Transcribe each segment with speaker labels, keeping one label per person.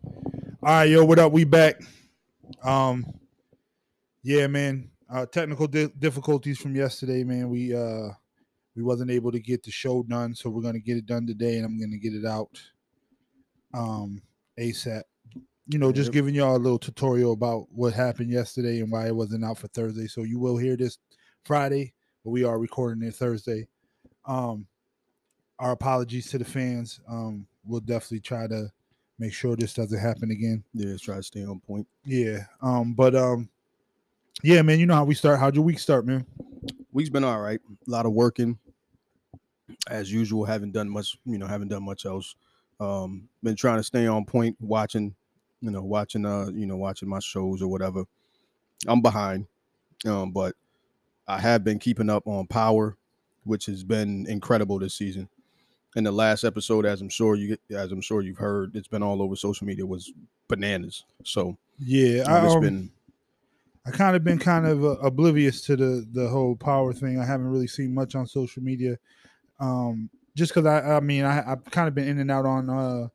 Speaker 1: All right, yo, what up? We back. Um, yeah, man. Uh, technical di- difficulties from yesterday, man. We uh, we wasn't able to get the show done, so we're gonna get it done today, and I'm gonna get it out, um, ASAP. You know, just
Speaker 2: Yep.
Speaker 1: giving y'all a little tutorial about what happened yesterday and why it wasn't out for Thursday. So you will hear this Friday, but we are recording it Thursday. Um, our apologies to the fans. Um, we'll definitely try to make sure this doesn't happen again.
Speaker 2: Yeah, let's try to stay on point.
Speaker 1: Yeah. Um, but um yeah, man, you know how we start. How'd your week start, man?
Speaker 2: Week's been all right. A lot of working, as usual. Haven't done much, you know. Haven't done much else. Um, been trying to stay on point, watching, you know, watching, uh, you know, watching my shows or whatever. I'm behind, um, but I have been keeping up on Power, which has been incredible this season. And the last episode, as I'm sure you, as I'm sure you've heard, it's been all over social media. Was bananas. So
Speaker 1: Yeah, I,
Speaker 2: I've just
Speaker 1: um,
Speaker 2: been
Speaker 1: I kind of been kind of uh, oblivious to the the whole power thing. I haven't really seen much on social media, um, just because I I mean I I've kind of been in and out on uh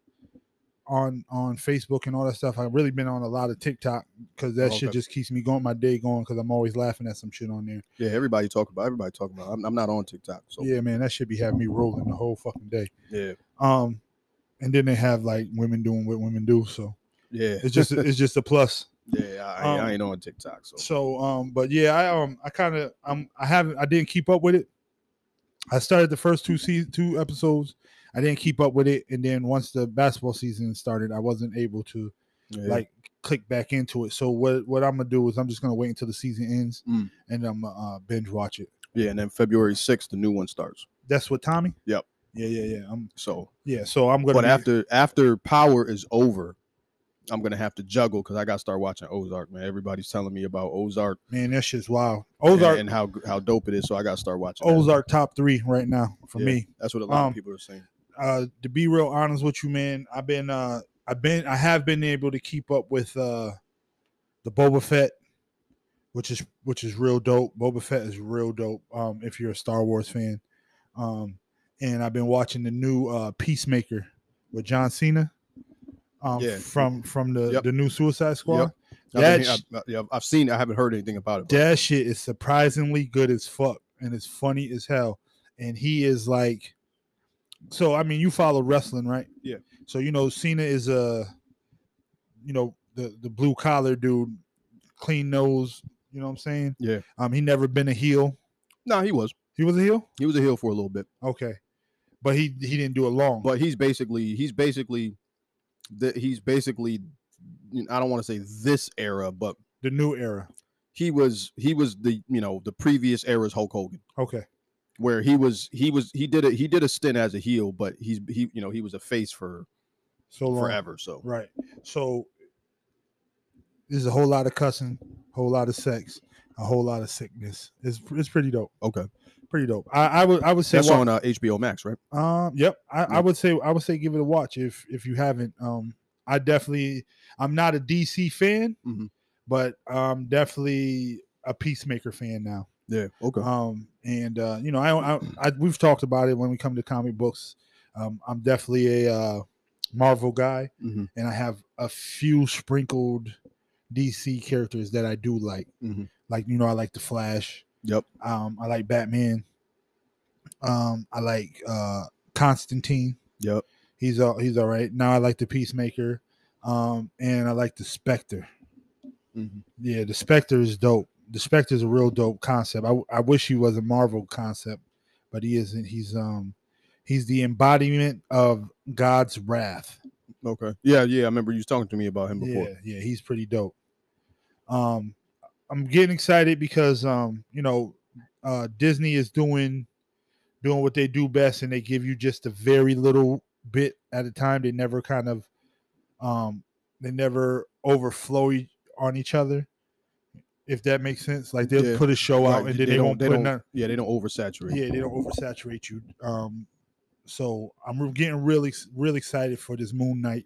Speaker 1: on on Facebook and all that stuff. I've really been on a lot of TikTok because that shit
Speaker 2: Oh, Okay.
Speaker 1: just keeps me going my day going because I'm always laughing at some shit on there.
Speaker 2: Yeah, everybody talk about everybody talking about. it. I'm, I'm not on TikTok, so
Speaker 1: Yeah, man, that should be having me rolling the whole fucking day.
Speaker 2: yeah,
Speaker 1: Um, and then they have like women doing what women do, so
Speaker 2: yeah,
Speaker 1: it's just it's just a plus.
Speaker 2: yeah. I, ain't- I
Speaker 1: Um,
Speaker 2: ain't on TikTok, so
Speaker 1: So um, but yeah, I um, I kind of um, I haven't, I didn't keep up with it. I started the first two season, two episodes. I didn't keep up with it, and then once the basketball season started, I wasn't able to
Speaker 2: yeah.
Speaker 1: like click back into it. So what what I'm gonna do is I'm just gonna wait until the season ends,
Speaker 2: Mm.
Speaker 1: and I'm gonna uh, binge watch it.
Speaker 2: yeah. And then February 6th, the new one starts.
Speaker 1: That's what Tommy.
Speaker 2: Yep.
Speaker 1: Yeah, yeah, yeah. I'm
Speaker 2: So,
Speaker 1: yeah. So I'm
Speaker 2: but,
Speaker 1: gonna. be-
Speaker 2: after after Power is over, I'm gonna have to juggle because I gotta start watching Ozark. Man, everybody's telling me about Ozark,
Speaker 1: man, that shit's wild.
Speaker 2: and-
Speaker 1: Ozark,
Speaker 2: and, how g- how dope it is. So I gotta start watching that.
Speaker 1: Ozark top three right now for
Speaker 2: Yeah,
Speaker 1: me.
Speaker 2: That's what a lot
Speaker 1: Um,
Speaker 2: of people are saying.
Speaker 1: uh to be real honest with you, man, I've been uh I've been I have been able to keep up with uh the Boba Fett, which is which is real dope. Boba Fett is real dope. Um, if you're a Star Wars fan, um, and I've been watching the new uh Peacemaker with John Cena, um,
Speaker 2: Yeah.
Speaker 1: from from the
Speaker 2: Yep.
Speaker 1: the new Suicide Squad.
Speaker 2: Yep. I've,
Speaker 1: That
Speaker 2: been hear-
Speaker 1: sh-
Speaker 2: I've- yeah, I've seen. it, I haven't heard anything about it. but
Speaker 1: That shit is surprisingly good as fuck, and it's funny as hell. And he is like, so I mean, you follow wrestling, right?
Speaker 2: Yeah.
Speaker 1: So you know, Cena is a, you know, the the blue collar dude, clean nose. You know what I'm saying?
Speaker 2: Yeah.
Speaker 1: Um, he never been a heel.
Speaker 2: no, he was.
Speaker 1: He was a heel.
Speaker 2: He was a heel for a little bit.
Speaker 1: Okay. But he he didn't do it long.
Speaker 2: but he's basically he's basically the, he's basically you know, I don't want to say this era, but
Speaker 1: the new era.
Speaker 2: he was he was the you know the previous era's Hulk Hogan,
Speaker 1: Okay.
Speaker 2: where he was he was he did a he did a stint as a heel, but he's he you know he was a face for
Speaker 1: So long.
Speaker 2: forever. So
Speaker 1: Right. So there's a whole lot of cussing, whole lot of sex, a whole lot of sickness. It's it's pretty dope.
Speaker 2: okay,
Speaker 1: Pretty dope. I, I would I would say
Speaker 2: that's
Speaker 1: wa-
Speaker 2: on uh, HBO Max, right?
Speaker 1: um yep. I, I
Speaker 2: Yep.
Speaker 1: would say I would say give it a watch if if you haven't. Um I definitely I'm not a DC fan,
Speaker 2: Mhm.
Speaker 1: but I'm definitely a peacemaker fan now.
Speaker 2: Yeah. Okay.
Speaker 1: Um, and uh, you know, I, I, I we've talked about it when we come to comic books. Um, I'm definitely a uh, Marvel guy,
Speaker 2: Mhm.
Speaker 1: and I have a few sprinkled DC characters that I do like.
Speaker 2: Mhm.
Speaker 1: Like you know, I like the Flash.
Speaker 2: Yep.
Speaker 1: Um, I like Batman. Um, I like uh, Constantine.
Speaker 2: Yep.
Speaker 1: He's all he's all right. Now I like the Peacemaker. Um, and I like the Spectre.
Speaker 2: Mhm.
Speaker 1: Yeah, the Spectre is dope. The Spectre is a real dope concept. I, w- I wish he was a Marvel concept, but he isn't. He's um he's the embodiment of God's wrath.
Speaker 2: Okay. Yeah. Yeah. I remember you was talking to me about him before.
Speaker 1: Yeah, yeah, he's pretty dope. Um I'm getting excited because um, you know, uh Disney is doing doing what they do best and they give you just a very little bit at a time. They never kind of um they never overflow e- on each other. If that makes sense, like they'll
Speaker 2: Yeah.
Speaker 1: put a show out
Speaker 2: Right,
Speaker 1: Oh, and then they, won't
Speaker 2: they
Speaker 1: put
Speaker 2: don't
Speaker 1: none.
Speaker 2: yeah they don't oversaturate.
Speaker 1: Yeah, they don't oversaturate you. Um, so I'm re- getting really, ex- really excited for this Moon Knight.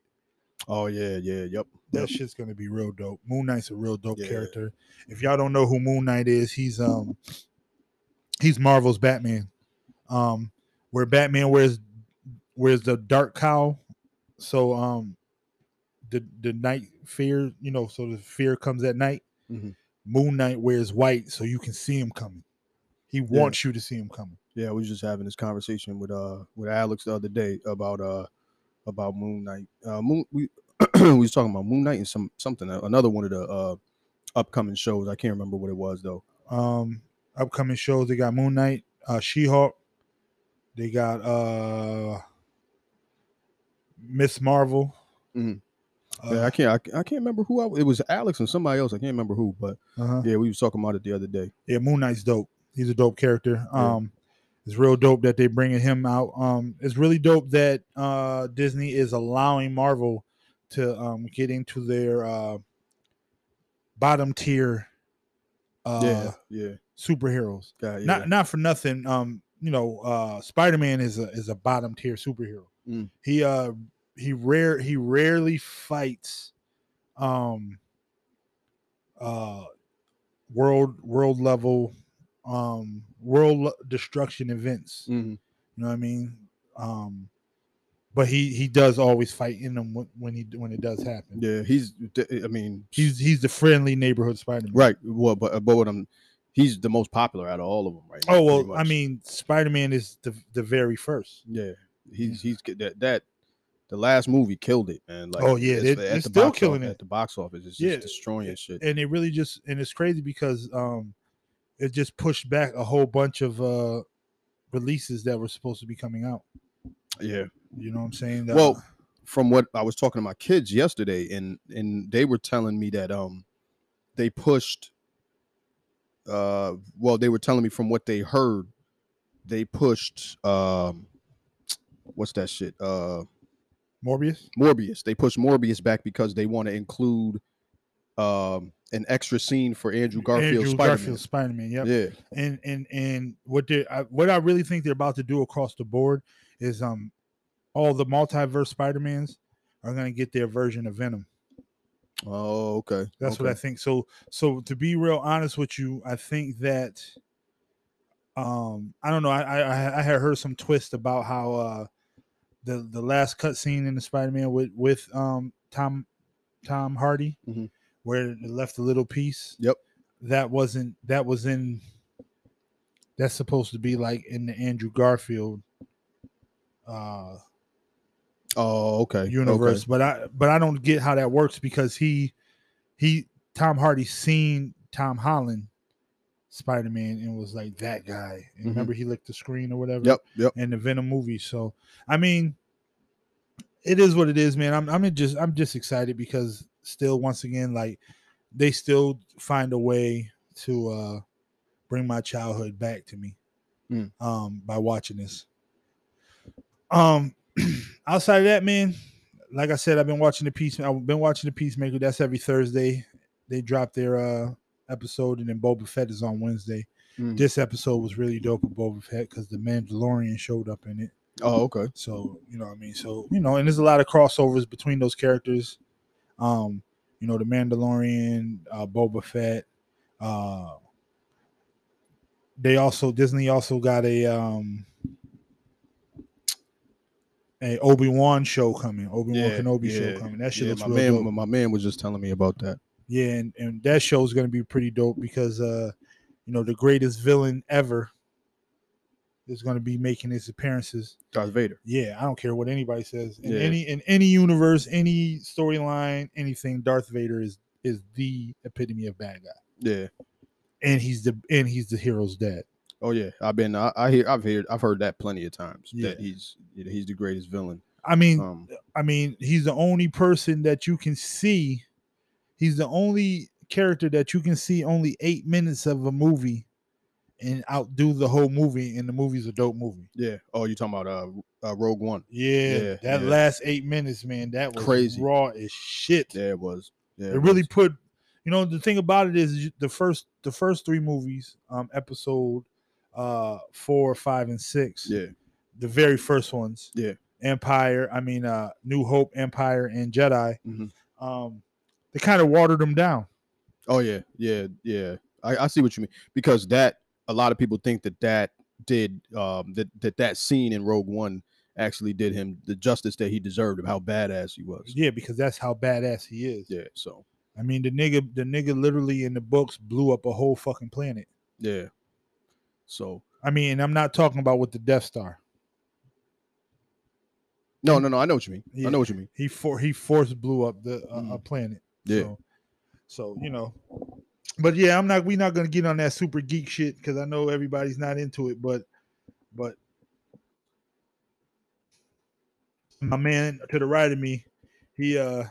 Speaker 2: Oh yeah. Yeah. Yep.
Speaker 1: That
Speaker 2: yep.
Speaker 1: shit's gonna be real dope. Moon Knight's a real dope
Speaker 2: Yeah.
Speaker 1: character. If y'all don't know who Moon Knight is, he's um he's Marvel's Batman. Um where Batman wears wears the dark cowl. So um the the night fear, you know, so the fear comes at night.
Speaker 2: Mhm.
Speaker 1: Moon Knight wears white, so you can see him coming. He wants you to see him coming.
Speaker 2: Yeah, we was just having this conversation with uh with Alex the other day about uh about Moon Knight. Uh, Moon we we was talking about Moon Knight and some something uh, another one of the uh upcoming shows. I can't remember what it was though.
Speaker 1: Um, upcoming shows they got Moon Knight, uh, She Hulk, they got uh Miss Marvel.
Speaker 2: Mhm.
Speaker 1: Uh,
Speaker 2: yeah, I can't I, ca- I can't remember who I, it was. Alex and somebody else. I can't remember who, but
Speaker 1: uh-huh.
Speaker 2: yeah, we was talking about it the other day.
Speaker 1: yeah, Moon Knight's dope. He's a dope character.
Speaker 2: Yeah.
Speaker 1: Um, it's real dope that they bringing him out. Um, it's really dope that uh Disney is allowing Marvel to um get into their uh bottom tier uh
Speaker 2: yeah, yeah,
Speaker 1: superheroes.
Speaker 2: God, yeah.
Speaker 1: Not not for nothing. Um, you know, uh Spider Man is a is a bottom tier superhero.
Speaker 2: Mm.
Speaker 1: He uh he rare he rarely fights um uh world world level um world le- destruction events.
Speaker 2: Mhm.
Speaker 1: You know what I mean? Um but he he does always fight in them when, when he when it does happen.
Speaker 2: Yeah, he's. I mean,
Speaker 1: He's he's the friendly neighborhood Spider Man.
Speaker 2: right. Well, but but what I'm, he's the most popular out of all of them right
Speaker 1: Oh
Speaker 2: now. pretty
Speaker 1: well, I
Speaker 2: much.
Speaker 1: mean, Spider Man is the the very first.
Speaker 2: Yeah, he's he's get that that the last movie killed it, man. Like,
Speaker 1: Oh, yeah,
Speaker 2: it's-
Speaker 1: they-
Speaker 2: at
Speaker 1: they're
Speaker 2: the
Speaker 1: still
Speaker 2: box
Speaker 1: killing
Speaker 2: office,
Speaker 1: it.
Speaker 2: at the box office. It's just
Speaker 1: Yeah,
Speaker 2: destroying shit.
Speaker 1: and it really just and it's crazy because um it just pushed back a whole bunch of uh releases that were supposed to be coming out
Speaker 2: yeah.
Speaker 1: you know what i'm saying Uh,
Speaker 2: Well, from what I was talking to my kids yesterday, and and they were telling me that um they pushed. Uh, well, they were telling me from what they heard, they pushed um, what's that shit? Uh,
Speaker 1: morbius
Speaker 2: Morbius. They pushed Morbius back because they want to include um an extra scene for Andrew Garfield
Speaker 1: Andrew
Speaker 2: Spider-Man.
Speaker 1: Garfield Spider-Man, yep.
Speaker 2: Yeah.
Speaker 1: and and and what they I, what I really think they're about to do across the board is um all the multiverse Spider-Mans are gonna get their version of Venom.
Speaker 2: Oh, okay.
Speaker 1: That's what I think. So so to be real honest with you, I think that um I don't know. I I I- I had heard some twist about how uh the the last cutscene in the Spider-Man with with um Tom Tom Hardy
Speaker 2: Mhm.
Speaker 1: where it left a little piece.
Speaker 2: Yep.
Speaker 1: That wasn't that was in that's supposed to be like in the Andrew Garfield uh
Speaker 2: Oh, okay. okay.
Speaker 1: universe but i but i don't get how that works because he he tom hardy seen tom holland spider-man and was like that guy and
Speaker 2: Mhm.
Speaker 1: remember he licked the screen or whatever
Speaker 2: Yep. Yep.
Speaker 1: in the venom movie so i mean it is what it is man i'm, I'm just i'm just excited because still once again like they still find a way to uh bring my childhood back to me
Speaker 2: Mm.
Speaker 1: um by watching this um outside of that man like i said i've been watching the peace i've been watching the peacemaker that's every thursday they drop their uh episode and then boba fett is on wednesday
Speaker 2: Mm.
Speaker 1: this episode was really dope with boba fett because the mandalorian showed up in it
Speaker 2: Oh, okay.
Speaker 1: so you know what I mean. So you know, and there's a lot of crossovers between those characters. Um, you know, the Mandalorian, uh, Boba Fett. Uh, they also Disney also got a um a Obi Wan show coming. Obi Wan Kenobi show coming. That shit
Speaker 2: yeah,
Speaker 1: looks
Speaker 2: my
Speaker 1: real
Speaker 2: man,
Speaker 1: dope.
Speaker 2: my- My man was just telling me about that.
Speaker 1: Yeah, and, and that show is going to be pretty dope because uh, you know, the greatest villain ever is going to be making his appearances.
Speaker 2: Darth Vader.
Speaker 1: Yeah, I don't care what anybody says. In
Speaker 2: Yeah.
Speaker 1: any in any universe, any storyline, anything, Darth Vader is is the epitome of bad guy.
Speaker 2: Yeah.
Speaker 1: And he's the and he's the hero's dad.
Speaker 2: Oh yeah. I've been I, I hear I've heard I've heard that plenty of times
Speaker 1: Yeah.
Speaker 2: that he's you know, he's the greatest villain.
Speaker 1: I mean,
Speaker 2: Um
Speaker 1: I mean, he's the only person that you can see. He's the only character that you can see only eight minutes of a movie and outdo the whole movie, and the movie's a dope movie.
Speaker 2: yeah. Oh, you talking about uh, uh Rogue One.
Speaker 1: Yeah,
Speaker 2: Yeah,
Speaker 1: that
Speaker 2: yeah.
Speaker 1: last eight minutes, man, that was
Speaker 2: Crazy.
Speaker 1: raw as shit.
Speaker 2: Yeah, it was. Yeah.
Speaker 1: it really put you know the thing about it is you- the first the first three movies um episode uh four five and six
Speaker 2: was. Yeah.
Speaker 1: the very first ones
Speaker 2: Yeah.
Speaker 1: empire i mean uh new hope empire and jedi
Speaker 2: Mhm.
Speaker 1: um they kind of watered them down
Speaker 2: Oh yeah, yeah, yeah. I, I see what you mean because that a lot of people think that that did um that that that scene in Rogue One actually did him the justice that he deserved of how badass he was.
Speaker 1: Yeah, because that's how badass he is.
Speaker 2: Yeah. So
Speaker 1: I mean, the nigga, the nigga, literally in the books blew up a whole fucking planet.
Speaker 2: yeah. So
Speaker 1: I mean, I'm not talking about with the Death Star.
Speaker 2: no, no, no. I know what you mean.
Speaker 1: Yeah.
Speaker 2: I know what you mean.
Speaker 1: He for he force blew up the uh, a
Speaker 2: Mhm.
Speaker 1: planet.
Speaker 2: Yeah.
Speaker 1: So, so you know, but yeah, I'm not. We're not gonna get on that super geek shit because I know everybody's not into it. But, but my man to the right of me, he uh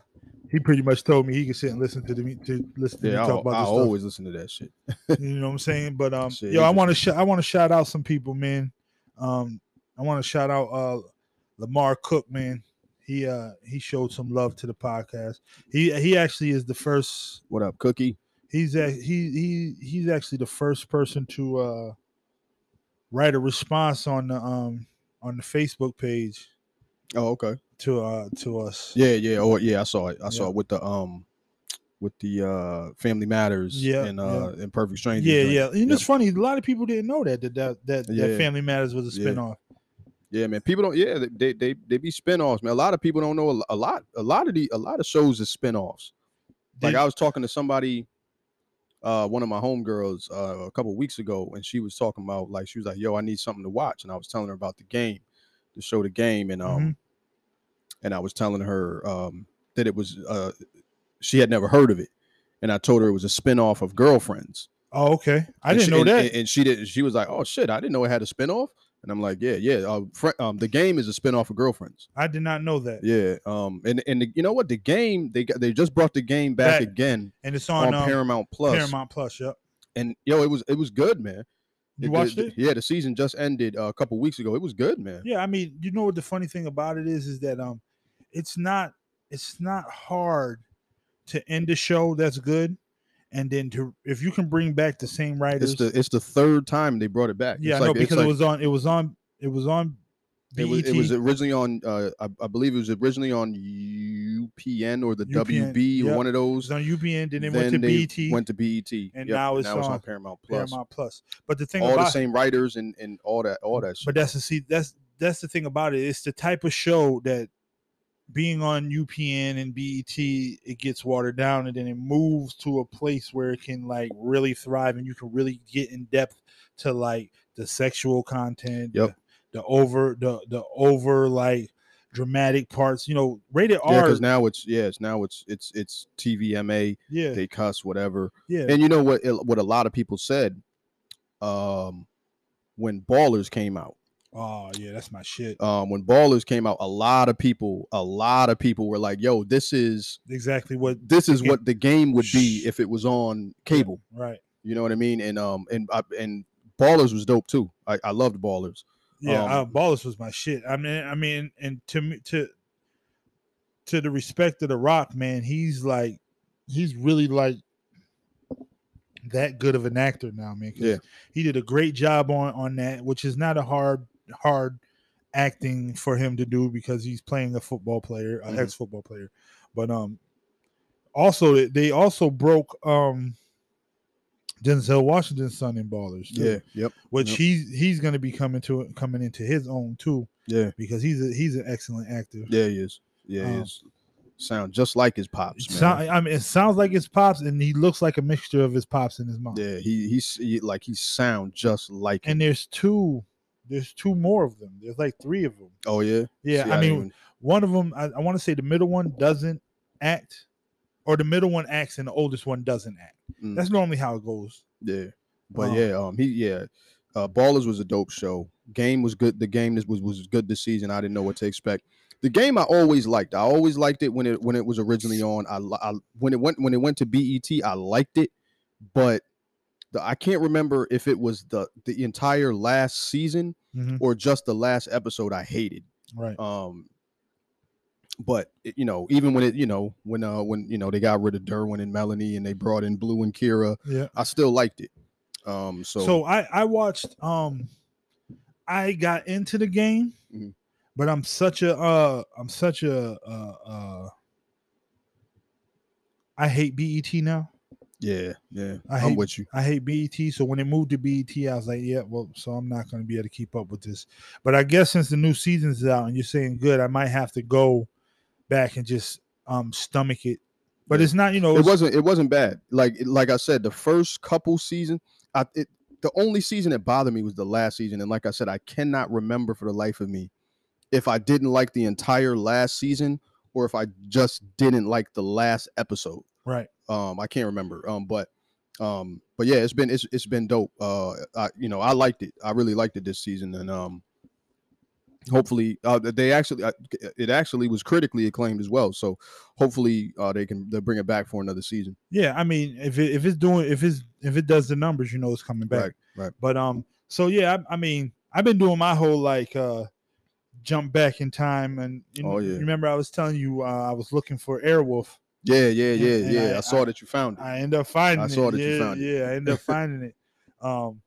Speaker 1: he pretty much told me he could sit and listen to the me to listen to
Speaker 2: Yeah.
Speaker 1: me
Speaker 2: I,
Speaker 1: talk
Speaker 2: I
Speaker 1: about this stuff.
Speaker 2: always listen to that shit.
Speaker 1: You know what I'm saying? But um,
Speaker 2: Shit,
Speaker 1: yo,
Speaker 2: he
Speaker 1: I
Speaker 2: just-
Speaker 1: want to sh- I want to shout out some people, man. Um, I want to shout out uh Lamar Cook, man. He uh he showed some love to the podcast. He he actually is the first
Speaker 2: What up, Cookie?
Speaker 1: he's a, he he he's actually the first person to uh write a response on the um on the Facebook page
Speaker 2: Oh, okay.
Speaker 1: to uh to us.
Speaker 2: Yeah, yeah. Oh, yeah. I saw it. I
Speaker 1: Yeah.
Speaker 2: saw it with the um, with the uh, Family Matters.
Speaker 1: Yeah,
Speaker 2: And uh, and Perfect Strangers.
Speaker 1: yeah,
Speaker 2: joint.
Speaker 1: yeah. And it's funny, a lot of people didn't know that that that that, that
Speaker 2: Yeah.
Speaker 1: Family Matters was a
Speaker 2: Yeah.
Speaker 1: spinoff.
Speaker 2: Yeah, man. People don't. Yeah, they they they, they be spinoffs, man. A lot of people don't know a, lo- a lot. A lot of the a lot of shows is spinoffs. Like
Speaker 1: Did-
Speaker 2: I was talking to somebody, uh, one of my homegirls, uh, a couple weeks ago, and she was talking about like she was like, "Yo, I need something to watch," and I was telling her about the game, the show, the game, and um,
Speaker 1: Mhm.
Speaker 2: and I was telling her um that it was uh, she had never heard of it, and I told her it was a spinoff of Girlfriends.
Speaker 1: oh, okay. I
Speaker 2: And
Speaker 1: didn't
Speaker 2: she-
Speaker 1: know
Speaker 2: and-
Speaker 1: that.
Speaker 2: And, and she did. She was like, "Oh shit, I didn't know it had a spinoff." And I'm like, "Yeah, yeah. Uh, fr- um, the game is a spinoff of Girlfriends.
Speaker 1: I did not know that.
Speaker 2: Yeah. Um. And and the, you know what? The game they got, they just brought the game back
Speaker 1: Back
Speaker 2: again
Speaker 1: And it's
Speaker 2: on,
Speaker 1: on, um, Paramount,
Speaker 2: Paramount Plus.
Speaker 1: Plus. Yep.
Speaker 2: And yo, it was it was good, man.
Speaker 1: You
Speaker 2: the-
Speaker 1: watched
Speaker 2: the-
Speaker 1: it?
Speaker 2: yeah, the season just ended uh, a couple weeks ago. It was good, man.
Speaker 1: Yeah, I mean, you know what the funny thing about it is, is that um, it's not it's not hard to end a show that's good, and then to if you can bring back the same writers.
Speaker 2: It's the it's the third time they brought it back.
Speaker 1: yeah,
Speaker 2: it's
Speaker 1: I know
Speaker 2: like- it's
Speaker 1: because
Speaker 2: like-
Speaker 1: it was on it was on it was on E BET.
Speaker 2: it was, it was originally on uh, I, I believe it was originally on UPN or the
Speaker 1: UPN,
Speaker 2: WB or
Speaker 1: yep.
Speaker 2: one of those.
Speaker 1: on UPN, then it went to
Speaker 2: they
Speaker 1: BET,
Speaker 2: Went to E BET,
Speaker 1: and now it's on
Speaker 2: Paramount Plus.
Speaker 1: Paramount Plus. But the thing
Speaker 2: all
Speaker 1: about
Speaker 2: the same writers and, and all that, all that. shit.
Speaker 1: But that's the see that's that's the thing about it. It's the type of show that being on UPN and BET, it gets watered down and then it moves to a place where it can like really thrive and you can really get in depth to like the sexual content,
Speaker 2: Yep.
Speaker 1: the, the over the the over like dramatic parts. You know, rated
Speaker 2: yeah,
Speaker 1: R.
Speaker 2: because now it's yeah, it's now it's it's it's TVMA.
Speaker 1: Yeah,
Speaker 2: They cuss whatever,
Speaker 1: yeah.
Speaker 2: and you know what? it- What a lot of people said, um, when Ballers came out,
Speaker 1: Oh yeah, that's my shit.
Speaker 2: um, when Ballers came out, a lot of people, a lot of people were like, "Yo, this is."
Speaker 1: Exactly what
Speaker 2: This is
Speaker 1: It-
Speaker 2: what the game would be if it was on cable.
Speaker 1: right.
Speaker 2: You know what I mean? And um and I and Ballers was dope too. I, I loved Ballers.
Speaker 1: Yeah,
Speaker 2: Um,
Speaker 1: uh, Ballers was my shit. I mean, I mean, and to me, to to the respect of the Rock, man, he's like, he's really like that good of an actor now, man. 'cause
Speaker 2: Yeah.
Speaker 1: he did a great job on on that, which is not a hard hard acting for him to do because he's playing a football player, an
Speaker 2: Mhm.
Speaker 1: ex football player. But um, also they- they also broke um Denzel Washington's son in Ballers, too,
Speaker 2: Yep.
Speaker 1: which
Speaker 2: Yep.
Speaker 1: he's he's gonna be coming to coming into his own too
Speaker 2: Yeah.
Speaker 1: because he's a, he's an excellent actor.
Speaker 2: Yeah, he is. Yeah, he
Speaker 1: Um,
Speaker 2: is. Sound just like his pops,
Speaker 1: It
Speaker 2: man.
Speaker 1: sound, I mean, it sounds like his pops, and he looks like a mixture of his pops and his mom.
Speaker 2: yeah, he he's he, like he sound just like him.
Speaker 1: And there's two, there's two more of them. There's like three of them.
Speaker 2: Oh yeah.
Speaker 1: Yeah,
Speaker 2: See,
Speaker 1: I
Speaker 2: didn't
Speaker 1: mean,
Speaker 2: even-
Speaker 1: one of them. I, I want to say the middle one doesn't act, or the middle one acts, and the oldest one doesn't act.
Speaker 2: Mm.
Speaker 1: That's normally how it goes.
Speaker 2: yeah. But
Speaker 1: um,
Speaker 2: yeah, um he yeah. Uh Ballers was a dope show. Game was good. The game this was was good this season. I didn't know what to expect. The game I always liked. I always liked it when it when it was originally on. I, li- I when it went when it went to BET, I liked it, but the, I can't remember if it was the the entire last season
Speaker 1: Mhm,
Speaker 2: or just the last episode I hated.
Speaker 1: Right.
Speaker 2: Um but it- you know, even when it, you know, when uh when you know they got rid of Derwin and Melanie and they brought in Blue and Kira,
Speaker 1: Yeah.
Speaker 2: I still liked it. Um so,
Speaker 1: So, I I watched. Um, I got into the game,
Speaker 2: Mhm.
Speaker 1: but I'm such a uh I'm such a uh uh. I hate BET now.
Speaker 2: Yeah, yeah.
Speaker 1: I
Speaker 2: I'm
Speaker 1: hate-
Speaker 2: with you.
Speaker 1: I hate BET. So when it moved to BET, I was like, yeah, well, so I'm not going to be able to keep up with this. But I guess since the new season's out and you're saying good, I might have to go back and just um stomach it. But
Speaker 2: Yeah.
Speaker 1: it's not, you know,
Speaker 2: It
Speaker 1: it's-
Speaker 2: wasn't. It wasn't bad. Like it- like I said, the first couple season, I it, the only season that bothered me was the last season. And like I said, I cannot remember for the life of me if I didn't like the entire last season or if I just didn't like the last episode.
Speaker 1: right.
Speaker 2: um i can't remember um but um but yeah it's been it's, it's been dope uh I, you know i liked it i really liked it this season and um hopefully uh they actually uh, it actually was critically acclaimed as well so hopefully uh they can they'll bring it back for another season
Speaker 1: Yeah, I mean, if it, if it's doing if it's if it does the numbers, you know, it's coming back.
Speaker 2: Right, right.
Speaker 1: But um, so yeah, I, I mean, I've been doing my whole like uh jump back in time, and you
Speaker 2: Oh,
Speaker 1: know,
Speaker 2: yeah.
Speaker 1: remember I was telling you uh, I was looking for Airwolf.
Speaker 2: yeah yeah
Speaker 1: And-
Speaker 2: yeah
Speaker 1: and
Speaker 2: yeah
Speaker 1: I-
Speaker 2: i, saw that you found it
Speaker 1: I end up finding.
Speaker 2: saw
Speaker 1: it.
Speaker 2: that
Speaker 1: yeah,
Speaker 2: you found it.
Speaker 1: Yeah, I end up finding it. Um,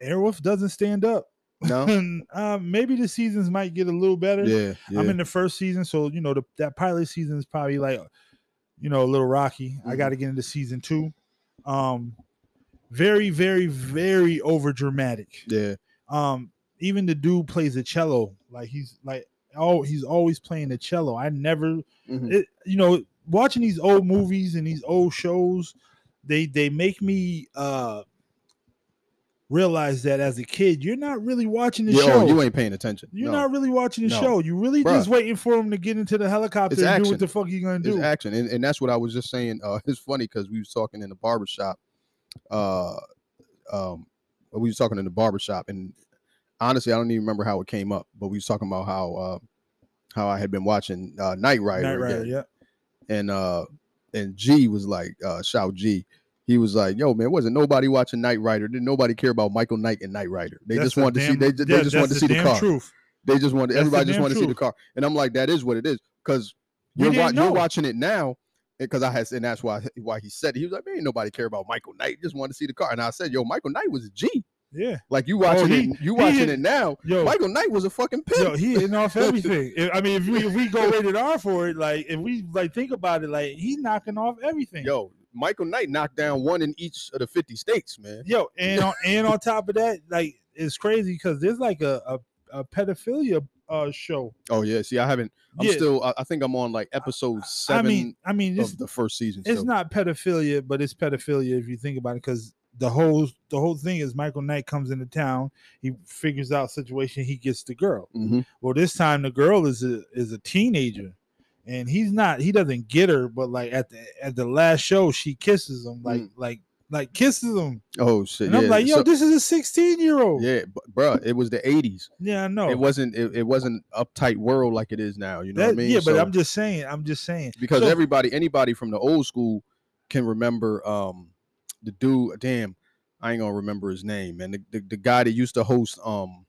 Speaker 1: Airwolf doesn't stand up.
Speaker 2: no
Speaker 1: And uh, maybe the seasons might get a little better.
Speaker 2: yeah, yeah
Speaker 1: I'm in the first season, so you know the, that pilot season is probably like, you know, a little rocky. I
Speaker 2: Mhm.
Speaker 1: got to get into season two. Um, very, very, very over dramatic.
Speaker 2: yeah
Speaker 1: Um, even the dude plays a cello. Like he's like, oh, he's always playing the cello. I never
Speaker 2: mhm.
Speaker 1: it, you know watching these old movies and these old shows they they make me uh realize that as a kid you're not really watching the
Speaker 2: yeah
Speaker 1: show
Speaker 2: oh,
Speaker 1: you
Speaker 2: you ain't paying attention
Speaker 1: are
Speaker 2: No.
Speaker 1: not really watching the
Speaker 2: No.
Speaker 1: show you really
Speaker 2: Bruh.
Speaker 1: just waiting for him to get into the helicopter
Speaker 2: It's
Speaker 1: and do
Speaker 2: action.
Speaker 1: what the fuck you gonna
Speaker 2: It's
Speaker 1: do
Speaker 2: action. And, and that's what I was just saying. Uh, it's funny because we was talking in the barbershop. Uh, um, we was talking in the barbershop and honestly, I don't even remember how it came up, but we was talking about how, uh, how I had been watching uh, Night Rider,
Speaker 1: Knight Rider,
Speaker 2: again.
Speaker 1: yeah
Speaker 2: and uh, and G was like, uh, shout G. He was like, "Yo, man, wasn't nobody watching Night Rider? Didn't nobody care about Michael Knight and Knight Rider? They
Speaker 1: That's
Speaker 2: just
Speaker 1: the
Speaker 2: wanted to see.
Speaker 1: damn-
Speaker 2: They, ju- they
Speaker 1: yeah,
Speaker 2: just
Speaker 1: that's
Speaker 2: wanted to see the
Speaker 1: damn
Speaker 2: car.
Speaker 1: truth
Speaker 2: They just
Speaker 1: That's
Speaker 2: wanted.
Speaker 1: the
Speaker 2: everybody just
Speaker 1: damn
Speaker 2: wanted to see the
Speaker 1: truth.
Speaker 2: car. And I'm like, that is what it is. Because
Speaker 1: We
Speaker 2: you're wa-
Speaker 1: didn't
Speaker 2: you're
Speaker 1: know.
Speaker 2: watching it now, because I has, and that's why why he said it. he was like, man, ain't nobody care about Michael Knight. Just wanted to see the car. And I said, yo, Michael Knight was a G.
Speaker 1: yeah
Speaker 2: Like you watching
Speaker 1: Oh, he-
Speaker 2: it, you watching
Speaker 1: hit-
Speaker 2: it now.
Speaker 1: yo
Speaker 2: Michael Knight was a fucking pimp.
Speaker 1: Yo, he hitting off everything. If- I mean, if we if we go rated R for it, like if we like think about it, like he's knocking off everything.
Speaker 2: Yo, Michael Knight knocked down one in each of the 50 states, man.
Speaker 1: Yo, and on, and on top of that, like it's crazy because there's like a a, a pedophilia uh show.
Speaker 2: Oh yeah, see, I haven't. I'm
Speaker 1: Yeah.
Speaker 2: still. I, I think I'm on like episode
Speaker 1: I
Speaker 2: seven
Speaker 1: mean, I mean, it's
Speaker 2: of the first season.
Speaker 1: it's
Speaker 2: so.
Speaker 1: not pedophilia, but it's pedophilia if you think about it, because the whole the whole thing is Michael Knight comes into town, he figures out situation, he gets the girl.
Speaker 2: Mhm.
Speaker 1: Well, this time the girl is a is a teenager, and he's not. He doesn't get her, but like at the at the last show, she kisses him, like like like kisses him,
Speaker 2: Oh shit!
Speaker 1: and
Speaker 2: Mm. yeah.
Speaker 1: I'm like, yo,
Speaker 2: so-
Speaker 1: this is a 16 year old.
Speaker 2: yeah, but, bruh, it was the 80s.
Speaker 1: yeah, I know.
Speaker 2: it wasn't it, it wasn't uptight world like it is now you know what i
Speaker 1: That-
Speaker 2: mean
Speaker 1: Yeah, but
Speaker 2: So-
Speaker 1: I'm just saying. I'm just saying.
Speaker 2: because
Speaker 1: so-
Speaker 2: everybody anybody from the old school can remember um the dude damn i ain't gonna remember his name and the, the, the guy that used to host um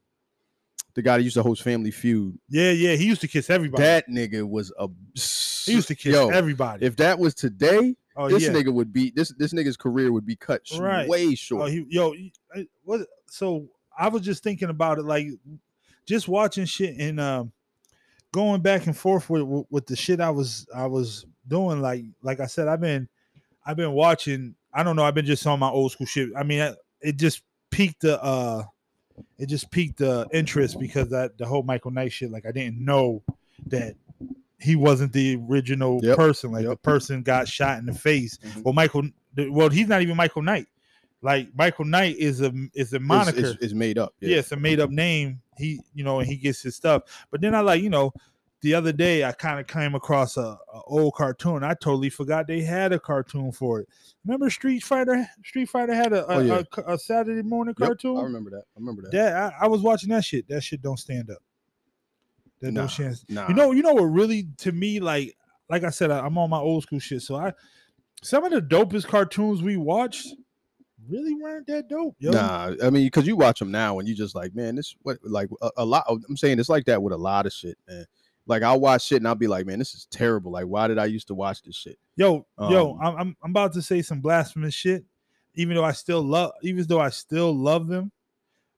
Speaker 2: the guy that used to host family feud
Speaker 1: Yeah, yeah. He used to kiss everybody.
Speaker 2: that nigga was a
Speaker 1: he used to kiss
Speaker 2: yo,
Speaker 1: everybody.
Speaker 2: if that was today
Speaker 1: oh
Speaker 2: this
Speaker 1: yeah.
Speaker 2: nigga would be this this nigga's career would be cut sh-
Speaker 1: Right.
Speaker 2: way
Speaker 1: oh,
Speaker 2: short
Speaker 1: he, yo, he- I- what? So I was just thinking about it, like just watching shit and um, going back and forth with with- with the shit I was I was doing. Like like I said, I've been I've been watching. I don't know. I've been just on my old school shit. I mean, I, it just piqued the uh, it just piqued the interest because that the whole Michael Knight shit. Like I didn't know that he wasn't the original
Speaker 2: Yep,
Speaker 1: person. Like the
Speaker 2: yep.
Speaker 1: person got shot in the face.
Speaker 2: Mhm.
Speaker 1: Well, Michael. Well, he's not even Michael Knight. Like Michael Knight is a is a
Speaker 2: It's-
Speaker 1: moniker.
Speaker 2: it's, it's made up
Speaker 1: yeah. it's a made up name. He you know and he gets his stuff. But then I like you know the other day I kind of came across a, a old cartoon. I totally forgot they had a cartoon for it. Remember Street Fighter? Street Fighter had a a,
Speaker 2: Oh, yeah.
Speaker 1: a ca- a Saturday morning
Speaker 2: Yep,
Speaker 1: cartoon.
Speaker 2: i remember that i remember that,
Speaker 1: that I, I was watching that shit. That shit don't stand up. That
Speaker 2: Nah,
Speaker 1: no chance.
Speaker 2: nah
Speaker 1: You know, you know what really to me, like like I said, I, am on my old school shit. So I some of the dopest cartoons we watched really weren't that dope. Yo.
Speaker 2: Nah, I mean, because you watch them now and you just like, man, this what like a, a lot. Of, I'm saying it's like that with a lot of shit, man. Like I'll watch shit and I'll be like, man, this is terrible. Like, why did I used to watch this shit?
Speaker 1: Yo, yo,
Speaker 2: Um,
Speaker 1: I'm, I'm I'm about to say some blasphemous shit, even though I still love even though I still love them.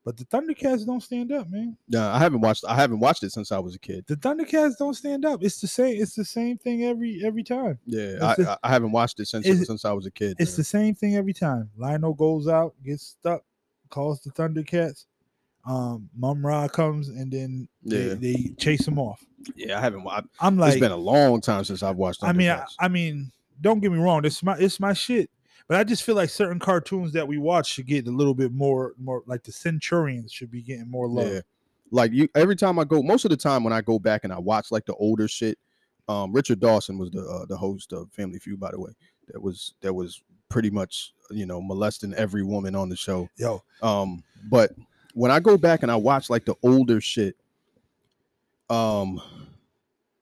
Speaker 1: But the Thundercats don't stand up, man.
Speaker 2: No, I haven't watched. I haven't watched it since I was a kid.
Speaker 1: The Thundercats don't stand up. It's the same. It's the same thing every every time.
Speaker 2: Yeah,
Speaker 1: It's
Speaker 2: I,
Speaker 1: the-
Speaker 2: I, I haven't watched it since
Speaker 1: it's-
Speaker 2: since I was a kid.
Speaker 1: It's
Speaker 2: man.
Speaker 1: the same thing every time. Lionel goes out, gets stuck, calls the Thundercats. Um, Mum Ra comes and then they,
Speaker 2: Yeah.
Speaker 1: they chase him off.
Speaker 2: yeah, I haven't. wa-
Speaker 1: I'm
Speaker 2: I,
Speaker 1: like,
Speaker 2: it's been a long time since I've watched.
Speaker 1: I mean, I,
Speaker 2: Thundercats.
Speaker 1: I mean, don't get me wrong. It's my it's my shit. But I just feel like certain cartoons that we watch should get a little bit more more like the Centurions should be getting more love.
Speaker 2: Yeah. Like you every time I go, most of the time when I go back and I watch like the older shit, um, Richard Dawson was the uh, the host of Family Feud, by the way. That was that was pretty much you know molesting every woman on the show.
Speaker 1: Yo,
Speaker 2: Um, but when I go back and I watch like the older shit, um,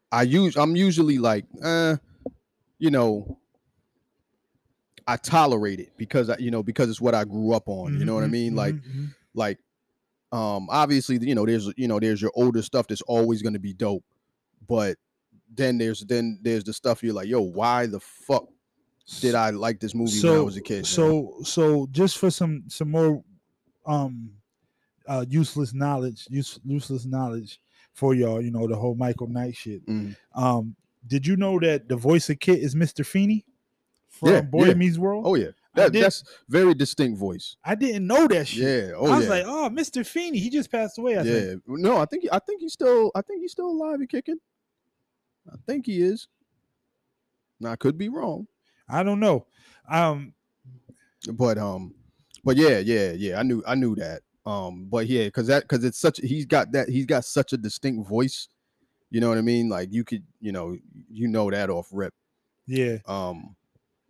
Speaker 2: I use I'm usually like, uh, you know, I tolerate it because I, you know because it's what I grew up on. You know what I
Speaker 1: mhm,
Speaker 2: mean? Like
Speaker 1: mhm, mhm.
Speaker 2: like um obviously you know there's you know there's your older stuff that's always going to be dope but then there's then there's the stuff you're like yo why the fuck did i like this movie when i was a kid man?"
Speaker 1: mm-hmm. So so just for some some more um uh useless knowledge, use, useless knowledge for y'all, you know, the whole Michael Knight shit.
Speaker 2: Mm.
Speaker 1: Um did you know that the voice of Kit is Mr. Feeney from
Speaker 2: Yeah,
Speaker 1: Boy
Speaker 2: yeah.
Speaker 1: Meets World?
Speaker 2: oh yeah
Speaker 1: I
Speaker 2: that,
Speaker 1: did-
Speaker 2: that's very distinct voice
Speaker 1: I didn't know that shit.
Speaker 2: yeah oh
Speaker 1: I was
Speaker 2: yeah
Speaker 1: like, oh, Mr. Feeney, he just passed away. I
Speaker 2: yeah
Speaker 1: think.
Speaker 2: no i think i think he's still i think he's still alive and kicking i think he is now i could be wrong
Speaker 1: I don't know. Um,
Speaker 2: but um but yeah yeah yeah i knew i knew that um but yeah because that because it's such he's got that he's got such a distinct voice you know what i mean like you could you know you know that off rip
Speaker 1: yeah,
Speaker 2: um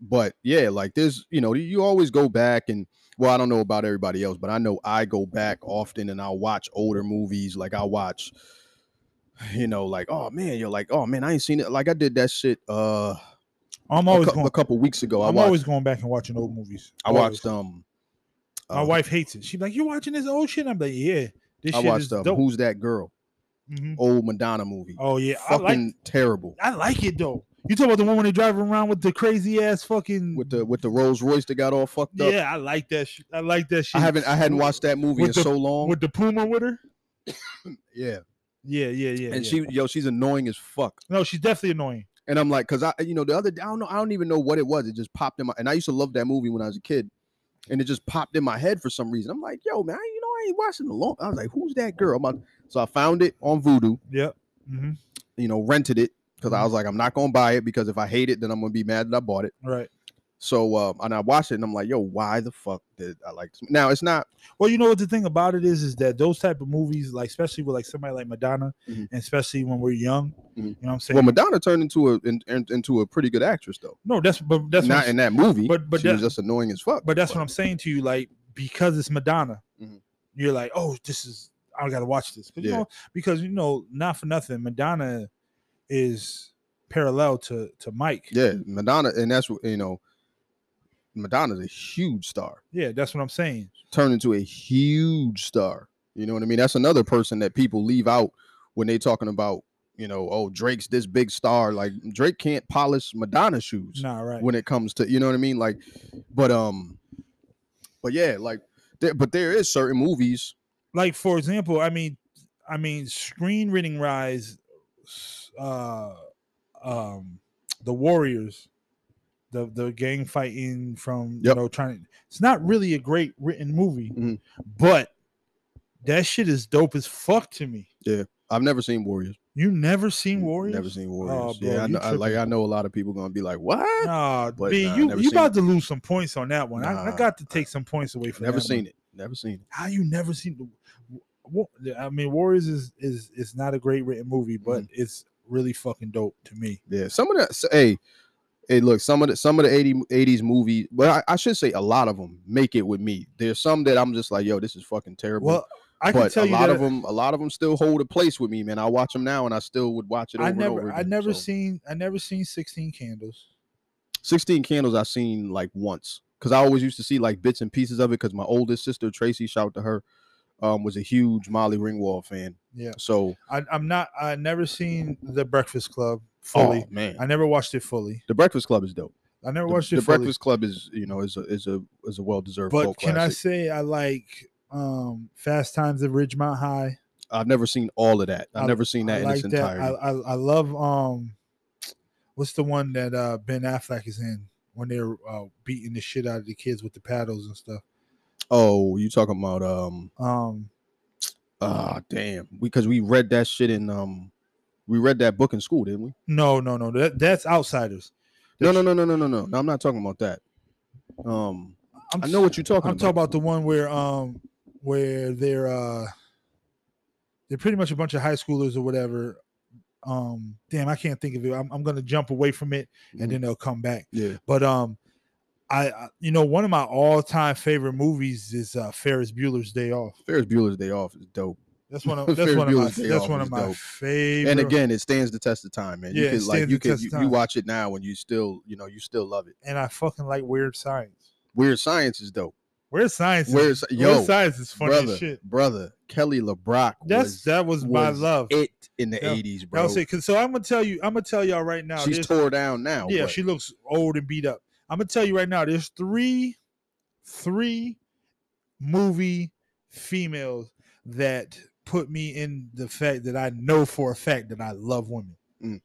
Speaker 2: but yeah like there's you know you always go back and well i don't know about everybody else but i know i go back often and i'll watch older movies like i watch you know like oh man you're like oh man i ain't seen it like i did that shit uh
Speaker 1: I'm
Speaker 2: a,
Speaker 1: always
Speaker 2: cou-
Speaker 1: going.
Speaker 2: a couple weeks ago i
Speaker 1: I'm
Speaker 2: watched
Speaker 1: always going back and watching old movies.
Speaker 2: i
Speaker 1: Always.
Speaker 2: watched um
Speaker 1: My
Speaker 2: uh,
Speaker 1: wife hates it. She's like, "You're watching this old shit." I'm like, "Yeah, this
Speaker 2: I
Speaker 1: shit is
Speaker 2: watched um,
Speaker 1: dope."
Speaker 2: Who's That Girl?
Speaker 1: Mhm.
Speaker 2: Old Madonna movie.
Speaker 1: Oh yeah,
Speaker 2: fucking
Speaker 1: I like.
Speaker 2: terrible.
Speaker 1: I like it though. You talk about the one when they drive around with the crazy ass fucking.
Speaker 2: With the with the Rolls Royce that got all fucked up.
Speaker 1: yeah, I like that. Sh- I like that shit.
Speaker 2: I haven't I hadn't watched that movie
Speaker 1: With
Speaker 2: in
Speaker 1: the-
Speaker 2: so long.
Speaker 1: with the Puma with her.
Speaker 2: yeah.
Speaker 1: Yeah, yeah, yeah.
Speaker 2: And
Speaker 1: yeah.
Speaker 2: she yo, she's annoying as fuck.
Speaker 1: no, she's definitely annoying.
Speaker 2: And I'm like, cause I you know, the other I don't know, I don't even know what it was. It just popped in my and I used to love that movie when I was a kid. And it just popped in my head for some reason. I'm like, yo, man, I- you know, I ain't watching a long. I was like, who's that girl? I'm like- so I found it on Voodoo,
Speaker 1: Yep. hmm
Speaker 2: you know, rented it. Cause I
Speaker 1: Mhm.
Speaker 2: was like, I'm not gonna buy it because if I hate it, then I'm gonna be mad that I bought it.
Speaker 1: Right.
Speaker 2: So um, and I watched it and I'm like, yo, why the fuck did I like this? mo- Now it's not
Speaker 1: Well, you know what the thing about it is, is that those type of movies, like especially with like somebody like Madonna,
Speaker 2: Mhm.
Speaker 1: and especially when we're young, you
Speaker 2: Mhm.
Speaker 1: know what I'm saying.
Speaker 2: well, Madonna turned into a in, in- into a pretty good actress though.
Speaker 1: no, that's but that's what
Speaker 2: not
Speaker 1: I'm
Speaker 2: in that movie,
Speaker 1: but- but
Speaker 2: but but she was
Speaker 1: that-
Speaker 2: just annoying as fuck.
Speaker 1: But that's what I'm saying to you, like because it's Madonna,
Speaker 2: Mhm.
Speaker 1: you're like, oh, this is I gotta watch this 'Cause, you
Speaker 2: Yeah.
Speaker 1: know, because you know, not for nothing, Madonna is parallel to to Mike. Yeah,
Speaker 2: yeah, Madonna, and that's what you know. Madonna's a huge star,
Speaker 1: that's what I'm saying.
Speaker 2: turned into a huge star. You know what I mean? That's another person that people leave out when they talking about you know, oh, Drake's this big star. Like Drake can't polish Madonna shoes.
Speaker 1: Nah, right.
Speaker 2: when it comes to you know what I mean. Like, but um, but yeah, like, there, but there is certain movies.
Speaker 1: like for example, I mean, I mean, screen reading rise, s- uh, um, the Warriors, the the gang fighting from
Speaker 2: Yep.
Speaker 1: you know trying. It's not really a great written movie,
Speaker 2: Mhm.
Speaker 1: but that shit is dope as fuck to me.
Speaker 2: I've never seen Warriors.
Speaker 1: You never seen Warriors? Oh,
Speaker 2: Never seen Warriors.
Speaker 1: bro,
Speaker 2: yeah, I
Speaker 1: you
Speaker 2: know, I, like I know a lot of people gonna be like, what?
Speaker 1: Nah,
Speaker 2: But
Speaker 1: B,
Speaker 2: nah,
Speaker 1: you
Speaker 2: never
Speaker 1: you
Speaker 2: seen
Speaker 1: about to lose some points on that one. I, I
Speaker 2: Nah,
Speaker 1: got to take some points away from
Speaker 2: never
Speaker 1: that one.
Speaker 2: seen it. Never seen it.
Speaker 1: how you never seen the Wa- Wa- I mean Warriors is is is not a great written movie, but
Speaker 2: Mm-hmm.
Speaker 1: it's really fucking dope to me.
Speaker 2: Yeah, some of the s- hey, hey, look, some of the some of the 80, 80s movies, but I, I should say a lot of them make it with me. There's some that I'm just like, yo, this is fucking terrible.
Speaker 1: Well, I can
Speaker 2: but
Speaker 1: tell
Speaker 2: a
Speaker 1: you
Speaker 2: lot
Speaker 1: that
Speaker 2: of them, a lot of them still hold a place with me, man. I watch them now, and I still would watch it over
Speaker 1: I
Speaker 2: and over.
Speaker 1: never I
Speaker 2: again,
Speaker 1: never
Speaker 2: so.
Speaker 1: seen I never seen 16 Candles.
Speaker 2: 16 candles i seen like once because i always used to see like bits and pieces of it because my oldest sister tracy shout to her um was a huge molly ringwald fan
Speaker 1: Yeah.
Speaker 2: so
Speaker 1: I, I'm not I never seen The Breakfast Club fully.
Speaker 2: oh man
Speaker 1: I never watched it fully.
Speaker 2: the breakfast club is dope
Speaker 1: I never
Speaker 2: the,
Speaker 1: watched it
Speaker 2: The
Speaker 1: fully.
Speaker 2: breakfast club is you know is a is a is a well-deserved
Speaker 1: but
Speaker 2: cult
Speaker 1: can I
Speaker 2: classic.
Speaker 1: say I like um, Fast Times at Ridgemont High.
Speaker 2: I've never seen all of that. I've
Speaker 1: I-
Speaker 2: never seen that in its
Speaker 1: like that. I,
Speaker 2: entirety.
Speaker 1: I I love um, what's the one that uh Ben Affleck is in when they're uh, beating the shit out of the kids with the paddles and stuff.
Speaker 2: oh, you talking about um
Speaker 1: Um,
Speaker 2: ah damn. Because we read that shit in um we read that book in school, didn't we?
Speaker 1: no, no, no, that, that's Outsiders.
Speaker 2: No, no, no, no, no, no, no. No, I'm not talking about that. Um
Speaker 1: I'm
Speaker 2: I know what you're talking
Speaker 1: I'm talking about the one where um where they're uh they're pretty much a bunch of high schoolers or whatever. Um damn, I can't think of it. I'm, I'm gonna jump away from it and
Speaker 2: Mhm.
Speaker 1: then they'll come back.
Speaker 2: Yeah.
Speaker 1: But um I, I you know one of my all-time favorite movies is uh Ferris Bueller's Day Off.
Speaker 2: Ferris Bueller's Day Off is dope.
Speaker 1: That's one of that's
Speaker 2: Ferris
Speaker 1: one of my
Speaker 2: Bueller's Day
Speaker 1: that's
Speaker 2: Off
Speaker 1: one
Speaker 2: is
Speaker 1: of my
Speaker 2: dope.
Speaker 1: favorite
Speaker 2: And again, it stands the test of time, man.
Speaker 1: Yeah,
Speaker 2: you
Speaker 1: it
Speaker 2: could like
Speaker 1: stands
Speaker 2: you
Speaker 1: the
Speaker 2: could
Speaker 1: test
Speaker 2: you,
Speaker 1: of
Speaker 2: you
Speaker 1: time.
Speaker 2: watch it now and you still, you know, you still love it.
Speaker 1: and I fucking like Weird Science.
Speaker 2: Weird Science is dope.
Speaker 1: Weird Science is-
Speaker 2: Where's- yo,
Speaker 1: Weird Science is funny
Speaker 2: brother,
Speaker 1: as shit.
Speaker 2: brother, Kelly LeBrock
Speaker 1: That's
Speaker 2: was
Speaker 1: that was my
Speaker 2: was
Speaker 1: love.
Speaker 2: it in the
Speaker 1: Yeah,
Speaker 2: eighties,
Speaker 1: That
Speaker 2: bro.
Speaker 1: was it. 'Cause- so I'm gonna tell you, I'm gonna tell y'all right now.
Speaker 2: She's
Speaker 1: there's-
Speaker 2: tore down now.
Speaker 1: yeah,
Speaker 2: but-
Speaker 1: she looks old and beat up. I'm gonna tell you right now. There's three, three movie females that put me in the fact that I know for a fact that I love women.
Speaker 2: Mm.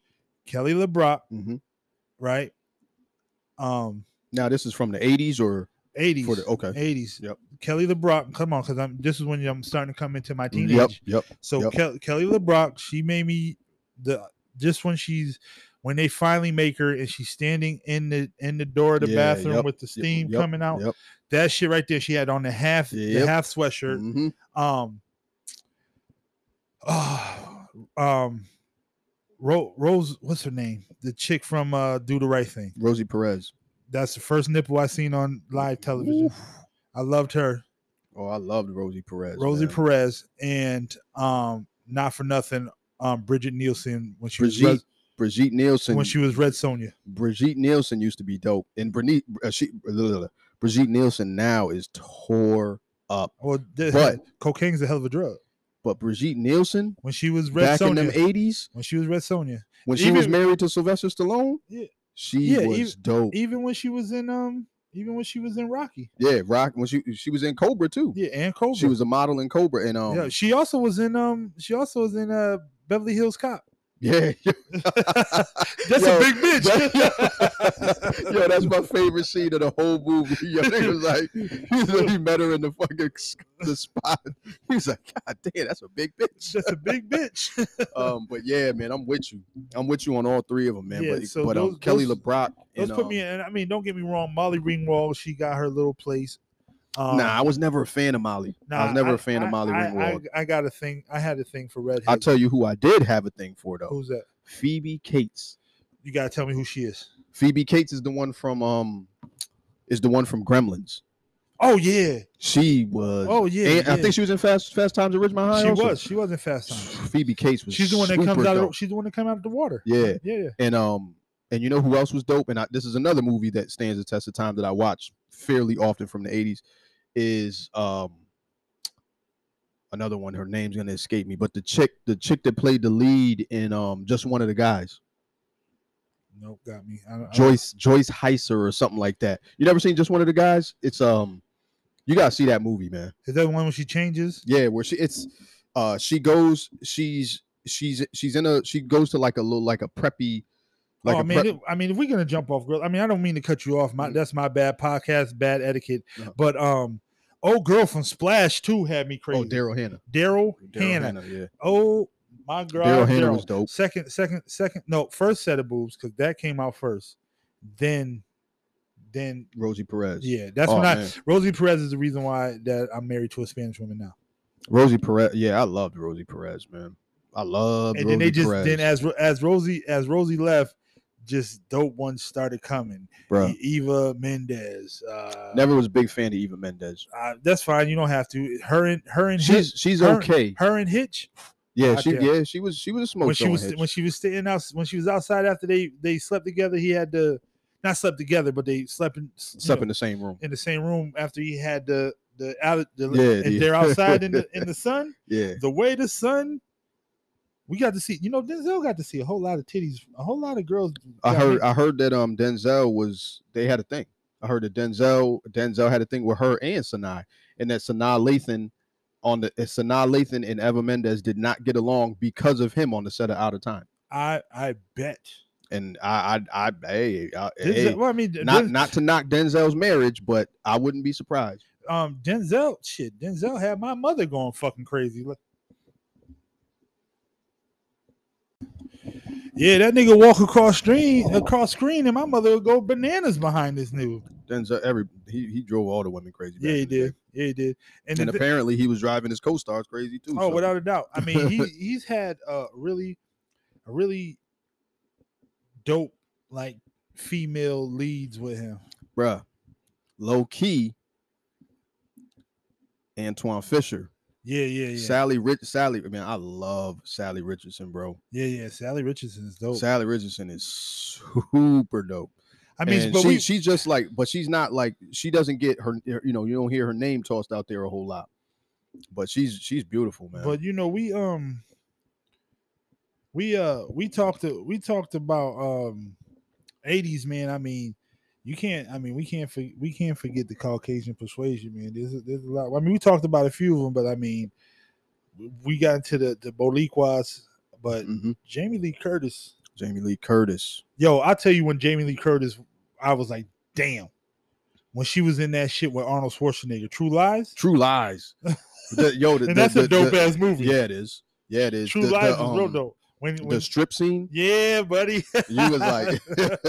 Speaker 1: Kelly LeBrock,
Speaker 2: Mhm.
Speaker 1: right? Um,
Speaker 2: now this is from the eighties or
Speaker 1: 80s.
Speaker 2: for the okay.
Speaker 1: 80s.
Speaker 2: Yep.
Speaker 1: Kelly LeBrock, come on, because I'm this is when I'm starting to come into my teenage.
Speaker 2: Yep, mm-hmm, yep.
Speaker 1: So
Speaker 2: Yep.
Speaker 1: Kel- Kelly LeBrock, she made me the just when she's when they finally make her and she's standing in the in the door of the
Speaker 2: Yeah,
Speaker 1: bathroom
Speaker 2: yep,
Speaker 1: with the steam
Speaker 2: yep,
Speaker 1: coming out.
Speaker 2: Yep.
Speaker 1: That shit right there, she had on the half the
Speaker 2: Yep.
Speaker 1: half sweatshirt.
Speaker 2: Mhm.
Speaker 1: Um, oh, um, Ro- Rose, what's her name? The chick from uh, Do the Right Thing.
Speaker 2: Rosie Perez.
Speaker 1: That's the first nipple I seen on live television. I loved her.
Speaker 2: Oh, I loved Rosie Perez.
Speaker 1: Rosie
Speaker 2: man.
Speaker 1: Perez and um not for nothing um Bridget Nielsen when she was
Speaker 2: Brigitte, Brigitte Nielsen.
Speaker 1: Red, when she was Red Sonia.
Speaker 2: Brigitte Nielsen used to be dope, and Brigitte, uh, she, Brigitte Nielsen now is tore up.
Speaker 1: Well, the,
Speaker 2: But-
Speaker 1: cocaine's a hell of a drug.
Speaker 2: But Brigitte Nielsen
Speaker 1: When she was Red
Speaker 2: back
Speaker 1: Sonia,
Speaker 2: in them eighties,
Speaker 1: when she was Red Sonia,
Speaker 2: when she was
Speaker 1: Even-
Speaker 2: married to Sylvester Stallone,
Speaker 1: Yeah.
Speaker 2: she
Speaker 1: Yeah,
Speaker 2: was
Speaker 1: even-
Speaker 2: dope.
Speaker 1: even when she was in um even when she was in Rocky,
Speaker 2: yeah, rock when she she was in Cobra too.
Speaker 1: yeah, and Cobra.
Speaker 2: She was a model in Cobra, and um,
Speaker 1: yeah, she also was in um she also was in uh Beverly Hills Cop.
Speaker 2: yeah,
Speaker 1: That's
Speaker 2: Yo,
Speaker 1: a big bitch.
Speaker 2: That- yo, that's my favorite scene of the whole movie. Yo, he was like, he, said he met her in the fucking s- the spot. He was like, God damn, that's a big bitch.
Speaker 1: That's a big bitch.
Speaker 2: Um, but yeah, man, I'm with you. I'm with you on all three of them, man.
Speaker 1: Yeah,
Speaker 2: but
Speaker 1: so
Speaker 2: but um,
Speaker 1: those-
Speaker 2: Kelly
Speaker 1: those-
Speaker 2: LeBrock.
Speaker 1: Let's
Speaker 2: and,
Speaker 1: put me in.
Speaker 2: um,
Speaker 1: I mean, don't get me wrong. Molly Ringwald, she got her little place. Um,
Speaker 2: Nah, I was never a fan of Molly. I was never
Speaker 1: a
Speaker 2: a fan of Molly Ringwald.
Speaker 1: I, got a thing. I had a thing for redheads.
Speaker 2: I, will tell you who I did have a thing for though.
Speaker 1: Who's that?
Speaker 2: Phoebe Cates.
Speaker 1: You gotta tell me who she is.
Speaker 2: Phoebe Cates is the one from um, is the one from Gremlins.
Speaker 1: Oh yeah.
Speaker 2: She was.
Speaker 1: Oh yeah.
Speaker 2: and I
Speaker 1: yeah.
Speaker 2: think she was in Fast Fast Times at Ridgemont High.
Speaker 1: she
Speaker 2: also.
Speaker 1: was. She wasn't fast time.
Speaker 2: Phoebe Cates was.
Speaker 1: She's the one that comes
Speaker 2: super
Speaker 1: out. Of,
Speaker 2: dope.
Speaker 1: she's the one that came out of the water.
Speaker 2: Yeah,
Speaker 1: Yeah. yeah.
Speaker 2: and um, and you know who else was dope? And I, this is another movie that stands the test of time that I watch fairly often from the '80s. Is um, another one. Her name's gonna escape me, but the chick, the chick that played the lead in um, just one of the guys,
Speaker 1: Nope, got me. I, don't- I, don't-
Speaker 2: Joyce Joyce Heiser or something like that. You never seen just one of the guys? It's um, you gotta see that movie, man.
Speaker 1: is that the one when she changes?
Speaker 2: Yeah, where she it's uh she goes she's she's she's in a she goes to like a little like a preppy like
Speaker 1: oh, I
Speaker 2: a
Speaker 1: mean,
Speaker 2: prep,
Speaker 1: it- I mean, if we're gonna jump off, girl. I mean, I don't mean to cut you off. My
Speaker 2: Mm.
Speaker 1: that's my bad podcast, bad etiquette.
Speaker 2: No.
Speaker 1: But um, old girl from Splash Two had me
Speaker 2: oh
Speaker 1: crazy.
Speaker 2: Daryl Hannah.
Speaker 1: Daryl Hannah.
Speaker 2: yeah.
Speaker 1: Oh my god,
Speaker 2: Daryl Hannah
Speaker 1: Daryl.
Speaker 2: was dope.
Speaker 1: Second, second, second. No, first set of boobs because that came out first. Then, then
Speaker 2: Rosie Perez.
Speaker 1: yeah, that's
Speaker 2: Oh,
Speaker 1: when I
Speaker 2: man.
Speaker 1: Rosie Perez is the reason why that I'm married to a Spanish woman now.
Speaker 2: Rosie Perez. Yeah, I loved Rosie Perez, man. I loved
Speaker 1: And
Speaker 2: Rosie
Speaker 1: then they just
Speaker 2: Perez.
Speaker 1: then as Ro- as Rosie as Rosie left, just dope ones started coming.
Speaker 2: Bruh.
Speaker 1: E- Eva Mendez. Uh,
Speaker 2: Never was a big fan of Eva Mendes.
Speaker 1: uh, that's fine. You don't have to. Her and her and
Speaker 2: She's
Speaker 1: Hitch,
Speaker 2: she's
Speaker 1: her-
Speaker 2: okay.
Speaker 1: her and Hitch
Speaker 2: Yeah,
Speaker 1: God
Speaker 2: she
Speaker 1: damn.
Speaker 2: yeah, she was she was a smoke
Speaker 1: when she
Speaker 2: show
Speaker 1: was
Speaker 2: on Hitch.
Speaker 1: when she was staying out when she was outside after they they slept together. He had to not slept together, but they slept in s- you
Speaker 2: Slept
Speaker 1: know,
Speaker 2: in the same room.
Speaker 1: in the same room after he had the the out the,
Speaker 2: Yeah,
Speaker 1: and
Speaker 2: the-
Speaker 1: they're outside in the in the sun.
Speaker 2: Yeah.
Speaker 1: The way the sun, we got to see. You know, Denzel got to see a whole lot of titties, a whole lot of girls.
Speaker 2: I
Speaker 1: got
Speaker 2: heard
Speaker 1: hit.
Speaker 2: I heard that um Denzel was they had a thing. I heard that Denzel Denzel had a thing with her and Sanaa, and that Sanaa Lathan on the Sanaa Lathan and Eva Mendes did not get along because of him on the set of Out of Time.
Speaker 1: I I bet.
Speaker 2: And I, I, I hey, I, hey,
Speaker 1: Denzel, well, I mean,
Speaker 2: not
Speaker 1: Den-
Speaker 2: not to knock Denzel's marriage, but I wouldn't be surprised.
Speaker 1: um Denzel. Shit, Denzel had my mother going fucking crazy. Look. Yeah, that nigga walk across screen, across screen, and my mother would go bananas behind this nigga.
Speaker 2: Denzel, every he, he drove all the women crazy. back
Speaker 1: Yeah, he
Speaker 2: in the day.
Speaker 1: did. Yeah, he did. And,
Speaker 2: And,
Speaker 1: the thi-
Speaker 2: apparently, he was driving his co-stars crazy too.
Speaker 1: Oh,
Speaker 2: so-
Speaker 1: without a doubt. I mean, he he's had a really, a really dope like female leads with him.
Speaker 2: bruh, low key, Antoine Fisher,
Speaker 1: Yeah, yeah, yeah,
Speaker 2: Sally Rich, Sally. I mean, I love Sally Richardson, bro.
Speaker 1: yeah, yeah. Sally Richardson is dope.
Speaker 2: Sally Richardson is super dope.
Speaker 1: I
Speaker 2: I
Speaker 1: mean,
Speaker 2: mean,
Speaker 1: but
Speaker 2: she,
Speaker 1: we,
Speaker 2: she's just like, but she's not like she doesn't get her. You know, you don't hear her name tossed out there a whole lot. But she's she's beautiful, man.
Speaker 1: but you know, we um, we uh, we talked to we talked about um, eighties man. I mean. You can't. I mean, we can't. For, we can't forget the Caucasian persuasion, man. There's a, there's a lot. I mean, we talked about a few of them, but I mean, w- we got into the the Boliquas, but
Speaker 2: Mhm.
Speaker 1: Jamie Lee Curtis.
Speaker 2: Jamie Lee Curtis,
Speaker 1: Yo, I tell you when Jamie Lee Curtis, I was like, damn. When she was in that shit with Arnold Schwarzenegger, True Lies,
Speaker 2: True Lies. The- yo, the-
Speaker 1: and
Speaker 2: the-
Speaker 1: that's
Speaker 2: the-
Speaker 1: a dope
Speaker 2: the-
Speaker 1: ass movie.
Speaker 2: Yeah, it is. Yeah, it is.
Speaker 1: True
Speaker 2: The- the,
Speaker 1: Lies is real
Speaker 2: um,
Speaker 1: dope. When, when
Speaker 2: The strip scene,
Speaker 1: yeah, buddy,
Speaker 2: you was like,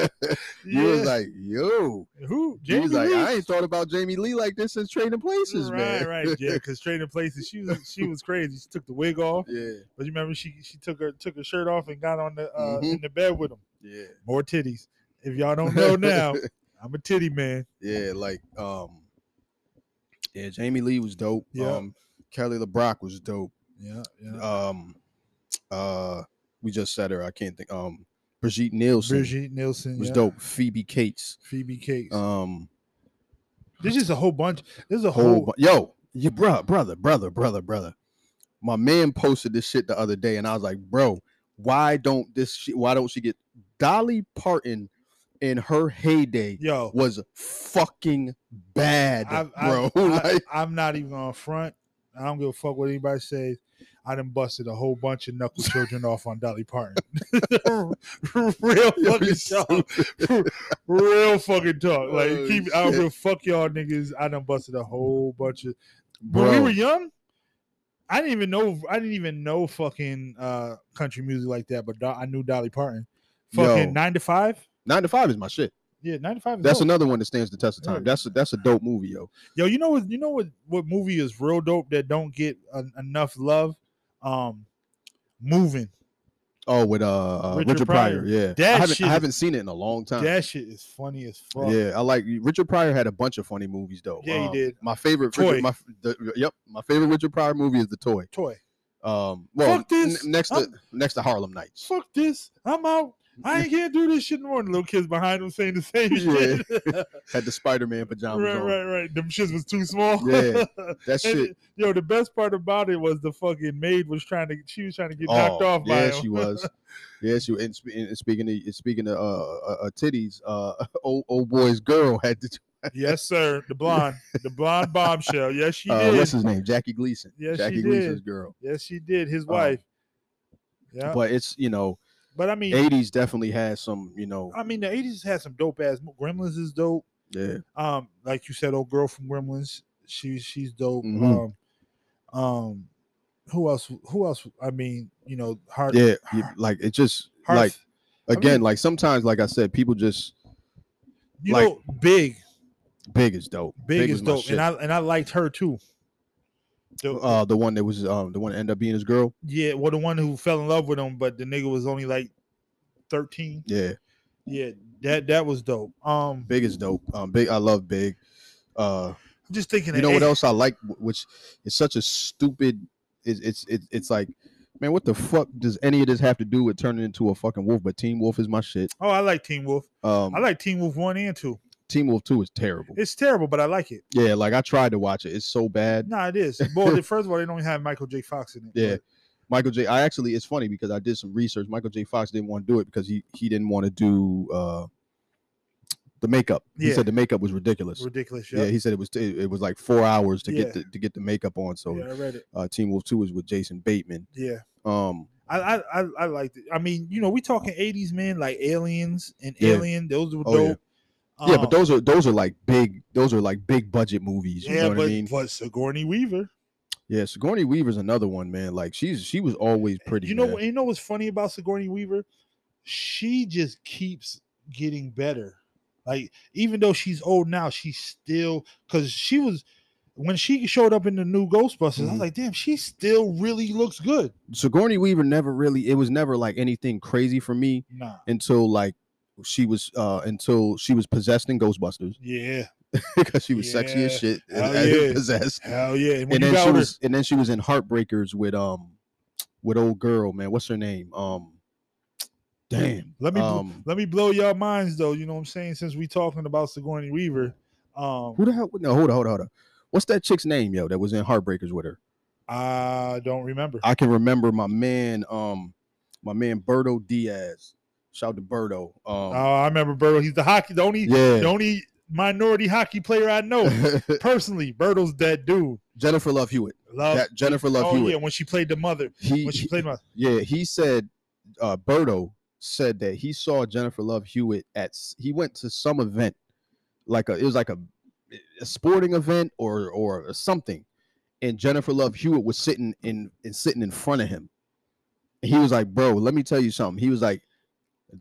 Speaker 2: You was
Speaker 1: Yeah.
Speaker 2: like, yo.
Speaker 1: who?
Speaker 2: You
Speaker 1: Jamie
Speaker 2: was like,
Speaker 1: Lee?
Speaker 2: I ain't thought about Jamie Lee like this since Trading Places,
Speaker 1: right,
Speaker 2: man.
Speaker 1: right, yeah, because Trading Places, she was she was crazy. She took the wig off,
Speaker 2: Yeah,
Speaker 1: but you remember she she took her took her shirt off and got on the uh,
Speaker 2: Mhm.
Speaker 1: in the bed with him.
Speaker 2: yeah,
Speaker 1: More titties. If y'all don't know now, I'm a titty man.
Speaker 2: yeah. Like, um, yeah, Jamie Lee was dope.
Speaker 1: Yeah.
Speaker 2: Um, Kelly LeBrock was dope.
Speaker 1: Yeah, yeah.
Speaker 2: Um, uh, we just said her. I can't think. Um, Brigitte Nielsen
Speaker 1: Brigitte Nielsen
Speaker 2: was
Speaker 1: yeah.
Speaker 2: dope. Phoebe Cates.
Speaker 1: Phoebe Cakes.
Speaker 2: Um,
Speaker 1: There's just a whole bunch. There's a
Speaker 2: whole
Speaker 1: whole.
Speaker 2: bu- yo, your bro, brother, brother, brother, brother. My man posted this shit the other day, and I was like, bro, why don't this? Shit, why don't she get Dolly Parton in her heyday
Speaker 1: yo,
Speaker 2: was fucking bad,
Speaker 1: I've,
Speaker 2: bro.
Speaker 1: I've, I,
Speaker 2: like,
Speaker 1: I'm not even on front. I don't give a fuck what anybody says. I done busted a whole bunch of knuckle children off on Dolly Parton. real
Speaker 2: yo,
Speaker 1: fucking
Speaker 2: you
Speaker 1: talk.
Speaker 2: stupid.
Speaker 1: Real fucking talk. Like
Speaker 2: Oh,
Speaker 1: keep I don't
Speaker 2: shit.
Speaker 1: give a fuck y'all niggas. I done busted a whole bunch of when we
Speaker 2: Bro.
Speaker 1: were young. I didn't even know I didn't even know fucking uh country music like that, but Do- I knew Dolly Parton. Fucking
Speaker 2: Yo.
Speaker 1: nine to five.
Speaker 2: Nine to Five is my shit.
Speaker 1: Yeah, nine to five is
Speaker 2: That's
Speaker 1: dope.
Speaker 2: another one that stands the test of
Speaker 1: Yeah.
Speaker 2: time. That's a, that's a dope movie, yo.
Speaker 1: Yo, you know what? You know what? What movie is real dope that don't get en- enough love? Um, moving.
Speaker 2: Oh, with uh, uh
Speaker 1: Richard
Speaker 2: Richard, Pryor.
Speaker 1: Pryor.
Speaker 2: yeah.
Speaker 1: That
Speaker 2: I haven't
Speaker 1: shit
Speaker 2: I
Speaker 1: is-
Speaker 2: haven't seen it in a long time.
Speaker 1: That shit is funny as fuck.
Speaker 2: Yeah, I like Richard Pryor had a bunch of funny movies though.
Speaker 1: Yeah, he
Speaker 2: Um,
Speaker 1: did.
Speaker 2: My favorite,
Speaker 1: Toy.
Speaker 2: Richard, my the, yep, my favorite Richard Pryor movie is The Toy.
Speaker 1: Toy.
Speaker 2: Um, well,
Speaker 1: Fuck this.
Speaker 2: n- next to
Speaker 1: I'm-
Speaker 2: next to Harlem Nights.
Speaker 1: Fuck this. I'm out. I ain't can't do this shit no more. And little kids behind him saying the same shit.
Speaker 2: Had the Spider Man pajamas
Speaker 1: right,
Speaker 2: on.
Speaker 1: right, right. Them shits was too small.
Speaker 2: Yeah,
Speaker 1: And
Speaker 2: That shit.
Speaker 1: it- yo, the best part about it was the fucking maid was trying to. She was trying to get knocked
Speaker 2: oh,
Speaker 1: off by
Speaker 2: yeah,
Speaker 1: him.
Speaker 2: she was. Yeah, she and, spe- and speaking of and speaking of uh, uh, uh titties, uh, old old boy's girl had to.
Speaker 1: yes, sir. The blonde, the blonde bombshell. Yes, she
Speaker 2: Uh,
Speaker 1: did.
Speaker 2: what's his name? Jackie Gleason.
Speaker 1: Yes, she
Speaker 2: Jackie
Speaker 1: did.
Speaker 2: Gleason's girl.
Speaker 1: Yes, she did. His
Speaker 2: Oh.
Speaker 1: wife. Yeah, but,
Speaker 2: But it's you know,
Speaker 1: I mean,
Speaker 2: eighties definitely has some you know.
Speaker 1: I mean, the '80s had some dope ass. mo- Gremlins is dope.
Speaker 2: Yeah,
Speaker 1: Um, like you said, old girl from Gremlins. She she's dope.
Speaker 2: Mhm.
Speaker 1: Um, um, who else? Who else? I mean, you know, Heart.
Speaker 2: yeah, you- like it just
Speaker 1: Hearth-
Speaker 2: like
Speaker 1: mean-
Speaker 2: again, like sometimes, like I said, people just
Speaker 1: you
Speaker 2: like-
Speaker 1: know, big,
Speaker 2: big is dope.
Speaker 1: big, is
Speaker 2: my
Speaker 1: dope,
Speaker 2: shit.
Speaker 1: and I and I liked her too. The-
Speaker 2: uh, the one that was um, the one that ended up being his girl.
Speaker 1: yeah, well, the one who fell in love with him, but the nigga was only like thirteen.
Speaker 2: Yeah,
Speaker 1: Yeah, that that was dope. Um,
Speaker 2: big is dope. Um, big, I love big. Uh,
Speaker 1: I'm just thinking.
Speaker 2: you
Speaker 1: of
Speaker 2: know what
Speaker 1: eight-
Speaker 2: else I like, wh- which is such a stupid. It's it's it's, it's like. Man, what the fuck does any of this have to do with turning into a fucking wolf? But Team Wolf is my shit.
Speaker 1: Oh, I like Teen Wolf.
Speaker 2: Um,
Speaker 1: I like Teen Wolf one and two.
Speaker 2: Team Wolf Two is terrible.
Speaker 1: It's terrible, but I like it.
Speaker 2: Yeah, like I tried to watch it. It's so bad.
Speaker 1: No, it is. Well, they- first of all, they don't have Michael J. Fox in it.
Speaker 2: Yeah.
Speaker 1: but-
Speaker 2: Michael J. I actually, it's funny because I did some research. Michael J. Fox didn't want to do it because he he didn't want to do uh The makeup. He
Speaker 1: Yeah.
Speaker 2: said the makeup was ridiculous.
Speaker 1: Ridiculous.
Speaker 2: Yeah,
Speaker 1: Yeah.
Speaker 2: he said it was it, it was like four hours to
Speaker 1: Yeah.
Speaker 2: get the, to get the makeup on. So
Speaker 1: yeah, I read it.
Speaker 2: uh, Team Wolf Two is with Jason Bateman.
Speaker 1: Yeah.
Speaker 2: Um,
Speaker 1: I, I I I liked it. I mean, you know, we talking eighties, man, like Aliens and
Speaker 2: Yeah.
Speaker 1: Alien. Those were
Speaker 2: Oh, yeah.
Speaker 1: dope.
Speaker 2: yeah, but
Speaker 1: Um,
Speaker 2: those are those are like big those are like big budget movies. You
Speaker 1: yeah,
Speaker 2: know what
Speaker 1: but,
Speaker 2: I mean?
Speaker 1: but Sigourney Weaver.
Speaker 2: Yeah, Sigourney Weaver's another one, man. Like she's she was always pretty.
Speaker 1: you know,
Speaker 2: man.
Speaker 1: what you know what's funny about Sigourney Weaver? She just keeps getting better. Like even though she's old now, she's still because she was when she showed up in the new Ghostbusters. I
Speaker 2: Mhm.
Speaker 1: was like, damn, she still really looks good.
Speaker 2: Sigourney Weaver never really it was never like anything crazy for me
Speaker 1: Nah,
Speaker 2: until like she was uh until she was possessed in Ghostbusters
Speaker 1: yeah,
Speaker 2: because she was sexy as
Speaker 1: Yeah.
Speaker 2: shit and,
Speaker 1: Hell
Speaker 2: and
Speaker 1: yeah.
Speaker 2: possessed.
Speaker 1: hell yeah. And when
Speaker 2: And
Speaker 1: you
Speaker 2: then
Speaker 1: got
Speaker 2: she
Speaker 1: older-
Speaker 2: was and then she was in Heartbreakers with um with old girl, man. What's her name? Um damn.
Speaker 1: Let me bl-
Speaker 2: um,
Speaker 1: Let me blow y'all minds though. You know what I'm saying? Since we talking about Sigourney Weaver, um,
Speaker 2: who the hell no hold on, hold on, hold on. What's that chick's name, yo, that was in Heartbreakers with her?
Speaker 1: I don't remember.
Speaker 2: I can remember my man, um, my man Berto Diaz. Shout out to Berto.
Speaker 1: Oh,
Speaker 2: Um,
Speaker 1: I remember Berto. He's the hockey, the only, the
Speaker 2: yeah.
Speaker 1: only minority hockey player I know personally. Berto's that dude.
Speaker 2: Jennifer Love Hewitt.
Speaker 1: Love.
Speaker 2: That Jennifer Love
Speaker 1: Oh. oh yeah,
Speaker 2: Hewitt.
Speaker 1: when she played the mother,
Speaker 2: He,
Speaker 1: when she
Speaker 2: he-
Speaker 1: played my
Speaker 2: yeah, he said uh Berto said that he saw Jennifer Love Hewitt at s- he went to some event, like a it was like a, a sporting event or or something. And Jennifer Love Hewitt was sitting in and sitting in front of him. And he was like, Bro, let me tell you something. He was like,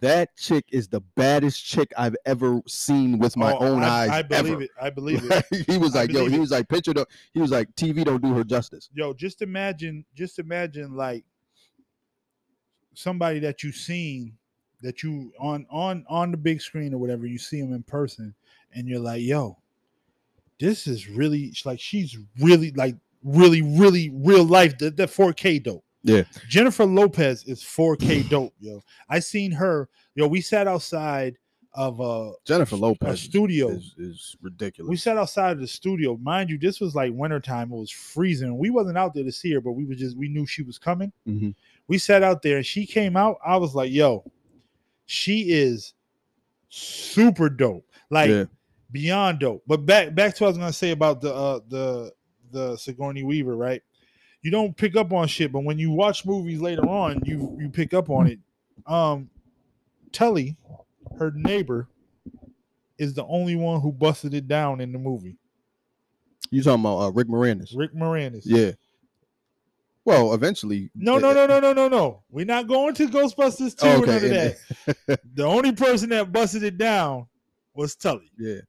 Speaker 2: That chick is the baddest chick I've ever seen with my
Speaker 1: Oh,
Speaker 2: own
Speaker 1: I,
Speaker 2: eyes.
Speaker 1: I believe
Speaker 2: ever."
Speaker 1: it. I believe it.
Speaker 2: he was
Speaker 1: I
Speaker 2: like, yo,
Speaker 1: believe
Speaker 2: he
Speaker 1: it.
Speaker 2: was like, picture the he was like, TV don't do her justice.
Speaker 1: Yo, just imagine, just imagine like somebody that you seen that you on on on the big screen or whatever, you see them in person, and you're like, yo, this is really sh- like she's really like really really real life the, the 4K dope.
Speaker 2: Yeah.
Speaker 1: Jennifer Lopez is 4K dope, yo. I seen her, yo. We sat outside of a,
Speaker 2: Jennifer
Speaker 1: a
Speaker 2: Lopez
Speaker 1: studio.
Speaker 2: is, is ridiculous.
Speaker 1: We sat outside of the studio. Mind you, this was like wintertime. It was freezing. We wasn't out there to see her, but we was just we knew she was coming.
Speaker 2: Mhm.
Speaker 1: We sat out there and she came out. I was like, yo, she is super dope. Like
Speaker 2: yeah.
Speaker 1: beyond dope. But back back to what I was gonna say about the uh the the Sigourney Weaver, right? You don't pick up on shit, but when you watch movies later on, you you pick up on it. Um Telly, her neighbor, is the only one who busted it down in the movie.
Speaker 2: You talking about uh, Rick Moranis?
Speaker 1: Rick Moranis.
Speaker 2: Yeah. Well, eventually.
Speaker 1: No, no, no, no, no, no, no. We're not going to Ghostbusters 2
Speaker 2: Oh,
Speaker 1: or none of
Speaker 2: okay.
Speaker 1: that. The only person that busted it down was Tully.
Speaker 2: yeah.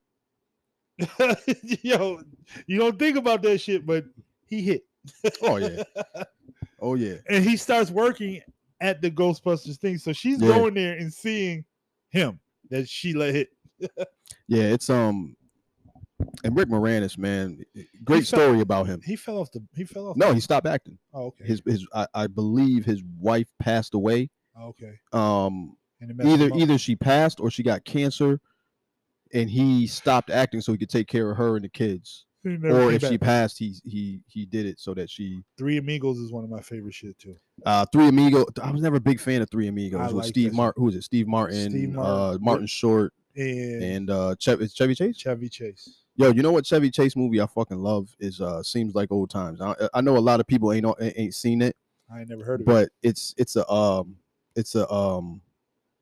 Speaker 1: Yo, you don't think about that shit, but he hit.
Speaker 2: Oh yeah. Oh yeah.
Speaker 1: and he starts working at the Ghostbusters thing. So she's
Speaker 2: Yeah.
Speaker 1: going there and seeing him that she let hit.
Speaker 2: Yeah. It's um. And Rick Moranis, man, great
Speaker 1: fell-
Speaker 2: story about him.
Speaker 1: He fell off the. He fell off.
Speaker 2: No, he stopped acting.
Speaker 1: oh, okay.
Speaker 2: His his I, I believe his wife passed away.
Speaker 1: Oh, okay.
Speaker 2: Um,
Speaker 1: And it messed
Speaker 2: either
Speaker 1: him up.
Speaker 2: either she passed or she got cancer, and he stopped acting so he could take care of her and the kids.
Speaker 1: He never
Speaker 2: or
Speaker 1: came
Speaker 2: if she
Speaker 1: back.
Speaker 2: passed, he he he did it so that she
Speaker 1: Three Amigos is one of my favorite shit too.
Speaker 2: uh Three Amigos. I was never a big fan of Three Amigos
Speaker 1: I
Speaker 2: with
Speaker 1: like
Speaker 2: Steve
Speaker 1: that
Speaker 2: Martin. Who is it? Steve Martin,
Speaker 1: Martin.
Speaker 2: uh Martin Short,
Speaker 1: And,
Speaker 2: and uh Chev- is Chevy Chase.
Speaker 1: Chevy Chase.
Speaker 2: Yo, you know what Chevy Chase movie I fucking love is uh seems like old times. I, I know a lot of people ain't on- ain't ain't seen it,
Speaker 1: I ain't never heard of it.
Speaker 2: but it's it's a um it's a um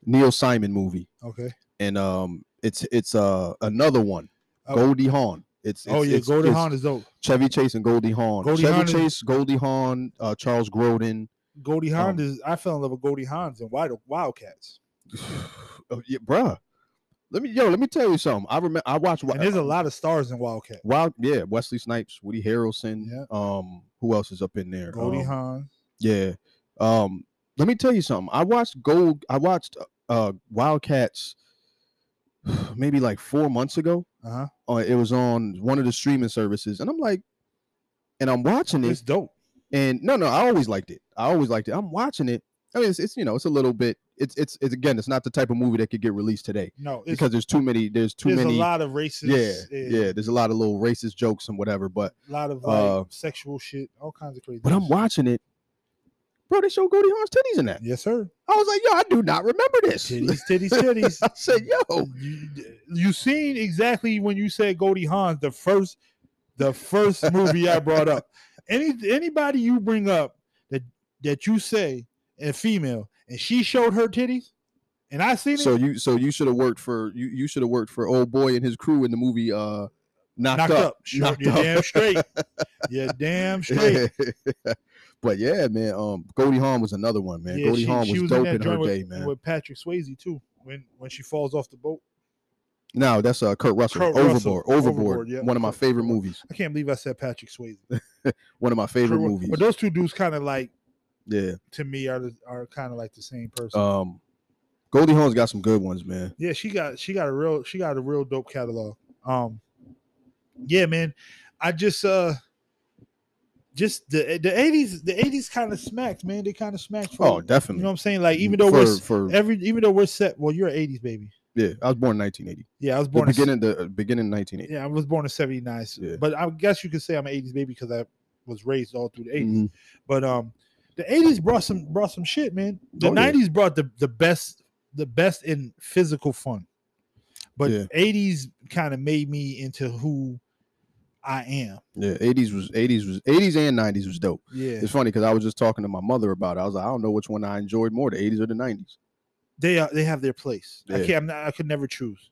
Speaker 2: Neil Simon movie,
Speaker 1: Okay.
Speaker 2: and um it's it's uh another one
Speaker 1: Oh.
Speaker 2: Goldie Hawn. It's, it's
Speaker 1: oh yeah,
Speaker 2: it's-
Speaker 1: Golden
Speaker 2: it's
Speaker 1: Hawn is dope.
Speaker 2: Chevy Chase and Goldie Hawn.
Speaker 1: Goldie
Speaker 2: Chevy
Speaker 1: Hawn is-
Speaker 2: Chase, Goldie Hawn, uh, Charles Grodin.
Speaker 1: Goldie Hawn
Speaker 2: um,
Speaker 1: is. I fell in love with Goldie Hawn's and Wild Wildcats.
Speaker 2: Oh, yeah, bruh. Let me yo, let me tell you something. I remember I watched Wi-
Speaker 1: And there's a lot of stars in Wildcat.
Speaker 2: Wild, yeah, Wesley Snipes, Woody Harrelson.
Speaker 1: Yeah.
Speaker 2: Um, who else is up in there?
Speaker 1: Goldie
Speaker 2: um,
Speaker 1: Hawn.
Speaker 2: Yeah. Um, let me tell you something. I watched Gold. I watched uh Wildcats maybe like four months ago.
Speaker 1: Uh huh.
Speaker 2: Uh, it was on one of the streaming services, and I'm like, and I'm watching it.
Speaker 1: It's dope.
Speaker 2: and no no i always liked it i always liked it i'm watching it i mean it's, it's you know it's a little bit it's it's it's again it's not the type of movie that could get released today
Speaker 1: No, it's,
Speaker 2: because there's too many there's too
Speaker 1: there's
Speaker 2: many
Speaker 1: a lot of racist.
Speaker 2: yeah
Speaker 1: and-
Speaker 2: yeah there's a lot of little racist jokes and whatever but
Speaker 1: lot of like
Speaker 2: Uh,
Speaker 1: sexual shit, all kinds of crazy.
Speaker 2: but i'm
Speaker 1: shit.
Speaker 2: watching it Bro, they show Goldie Hawn's titties in that.
Speaker 1: Yes, sir.
Speaker 2: I was like, yo, I do not remember this.
Speaker 1: Titties, titties, titties.
Speaker 2: I said, yo,
Speaker 1: you, you seen exactly when you said Goldie Hawn, the first, the first movie I brought up. Any anybody you bring up that that you say a female and she showed her titties, and I seen
Speaker 2: so
Speaker 1: it.
Speaker 2: you so you should have worked for you you should have worked for old boy and his crew in the movie uh knocked,
Speaker 1: Knocked
Speaker 2: up,
Speaker 1: up. Sure,
Speaker 2: Knocked
Speaker 1: you're
Speaker 2: up.
Speaker 1: damn straight. You're damn straight.
Speaker 2: but yeah, man, um Goldie Hawn was another one, man. Goldie Hawn was,
Speaker 1: in
Speaker 2: dope
Speaker 1: that
Speaker 2: in her
Speaker 1: joint with,
Speaker 2: day, man.
Speaker 1: With Patrick Swayze too, when when she falls off the boat.
Speaker 2: no, that's uh Kurt Russell.
Speaker 1: Kurt
Speaker 2: Overboard.
Speaker 1: Russell.
Speaker 2: Overboard.
Speaker 1: Overboard, yeah.
Speaker 2: One of my
Speaker 1: Kurt-
Speaker 2: favorite
Speaker 1: Kurt-
Speaker 2: movies.
Speaker 1: I can't believe I said Patrick Swayze.
Speaker 2: One of my favorite
Speaker 1: Kurt-
Speaker 2: movies.
Speaker 1: But those two dudes kind of like
Speaker 2: Yeah.
Speaker 1: to me are the- are kind of like the same person.
Speaker 2: Um Goldie Hawn's got some good ones, man.
Speaker 1: yeah, she got she got a real she got a real dope catalog. Um, yeah, man, I just uh. Just the the eighties the eighties kind of smacked man they kind of smacked for
Speaker 2: Oh,
Speaker 1: you
Speaker 2: definitely.
Speaker 1: know what I'm saying like even though
Speaker 2: for,
Speaker 1: we're s-
Speaker 2: for
Speaker 1: every even though we're set well you're an eighties baby
Speaker 2: yeah, I was born in 1980.
Speaker 1: yeah I was
Speaker 2: The
Speaker 1: born in s-
Speaker 2: beginning, the uh, beginning of 1980.
Speaker 1: Yeah, I was born in '79, so-
Speaker 2: Yeah.
Speaker 1: but I guess you could say I'm an '80s baby because I was raised all through the '80s.
Speaker 2: Mhm.
Speaker 1: But um, the '80s brought some brought some shit, man. The
Speaker 2: Oh, yeah.
Speaker 1: '90s brought the the best the best in physical fun, but
Speaker 2: Yeah.
Speaker 1: '80s kind of made me into who I am.
Speaker 2: Yeah, 80s was 80s was 80s and 90s was dope.
Speaker 1: Yeah,
Speaker 2: It's funny because I was just talking to my mother about it. I was like, I don't know which one I enjoyed more, the 80s or the 90s.
Speaker 1: they are, they have their place. I
Speaker 2: Yeah.
Speaker 1: can't. I'm not, I could never choose.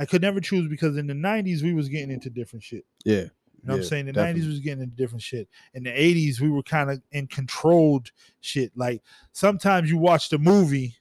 Speaker 1: I could never choose because in the '90s we was getting into different shit.
Speaker 2: Yeah,
Speaker 1: You know what
Speaker 2: Yeah,
Speaker 1: I'm saying? The
Speaker 2: definitely.
Speaker 1: 90s was getting into different shit. In the 80s, we were kind of in controlled shit. Like sometimes you watched a movie,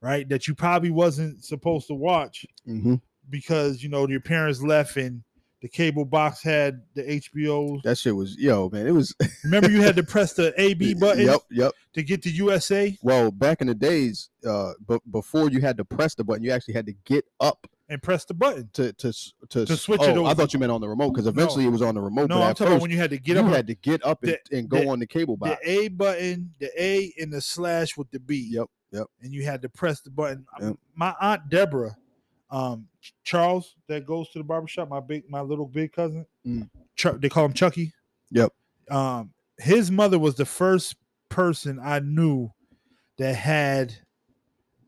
Speaker 1: right, that you probably wasn't supposed to watch
Speaker 2: hmm
Speaker 1: because you know your parents left and the cable box had the HBO.
Speaker 2: that shit was yo, man. It was
Speaker 1: Remember, you had to press the AB button
Speaker 2: Yep, yep.
Speaker 1: to get to USA
Speaker 2: Well, back in the days, uh, but before you had to press the button, you actually had to get up
Speaker 1: and press the button.
Speaker 2: to to s- to,
Speaker 1: To
Speaker 2: s-
Speaker 1: switch
Speaker 2: oh,
Speaker 1: it
Speaker 2: I
Speaker 1: over.
Speaker 2: thought you meant on the remote because eventually it was on the remote.
Speaker 1: No,
Speaker 2: Oh, but
Speaker 1: I'm
Speaker 2: at
Speaker 1: talking about
Speaker 2: first,
Speaker 1: when you had to get
Speaker 2: you
Speaker 1: up.
Speaker 2: had to get up and, and go
Speaker 1: the-
Speaker 2: on the cable box.
Speaker 1: the A button, the A and the slash with the B.
Speaker 2: Yep, yep.
Speaker 1: And you had to press the button. Um,
Speaker 2: Yep.
Speaker 1: My aunt Deborah, um, Ch- Charles, that goes to the barbershop, my big, my little big cousin,
Speaker 2: Mm.
Speaker 1: Chuck, they call him Chucky.
Speaker 2: Yep.
Speaker 1: Um, his mother was the first person I knew that had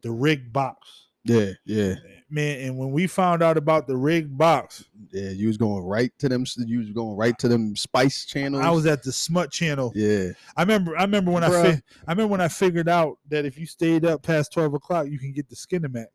Speaker 1: the rig box.
Speaker 2: yeah, yeah,
Speaker 1: Man, and when we found out about the rig box,
Speaker 2: yeah. You was going right to them. s- You was going right to them Spice channels.
Speaker 1: I was at the smut channel.
Speaker 2: yeah.
Speaker 1: I remember. I remember when I.
Speaker 2: Bruh.
Speaker 1: Fi- I remember when I figured out that if you stayed up past twelve o'clock, you can get the Skinemax.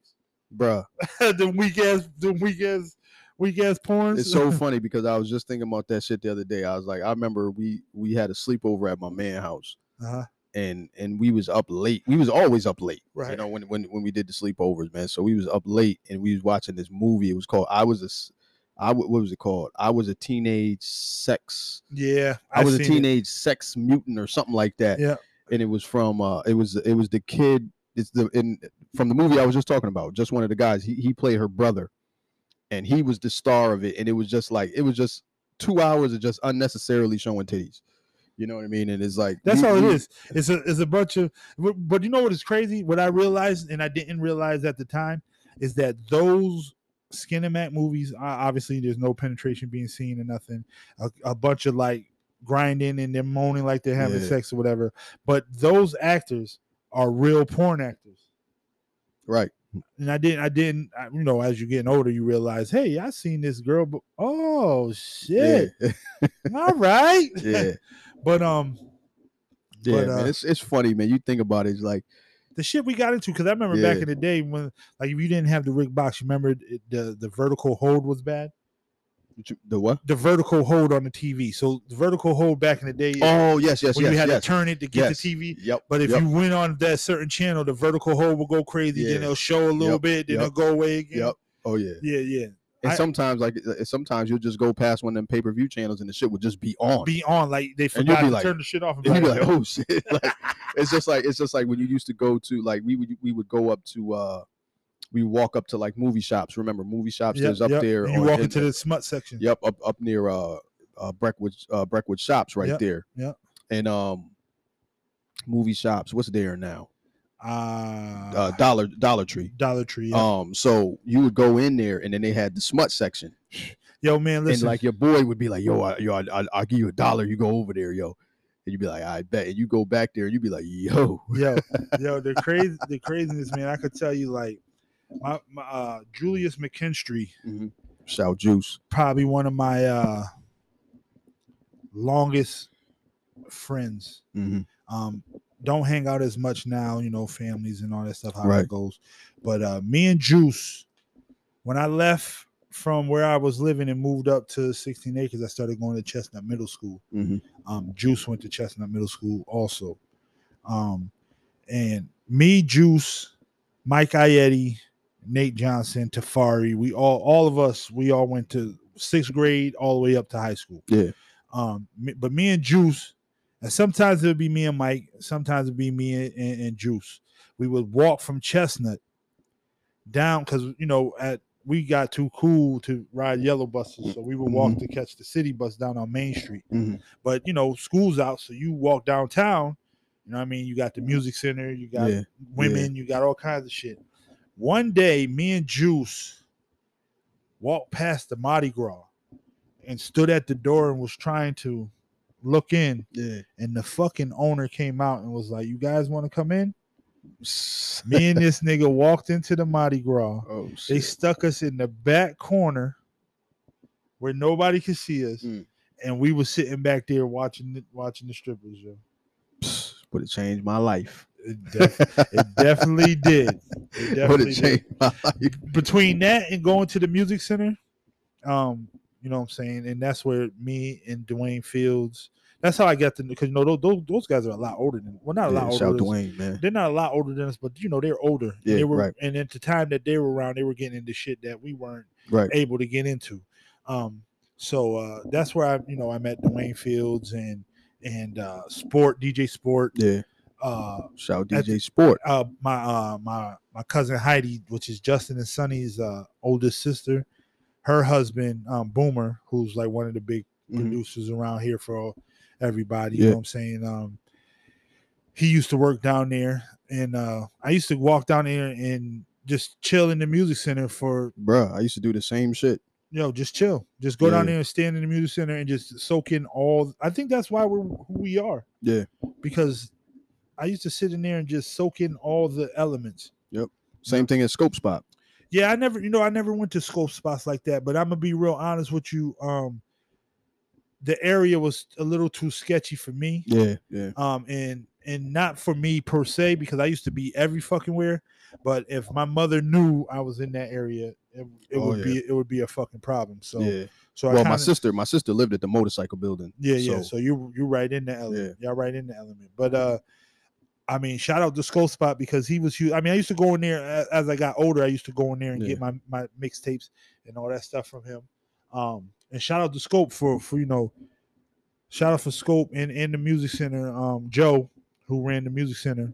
Speaker 2: Bruh,
Speaker 1: the weak ass. The weak ass. Weak ass porns.
Speaker 2: it's so funny because I was just thinking about that shit the other day. I was like, I remember we we had a sleepover at my man house,
Speaker 1: uh-huh.
Speaker 2: and and we was up late. We was always up late, You
Speaker 1: Right.
Speaker 2: know, when when when we did the sleepovers, man. So we was up late, and we was watching this movie. It was called I was a, S- I w- what was it called? I was a teenage sex.
Speaker 1: Yeah.
Speaker 2: I
Speaker 1: I've
Speaker 2: was a
Speaker 1: seen it.
Speaker 2: teenage sex mutant or something like that.
Speaker 1: Yeah.
Speaker 2: and it was from uh, it was it was the kid. It's the in from the movie I was just talking about. Just one of the guys. He he played her brother, and he was the star of it. And it was just like it was just two hours of just unnecessarily showing titties. You know what I mean? And it's like
Speaker 1: That's
Speaker 2: we-
Speaker 1: all it
Speaker 2: we-
Speaker 1: is. It's a. It's a bunch of. But but you know what is crazy? What I realized and I didn't realize at the time is that those. Skinemax movies, o- obviously, there's no penetration being seen or nothing. A, a bunch of like grinding and they're moaning like they're having
Speaker 2: Yeah.
Speaker 1: sex or whatever. But those actors are real porn actors.
Speaker 2: Right.
Speaker 1: and I didn't, I didn't, I, you know, as you're getting older, you realize, hey, I seen this girl, but oh shit,
Speaker 2: Yeah.
Speaker 1: all right,
Speaker 2: Yeah.
Speaker 1: but um,
Speaker 2: Yeah.
Speaker 1: But,
Speaker 2: man,
Speaker 1: uh,
Speaker 2: it's it's funny, man. You think about it, it's like
Speaker 1: the shit we got into, because I remember back
Speaker 2: Yeah.
Speaker 1: in the day when, like, if you didn't have the rig box, you remember it- the the vertical hold was bad,
Speaker 2: what you- the what?
Speaker 1: the vertical hold on the TV. So the vertical hold back in the day,
Speaker 2: Oh yes, yes,
Speaker 1: when
Speaker 2: yes,
Speaker 1: you had
Speaker 2: yes.
Speaker 1: to turn it to get
Speaker 2: yes.
Speaker 1: the TV.
Speaker 2: Yep.
Speaker 1: But if
Speaker 2: yep,
Speaker 1: you went on that certain channel, the vertical hold will go crazy.
Speaker 2: Yeah.
Speaker 1: Then it'll show a little
Speaker 2: Yep.
Speaker 1: bit, then
Speaker 2: Yep.
Speaker 1: it'll go away again.
Speaker 2: yep. Oh yeah.
Speaker 1: Yeah, yeah.
Speaker 2: And
Speaker 1: I-
Speaker 2: sometimes like uh, sometimes you'll just go past one of them pay per view channels and the shit would just be on.
Speaker 1: Be on like they
Speaker 2: you'll
Speaker 1: forgot
Speaker 2: be
Speaker 1: to
Speaker 2: like-
Speaker 1: turn the shit off.
Speaker 2: and you'd be
Speaker 1: back.
Speaker 2: like, oh shit! Like, it's just like it's just like when you used to go to like we would we would go up to uh we walk up to like movie shops. Remember movie shops?
Speaker 1: Yep,
Speaker 2: There's up
Speaker 1: yep.
Speaker 2: there.
Speaker 1: You
Speaker 2: on-
Speaker 1: walk
Speaker 2: in-
Speaker 1: into the smut section.
Speaker 2: Yep, up up near uh uh Breckwood uh Breckwood shops right
Speaker 1: Yep,
Speaker 2: there.
Speaker 1: yep.
Speaker 2: And um movie shops, what's there now?
Speaker 1: Uh,
Speaker 2: Uh
Speaker 1: Ah.
Speaker 2: Dollar Dollar Tree.
Speaker 1: Dollar Tree. yeah.
Speaker 2: Um so you would go in there and then they had the smut section.
Speaker 1: yo, man, listen.
Speaker 2: And like your boy would be like, yo, I, yo, I, I, I'll give you a dollar. You go over there, yo. and you'd be like, I bet. And you go back there and you'd be like, yo,
Speaker 1: yo, yo, the crazy, the craziness, man. I could tell you, like, my, my uh, Julius McKinstry,
Speaker 2: shout juice.
Speaker 1: probably one of my uh longest friends.
Speaker 2: Mhm.
Speaker 1: Um, don't hang out as much now, you know, families and all that stuff, how
Speaker 2: Right.
Speaker 1: it goes. But uh, me and Juice, when I left from where I was living and moved up to 16 acres, I started going to Chestnut Middle School.
Speaker 2: Mhm.
Speaker 1: Um, Juice went to Chestnut Middle School also. Um, and me, Juice, Mike Ayeti, Nate Johnson, Tafari, we all, all of us, we all went to sixth grade all the way up to high school.
Speaker 2: Yeah.
Speaker 1: Um, me- but me and Juice, and sometimes it would be me and Mike, sometimes it'd be me and, and, and Juice. We would walk from Chestnut down because you know at we got too cool to ride yellow buses, so we would walk to catch the city bus down on Main Street.
Speaker 2: Mhm.
Speaker 1: But you know, school's out, so you walk downtown. You know what I mean? You got the music center, you got
Speaker 2: Yeah.
Speaker 1: women, you got all kinds of shit. One day, me and Juice walked past the Mardi Gras and stood at the door and was trying to look in.
Speaker 2: Yeah.
Speaker 1: And the fucking owner came out and was like, You guys want to come in? Me and this nigga walked into the Mardi Gras.
Speaker 2: Oh,
Speaker 1: They
Speaker 2: shit.
Speaker 1: stuck us in the back corner where nobody could see us.
Speaker 2: Mm.
Speaker 1: And we were sitting back there watching the, watching the strippers. Yo.
Speaker 2: Psst, Would it change my life?
Speaker 1: It, def- it definitely did. It
Speaker 2: Would
Speaker 1: definitely
Speaker 2: it
Speaker 1: did.
Speaker 2: change my life?
Speaker 1: between that and going to the music center, um, you know what I'm saying, and that's where me and Dwayne Fields. That's how I got to because you know those, those those guys are a lot older than well not a lot
Speaker 2: Yeah,
Speaker 1: older.
Speaker 2: shout
Speaker 1: than us.
Speaker 2: Dwayne, man.
Speaker 1: They're not a lot older than us, but you know they're older. and
Speaker 2: Yeah,
Speaker 1: they were,
Speaker 2: right.
Speaker 1: And at the time that they were around, they were getting into shit that we weren't
Speaker 2: Right.
Speaker 1: able to get into. Um, so uh, that's where I you know I met Dwayne Fields and and uh, Sport DJ Sport.
Speaker 2: Yeah.
Speaker 1: Uh,
Speaker 2: Shout
Speaker 1: At-
Speaker 2: DJ Sport.
Speaker 1: uh my uh my my cousin Heidi, which is Justin and Sonny's uh oldest sister, her husband um Boomer, who's like one of the big
Speaker 2: Mhm.
Speaker 1: producers around here for all- everybody. You
Speaker 2: Yeah.
Speaker 1: know what I'm saying? Um he used to work down there and uh I used to walk down there and just chill in the music center for
Speaker 2: Bruh, I used to do the same shit.
Speaker 1: you know, just chill. Just go down
Speaker 2: Yeah.
Speaker 1: there and stand in the music center and just soak in all I think that's why we're who we are.
Speaker 2: Yeah.
Speaker 1: Because I used to sit in there and just soak in all the elements.
Speaker 2: Same thing as Scope Spot.
Speaker 1: Yeah, I never, you know, I never went to scope spots like that, but I'm gonna be real honest with you. Um, the area was a little too sketchy for me.
Speaker 2: Yeah. Yeah.
Speaker 1: Um, and and not for me per se, because I used to be every fucking where. But if my mother knew I was in that area, it, it
Speaker 2: Oh,
Speaker 1: would
Speaker 2: yeah.
Speaker 1: be it would be a fucking problem. So
Speaker 2: yeah.
Speaker 1: so
Speaker 2: well,
Speaker 1: I
Speaker 2: my
Speaker 1: kinda,
Speaker 2: sister, my sister lived at the motorcycle building.
Speaker 1: yeah, yeah.
Speaker 2: so-
Speaker 1: So you you right in the element. Y'all right in the element. But uh I mean, shout out to Skull Spot because he was huge. I mean, I used to go in there a- as I got older. I used to go in there and
Speaker 2: Yeah.
Speaker 1: get my my mixtapes and all that stuff from him. Um, and shout out to Scope for for you know, shout out for Scope and and the Music Center. Um, Joe who ran the Music Center.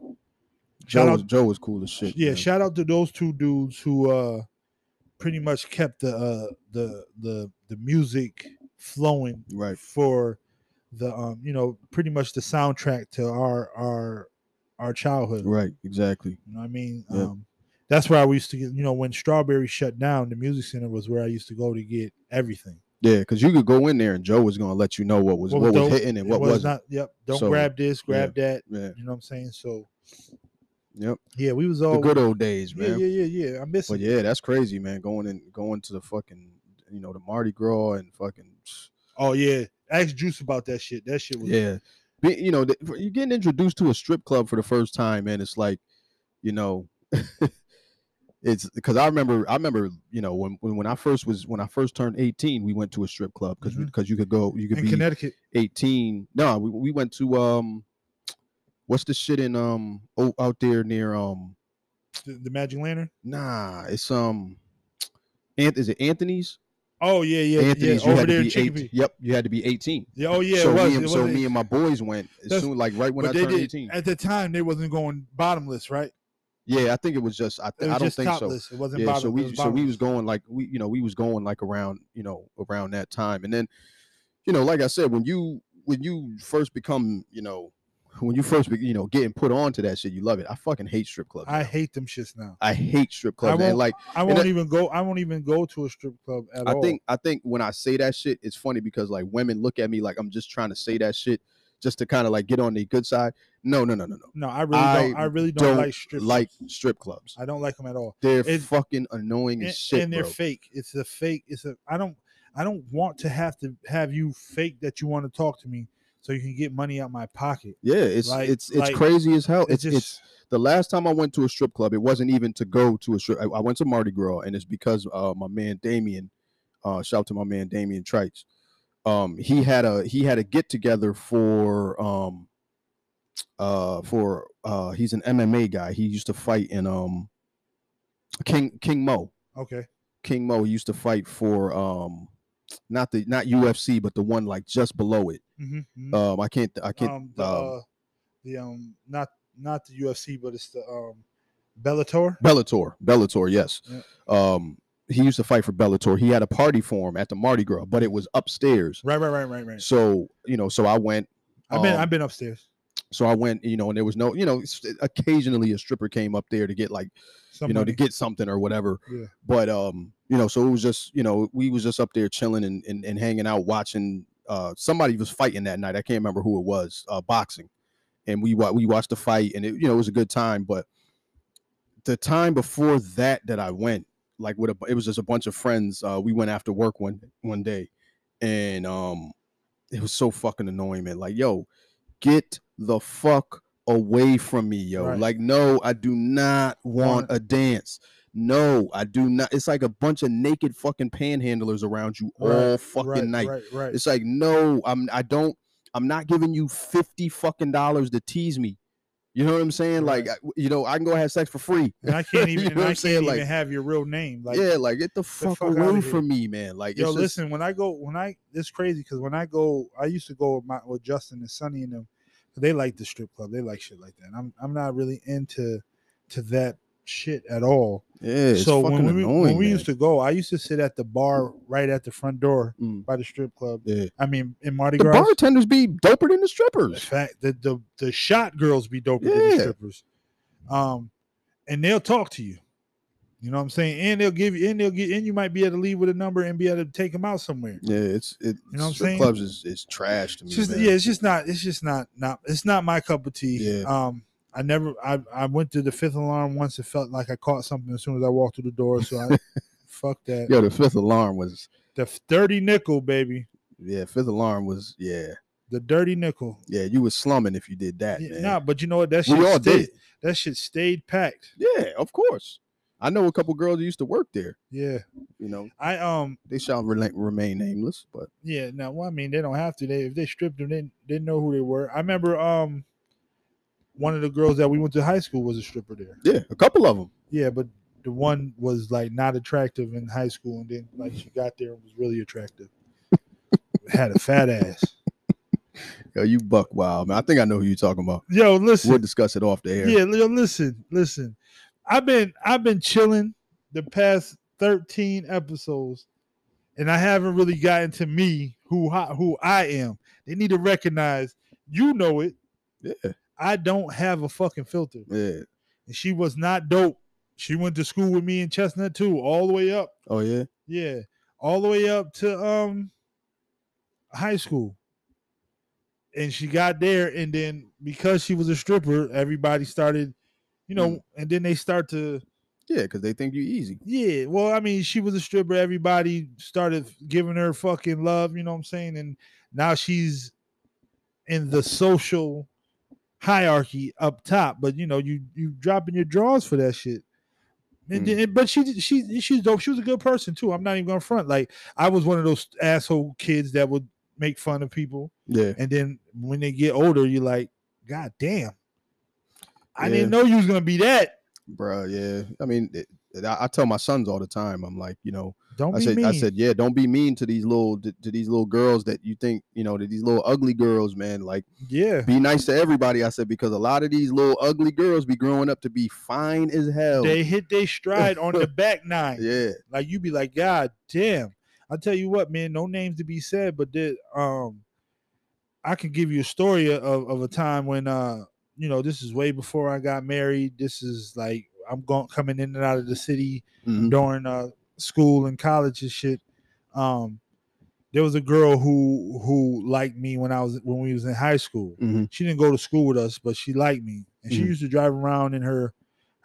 Speaker 1: Shout
Speaker 2: Joe,
Speaker 1: out-
Speaker 2: was, Joe was cool as shit.
Speaker 1: Yeah,
Speaker 2: man.
Speaker 1: shout out to those two dudes who uh pretty much kept the uh the the the music flowing
Speaker 2: right.
Speaker 1: for the um you know pretty much the soundtrack to our our our childhood
Speaker 2: Right. Exactly.
Speaker 1: you know what i mean
Speaker 2: Yeah.
Speaker 1: um that's where i used to get you know when strawberry shut down the music center was where i used to go to get everything
Speaker 2: Yeah, because you could go in there and Joe was gonna let you know what was
Speaker 1: What
Speaker 2: what,
Speaker 1: was
Speaker 2: was
Speaker 1: dope,
Speaker 2: hitting and what
Speaker 1: It was
Speaker 2: wasn't.
Speaker 1: not yep don't
Speaker 2: So,
Speaker 1: grab this grab that
Speaker 2: yeah.
Speaker 1: you know what i'm saying so
Speaker 2: Yep.
Speaker 1: yeah we was
Speaker 2: The
Speaker 1: all
Speaker 2: good old days,
Speaker 1: yeah
Speaker 2: man.
Speaker 1: yeah yeah yeah i miss
Speaker 2: But
Speaker 1: it
Speaker 2: yeah, that's crazy, man. Going and going to the fucking, you know, the Mardi Gras and fucking,
Speaker 1: oh yeah ask juice about that shit that shit was
Speaker 2: yeah. Be, you know, the, for- you're getting introduced to a strip club for the first time, and it's like, you know, it's because I remember, I remember, you know, when, when when I first was when I first turned 18, we went to a strip club because
Speaker 1: Mhm.
Speaker 2: because you could go, you could
Speaker 1: in
Speaker 2: be
Speaker 1: connecticut
Speaker 2: 18. No, we, we went to um, what's the shit in um oh, out there near um
Speaker 1: the, the magic lantern
Speaker 2: nah it's um. Anth- Is it Anthony's?
Speaker 1: oh yeah yeah
Speaker 2: Anthony's.
Speaker 1: yeah
Speaker 2: you
Speaker 1: over
Speaker 2: had to
Speaker 1: there in
Speaker 2: be eight-
Speaker 1: chicopee
Speaker 2: Yep, you had to be 18.
Speaker 1: yeah oh yeah
Speaker 2: so
Speaker 1: it was,
Speaker 2: me and,
Speaker 1: it
Speaker 2: so
Speaker 1: was-
Speaker 2: me and my boys went as
Speaker 1: That's-
Speaker 2: soon like right when I
Speaker 1: but they
Speaker 2: turned
Speaker 1: did
Speaker 2: 18.
Speaker 1: at the time they wasn't going bottomless, right?
Speaker 2: Yeah, I think it was just I,
Speaker 1: It
Speaker 2: th-
Speaker 1: was
Speaker 2: I don't
Speaker 1: just
Speaker 2: think so.
Speaker 1: topless. It wasn't
Speaker 2: Yeah,
Speaker 1: bottomless.
Speaker 2: so
Speaker 1: it
Speaker 2: we
Speaker 1: was
Speaker 2: so we was
Speaker 1: bottomless.
Speaker 2: going like we you know we was going like around you know around that time, and then you know like I said when you when you first become you know when you first be, you know getting put on to that shit you love it. I fucking hate strip clubs.
Speaker 1: I
Speaker 2: now.
Speaker 1: hate them shits now.
Speaker 2: I hate strip clubs.
Speaker 1: won't-
Speaker 2: And like
Speaker 1: I won't
Speaker 2: that-
Speaker 1: even go. I won't even go to a strip club at
Speaker 2: I
Speaker 1: all.
Speaker 2: think I think when I say that shit it's funny because like women look at me like I'm just trying to say that shit just to kind of like get on the good side. No, no, no, no, no.
Speaker 1: No, I really
Speaker 2: I
Speaker 1: don't. I really don't,
Speaker 2: don't
Speaker 1: like strip.
Speaker 2: Like strip clubs,
Speaker 1: I don't like them at all.
Speaker 2: they're
Speaker 1: It-
Speaker 2: fucking annoying
Speaker 1: And,
Speaker 2: as shit,
Speaker 1: and they're
Speaker 2: bro.
Speaker 1: fake. It's a fake. It's a. I don't. I don't want to have to have you fake that you want to talk to me so you can get money out my pocket.
Speaker 2: yeah, it's
Speaker 1: like-
Speaker 2: it's it's
Speaker 1: like,
Speaker 2: crazy as hell.
Speaker 1: It's
Speaker 2: It's it's
Speaker 1: just
Speaker 2: the last time I went to a strip club, it wasn't even to go to a strip. I, I went to Mardi Gras, and it's because uh, my man Damien, uh, shout out to my man Damien Trites. Um, he had a he had a get together for um, uh, for uh, he's an MMA guy. He used to fight in um, King King Mo.
Speaker 1: okay.
Speaker 2: King Mo used to fight for um, not the not UFC, but the one like just below it.
Speaker 1: Mhm, mhm.
Speaker 2: Um, I can't I can't.
Speaker 1: um, the,
Speaker 2: um,
Speaker 1: uh, the um, not not the UFC, but it's the um, Bellator.
Speaker 2: Bellator, Bellator, yes.
Speaker 1: Yeah.
Speaker 2: Um, he used to fight for Bellator. He had a party for him at the Mardi Gras, but it was upstairs.
Speaker 1: Right, right, right, right, right.
Speaker 2: So you know, so I went.
Speaker 1: I've been
Speaker 2: um,
Speaker 1: I've been upstairs.
Speaker 2: So I went, you know, and there was no, you know, s- occasionally a stripper came up there to get like, you know, to
Speaker 1: Somebody-
Speaker 2: get something or whatever.
Speaker 1: Yeah.
Speaker 2: But um, you know, so it was just, you know, we was just up there chilling and and, and hanging out, watching. Uh, somebody was fighting that night. I can't remember who it was. Uh, boxing, and we wa- we watched the fight, and it, you know, it was a good time. But the time before that that I went, like with a, bu- it was just a bunch of friends. Uh, we went after work one one day, and um, it was so fucking annoying, man. Like, yo, get the fuck away from me, yo.
Speaker 1: Right.
Speaker 2: Like, no, I do not want
Speaker 1: Want-
Speaker 2: a dance. No, I do not. It's like a bunch of naked fucking panhandlers around you
Speaker 1: Right,
Speaker 2: all fucking
Speaker 1: right,
Speaker 2: night.
Speaker 1: Right, right.
Speaker 2: It's like, no, I'm I don't I'm not giving you 50 fucking dollars to tease me. You know what I'm saying?
Speaker 1: Right.
Speaker 2: Like, I- you know, I can go have sex for free.
Speaker 1: and I can't
Speaker 2: you
Speaker 1: even
Speaker 2: know
Speaker 1: and
Speaker 2: what
Speaker 1: I
Speaker 2: I'm
Speaker 1: can't
Speaker 2: saying?
Speaker 1: even
Speaker 2: Like-
Speaker 1: have your real name. Like
Speaker 2: yeah, like get the fuck,
Speaker 1: fuck outta
Speaker 2: away
Speaker 1: here.
Speaker 2: from me, man. Like,
Speaker 1: yo,
Speaker 2: it's just,
Speaker 1: listen, when I go when I it's crazy because when I go, I used to go with my with Justin and Sonny and them. 'cause They like the strip club. They like shit like that. I'm I'm not really into to that shit at all.
Speaker 2: yeah, it's
Speaker 1: so
Speaker 2: fucking
Speaker 1: when we
Speaker 2: annoying.
Speaker 1: when we
Speaker 2: man.
Speaker 1: used to go, I used to sit at the bar right at the front door
Speaker 2: Mm,
Speaker 1: by the strip club.
Speaker 2: yeah.
Speaker 1: I mean, in Mardi
Speaker 2: the
Speaker 1: Gras.
Speaker 2: bartenders be doper than the
Speaker 1: The
Speaker 2: strippers.
Speaker 1: fact that the the shot girls be doper than the
Speaker 2: Yeah.
Speaker 1: strippers, um, and they'll talk to you. You know what I'm saying? And they'll give you, and they'll get, and you might be able to leave with a number and be able to take them out somewhere.
Speaker 2: Yeah, it's it.
Speaker 1: You know what I'm
Speaker 2: strip
Speaker 1: saying?
Speaker 2: clubs is is trash to me.
Speaker 1: It's just,
Speaker 2: man.
Speaker 1: yeah, it's just not, it's just not, not, it's not my cup of tea.
Speaker 2: Yeah.
Speaker 1: Um, I never, I, I went to the fifth alarm once. It felt like I caught something as soon as I walked through the door. So I, fuck that.
Speaker 2: Yo, the fifth alarm was
Speaker 1: The dirty nickel, baby.
Speaker 2: yeah, fifth alarm was yeah,
Speaker 1: The dirty nickel.
Speaker 2: yeah. You was slumming if you did that.
Speaker 1: Yeah,
Speaker 2: man.
Speaker 1: nah, but you know what? That shit
Speaker 2: we all
Speaker 1: stayed,
Speaker 2: did. it.
Speaker 1: That shit stayed packed.
Speaker 2: Yeah, of course. I know a couple girls that used to work there.
Speaker 1: Yeah.
Speaker 2: You know,
Speaker 1: I, um,
Speaker 2: they shall rela- remain nameless, but
Speaker 1: Yeah, no, well, I mean, they don't have to. They if they stripped them, they didn't know who they were. I remember um one of the girls that we went to high school was a stripper there.
Speaker 2: yeah, a couple of them.
Speaker 1: Yeah, but the one was like not attractive in high school, and then like she got there and was really attractive. Had a fat ass.
Speaker 2: Yo, you buck wild, man. I think I know who you're talking about.
Speaker 1: Yo, listen.
Speaker 2: We'll discuss it off the air.
Speaker 1: Yeah, yo, listen, listen. I've been I've been chilling the past 13 episodes, and I haven't really gotten to me who I- who I am. They need to recognize you know it.
Speaker 2: yeah,
Speaker 1: I don't have a fucking filter.
Speaker 2: yeah.
Speaker 1: And she was not dope. She went to school with me in Chestnut too, all the way up.
Speaker 2: Oh yeah,
Speaker 1: Yeah. All the way up to um high school. And she got there, and then because she was a stripper, everybody started, you know, and then they start to
Speaker 2: yeah, because they think you easy.
Speaker 1: yeah, well, I mean, she was a stripper. Everybody started giving her fucking love, you know what I'm saying? And now she's in the social hierarchy up top, but you know, you you dropping your drawers for that shit. And,
Speaker 2: Mm.
Speaker 1: then- but she did- she she's dope. She was a good person too. I'm not even gonna front. Like I was one of those asshole kids that would make fun of people,
Speaker 2: Yeah,
Speaker 1: and then when they get older, you're like, God damn, I
Speaker 2: Yeah.
Speaker 1: didn't know you was gonna be that.
Speaker 2: bruh. Yeah, I mean, it, it- I, I tell my sons all the time. I'm like, you know,
Speaker 1: Don't
Speaker 2: I
Speaker 1: be
Speaker 2: said,
Speaker 1: mean.
Speaker 2: I said, yeah, don't be mean to these little to, to these little girls that you think you know to these little ugly girls, man. Like,
Speaker 1: yeah.
Speaker 2: be nice to everybody. I said because a lot of these little ugly girls be growing up to be fine as hell.
Speaker 1: They hit their stride on the back nine.
Speaker 2: yeah,
Speaker 1: Like you be like, God damn. I tell you what, man, no names to be said, but there, um I can give you a story of, of a time when uh, you know, this is way before I got married. This is like I'm going coming in and out of the city
Speaker 2: mhm,
Speaker 1: during uh school and college and shit. Um there was a girl who who liked me when I was when we was in high school.
Speaker 2: Mhm.
Speaker 1: She didn't go to school with us, but she liked me, and she
Speaker 2: Mhm.
Speaker 1: used to drive around in her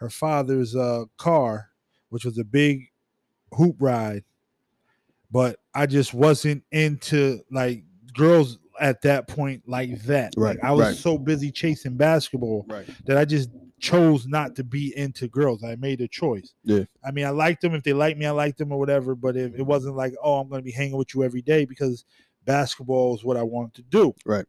Speaker 1: her father's uh, car, which was a big hoop ride. But I just wasn't into like girls at that point like that. Like,
Speaker 2: Right,
Speaker 1: I was
Speaker 2: right.
Speaker 1: so busy chasing basketball
Speaker 2: Right.
Speaker 1: that I just chose not to be into girls. I made a choice.
Speaker 2: Yeah.
Speaker 1: I mean, I liked them if they liked me, I liked them or whatever. But if it wasn't like, oh, I'm going to be hanging with you every day because basketball is what I wanted to do.
Speaker 2: Right.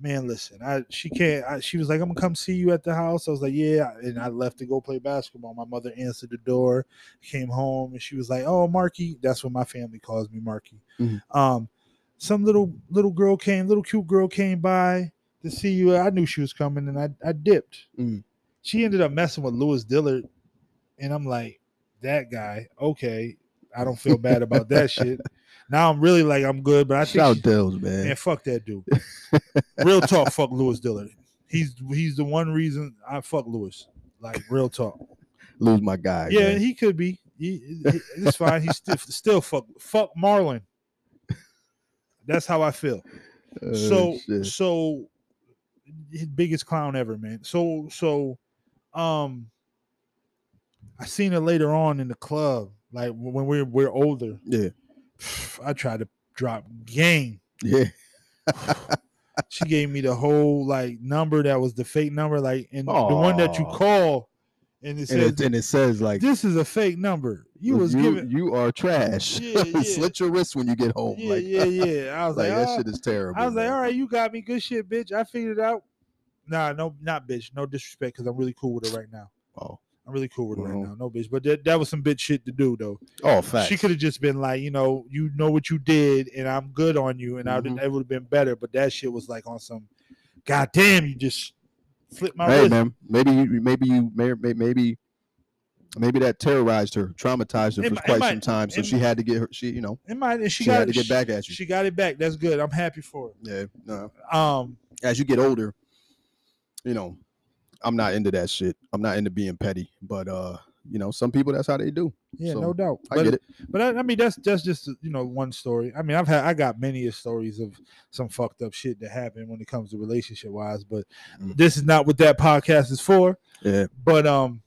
Speaker 1: Man, listen, I she can't. I, she was like, I'm gonna come see you at the house. I was like, yeah, and I left to go play basketball. My mother answered the door, came home, and she was like, oh, Marky, that's what my family calls me, Marky.
Speaker 2: Mhm.
Speaker 1: Um, some little little girl came, little cute girl came by to see you. I knew she was coming, and I I dipped.
Speaker 2: Mhm.
Speaker 1: She ended up messing with Lewis Dillard, and I'm like, that guy. Okay, I don't feel bad about that shit. Now I'm really like I'm good, but I think
Speaker 2: Shout
Speaker 1: she-
Speaker 2: Dills, man.
Speaker 1: Man, fuck that dude. real talk, fuck Lewis Dillard. He's he's the one reason I fuck Lewis. Like real talk.
Speaker 2: Lose my guy.
Speaker 1: yeah,
Speaker 2: man.
Speaker 1: he could be. He, he- it's fine. He's still still fuck fuck Marlon. That's how I feel.
Speaker 2: Oh,
Speaker 1: So
Speaker 2: shit.
Speaker 1: so his biggest clown ever, man. So so um I seen it later on in the club, like when we're we're older.
Speaker 2: yeah,
Speaker 1: I tried to drop game.
Speaker 2: yeah.
Speaker 1: she gave me the whole like number that was the fake number, like and the one that you
Speaker 2: Aw.
Speaker 1: call, and it
Speaker 2: And
Speaker 1: says
Speaker 2: it, and it says like
Speaker 1: this is a fake number. You was
Speaker 2: you,
Speaker 1: giving,
Speaker 2: you are trash.
Speaker 1: Yeah, yeah.
Speaker 2: Slit your wrist when you get home.
Speaker 1: yeah,
Speaker 2: like,
Speaker 1: yeah, yeah. I was like,
Speaker 2: like, that
Speaker 1: "Ah."
Speaker 2: shit is terrible.
Speaker 1: I was like,
Speaker 2: man.
Speaker 1: all right, you got me, good shit, bitch. I figured it out. Nah, no, not bitch. No disrespect, because I'm really cool with her right now.
Speaker 2: Oh,
Speaker 1: I'm really cool with her
Speaker 2: Mhm.
Speaker 1: right now. No bitch, but that, that was some bitch shit to do though.
Speaker 2: oh, facts.
Speaker 1: She could have just been like, you know, you know what you did, and I'm good on you, and I would
Speaker 2: Mhm.
Speaker 1: it would have been better. But that shit was like on some, goddamn, you just flipped my
Speaker 2: Hey,
Speaker 1: wrist.
Speaker 2: man. Maybe you. Maybe you. may- may- Maybe. Maybe that terrorized her, traumatized her
Speaker 1: It
Speaker 2: for
Speaker 1: mi- it
Speaker 2: quite
Speaker 1: might-
Speaker 2: some time. So
Speaker 1: it
Speaker 2: she
Speaker 1: might-
Speaker 2: had to get her. She, you know,
Speaker 1: It might. and She,
Speaker 2: she,
Speaker 1: got
Speaker 2: had
Speaker 1: it.
Speaker 2: to get
Speaker 1: she-
Speaker 2: back at you.
Speaker 1: She got it back. That's good. I'm happy for
Speaker 2: yeah. No.
Speaker 1: her. Um,
Speaker 2: As you get older, you know, I'm not into that shit. I'm not into being petty. But uh, you know, some people that's how they do.
Speaker 1: yeah,
Speaker 2: So,
Speaker 1: no doubt.
Speaker 2: I
Speaker 1: but,
Speaker 2: get it.
Speaker 1: But I, I mean, that's that's just you know one story. I mean, I've had I got many a stories of some fucked up shit that happened when it comes to relationship wise. But
Speaker 2: Mm.
Speaker 1: this is not what that podcast is for.
Speaker 2: Yeah.
Speaker 1: But um,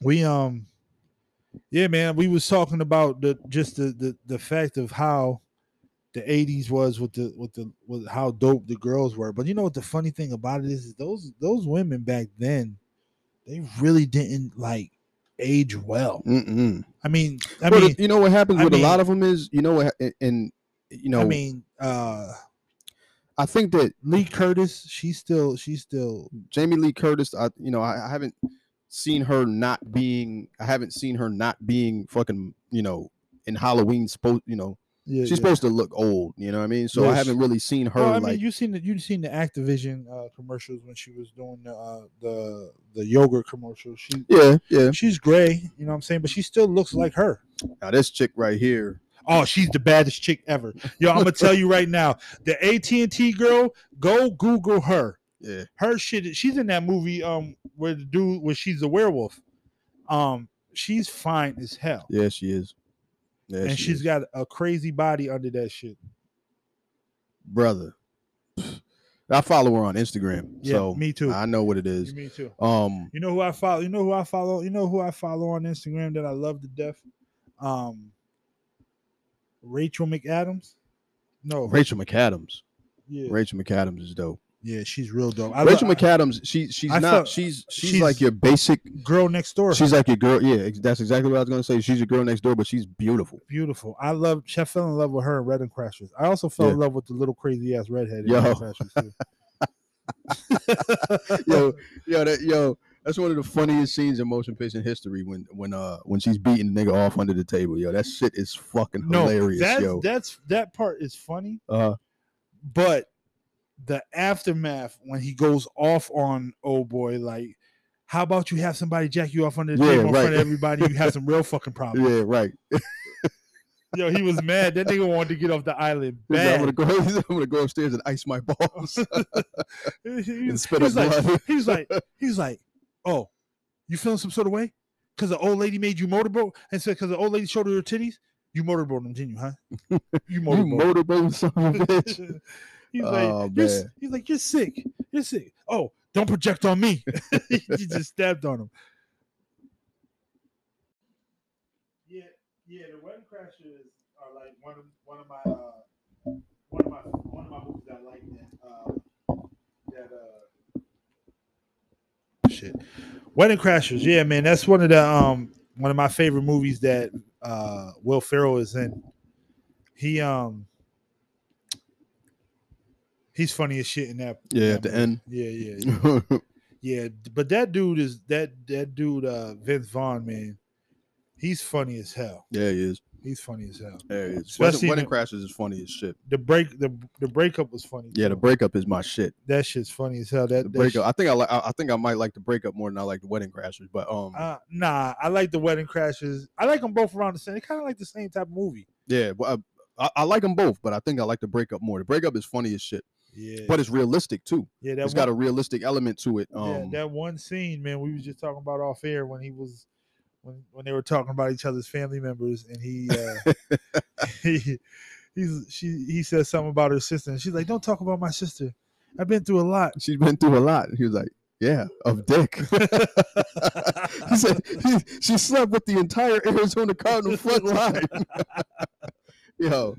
Speaker 1: we um, yeah, man, we was talking about the just the the, the fact of how. The '80s was with the with the with how dope the girls were, but you know what the funny thing about it is, is those those women back then, they really didn't like age well.
Speaker 2: Mm-mm.
Speaker 1: I mean, I
Speaker 2: Well,
Speaker 1: mean,
Speaker 2: you know what happens
Speaker 1: I
Speaker 2: with
Speaker 1: mean-
Speaker 2: a lot of them is, you know what, ha- and you know,
Speaker 1: I
Speaker 2: I,
Speaker 1: mean, uh,
Speaker 2: think that
Speaker 1: Lee Curtis, she's still, she's still,
Speaker 2: Jamie Lee Curtis, I, you know, I, I haven't seen her not being, I haven't seen her not being fucking, you know, in Halloween supposed, you know,
Speaker 1: yeah,
Speaker 2: she's
Speaker 1: yeah.
Speaker 2: supposed to look old, you know what I mean? So I
Speaker 1: Yes.
Speaker 2: haven't really seen her
Speaker 1: Well, I
Speaker 2: like,
Speaker 1: mean, you seen the you seen the Activision uh, commercials when she was doing the uh, the the yogurt commercial. She
Speaker 2: yeah, yeah.
Speaker 1: she's gray, you know what I'm saying, but she still looks like her.
Speaker 2: Now this chick right here,
Speaker 1: Oh, she's the baddest chick ever. Yo, I'm gonna tell you right now, the AT&T girl, go Google her.
Speaker 2: yeah,
Speaker 1: Her shit, is- she's in that movie um where the dude where she's a werewolf. Um, she's fine as hell.
Speaker 2: yeah, she is. Yeah,
Speaker 1: and
Speaker 2: she
Speaker 1: she's
Speaker 2: is.
Speaker 1: got a crazy body under that shit.
Speaker 2: brother. I follow her on Instagram,
Speaker 1: Yeah,
Speaker 2: so
Speaker 1: me too.
Speaker 2: I know what it is.
Speaker 1: me too.
Speaker 2: Um,
Speaker 1: You know who I follow? You know who I follow? You know who I follow on Instagram that I love to death? Um, Rachel McAdams. No,
Speaker 2: Rachel McAdams.
Speaker 1: yeah,
Speaker 2: Rachel McAdams is dope.
Speaker 1: yeah, she's real dope. I
Speaker 2: Rachel
Speaker 1: lo-
Speaker 2: McAdams, she she's
Speaker 1: I
Speaker 2: not
Speaker 1: felt-
Speaker 2: she's, she's
Speaker 1: she's-
Speaker 2: like your basic.
Speaker 1: girl next door.
Speaker 2: She's like your girl. Yeah, ex- that's exactly what I was gonna say. She's your girl next door, but she's beautiful.
Speaker 1: beautiful. I love. I fell in love with her in Red and Crashers. I also fell in love with the little crazy ass redhead. in Red
Speaker 2: Yo.
Speaker 1: and Crashers too.
Speaker 2: yo, yo, that, yo, that's one of the funniest scenes in motion picture history when when uh when she's beating the nigga off under the table. Yo, that shit is fucking
Speaker 1: no,
Speaker 2: hilarious.
Speaker 1: that's
Speaker 2: yo,
Speaker 1: that's that part is funny,
Speaker 2: uh,
Speaker 1: but the aftermath when he goes off on oh boy, like how about you have somebody jack you off under the
Speaker 2: Yeah,
Speaker 1: table in front
Speaker 2: right.
Speaker 1: of everybody? You have some real fucking problems.
Speaker 2: yeah, right.
Speaker 1: Yo, he was mad. That nigga wanted to get off the island
Speaker 2: He's like, I'm
Speaker 1: bad.
Speaker 2: gonna go. I'm gonna go upstairs and ice my balls
Speaker 1: he,
Speaker 2: and spit up
Speaker 1: was like,
Speaker 2: blood.
Speaker 1: he was like, he was like, oh, you feeling some sort of way? Because the old lady made you motorboat and said, because the old lady showed her her titties? You motorboat him, didn't you, huh? You
Speaker 2: You
Speaker 1: motorboat.
Speaker 2: motorboat son of a bitch.
Speaker 1: he's like,
Speaker 2: Oh,
Speaker 1: you're, s-
Speaker 2: man.
Speaker 1: he's like, you're sick. You're sick. Oh, don't project on me. he just stabbed on him. Yeah, yeah. The wedding crashers are like one of one of my uh, one of my one of my movies I like that uh, that uh shit. Wedding crashers. Yeah, man, that's one of the um one of my favorite movies that uh Will Ferrell is in. He um he's funny as shit in that.
Speaker 2: Yeah, at the end.
Speaker 1: Yeah, yeah, yeah. Yeah, d- but that dude is that that dude uh Vince Vaughn, man. He's funny as hell.
Speaker 2: yeah, he is.
Speaker 1: He's funny as hell.
Speaker 2: Yeah, he is.
Speaker 1: Especially
Speaker 2: Wedding, Wedding
Speaker 1: the-
Speaker 2: Crashes is funny as shit.
Speaker 1: The break the the breakup was funny.
Speaker 2: Yeah, the breakup is my shit.
Speaker 1: That shit's funny as hell. That,
Speaker 2: The
Speaker 1: that
Speaker 2: breakup. I think I like. I I think I might like the breakup more than I like the Wedding Crashers. But um,
Speaker 1: shit- uh, nah, I like the wedding crashes. I like them both around the same. They kind of like the same type of movie.
Speaker 2: yeah, but I, I, I like them both. But I think I like the breakup more. The breakup is funny as shit,
Speaker 1: Yeah,
Speaker 2: but it's realistic too.
Speaker 1: yeah, that
Speaker 2: It's
Speaker 1: one,
Speaker 2: got a realistic element to it.
Speaker 1: yeah,
Speaker 2: Um,
Speaker 1: that one scene, man. We was just talking about off air when he was when when they were talking about each other's family members, and he uh, he he's she he says something about her sister, and she's like, "Don't talk about my sister. I've been through a lot."
Speaker 2: she's been through a lot. He was like, yeah, of dick. he said he, she slept with the entire Arizona Cardinal front line. Yo,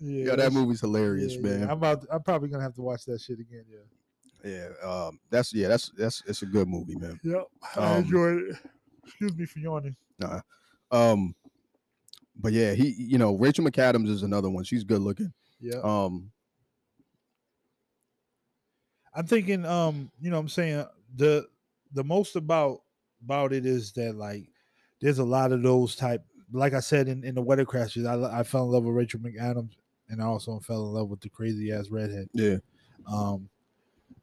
Speaker 1: Yeah,
Speaker 2: yo, that
Speaker 1: that's-
Speaker 2: movie's hilarious,
Speaker 1: yeah, yeah.
Speaker 2: man.
Speaker 1: I'm about. I'm probably gonna have to watch that shit again. Yeah.
Speaker 2: Yeah, um, that's yeah, that's that's it's a good movie, man.
Speaker 1: Yep. I
Speaker 2: Um,
Speaker 1: enjoyed it. Excuse me for yawning.
Speaker 2: Um, but yeah, he you know Rachel McAdams is another one. She's good looking.
Speaker 1: Yeah.
Speaker 2: Um,
Speaker 1: I'm thinking. Um. You know. what I'm saying the the most about about it is that like there's a lot of those type. Like I said in, in the weather crashes, I lo- I fell in love with Rachel McAdams, and I also fell in love with the crazy ass redhead.
Speaker 2: yeah,
Speaker 1: Um,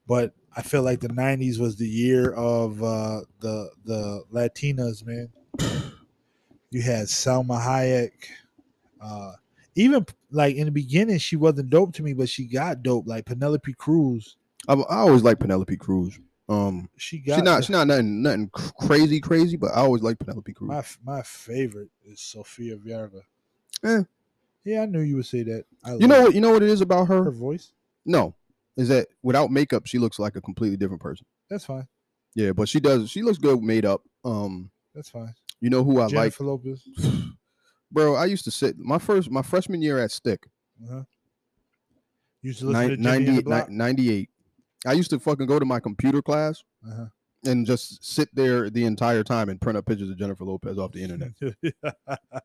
Speaker 1: but I feel like the '90s was the year of uh, the the Latinas, man. you had Salma Hayek. Uh, even like in the beginning, she wasn't dope to me, but she got dope. Like Penelope Cruz,
Speaker 2: I, I always like Penelope Cruz. Um,
Speaker 1: she got
Speaker 2: she's not
Speaker 1: the-
Speaker 2: she's not nothing nothing cr- crazy crazy, but I always like Penelope Cruz.
Speaker 1: my f- my favorite is Sofia Vergara.
Speaker 2: Eh.
Speaker 1: Yeah, I knew you would say that. I
Speaker 2: you know
Speaker 1: love
Speaker 2: what you know what it is about
Speaker 1: her
Speaker 2: her?
Speaker 1: voice.
Speaker 2: No, is that without makeup she looks like a completely different person.
Speaker 1: That's fine.
Speaker 2: Yeah, but she does. She looks good made up. Um,
Speaker 1: That's fine.
Speaker 2: you know who I
Speaker 1: Jennifer Lopez.
Speaker 2: like, bro. I used to sit my first my freshman year at Stick,
Speaker 1: Uh-huh. Used to listen
Speaker 2: nine-
Speaker 1: to Jimmy and the
Speaker 2: 98,
Speaker 1: Block.
Speaker 2: 98. I used to fucking go to my computer class
Speaker 1: Uh-huh.
Speaker 2: and just sit there the entire time and print up pictures of Jennifer Lopez off the internet.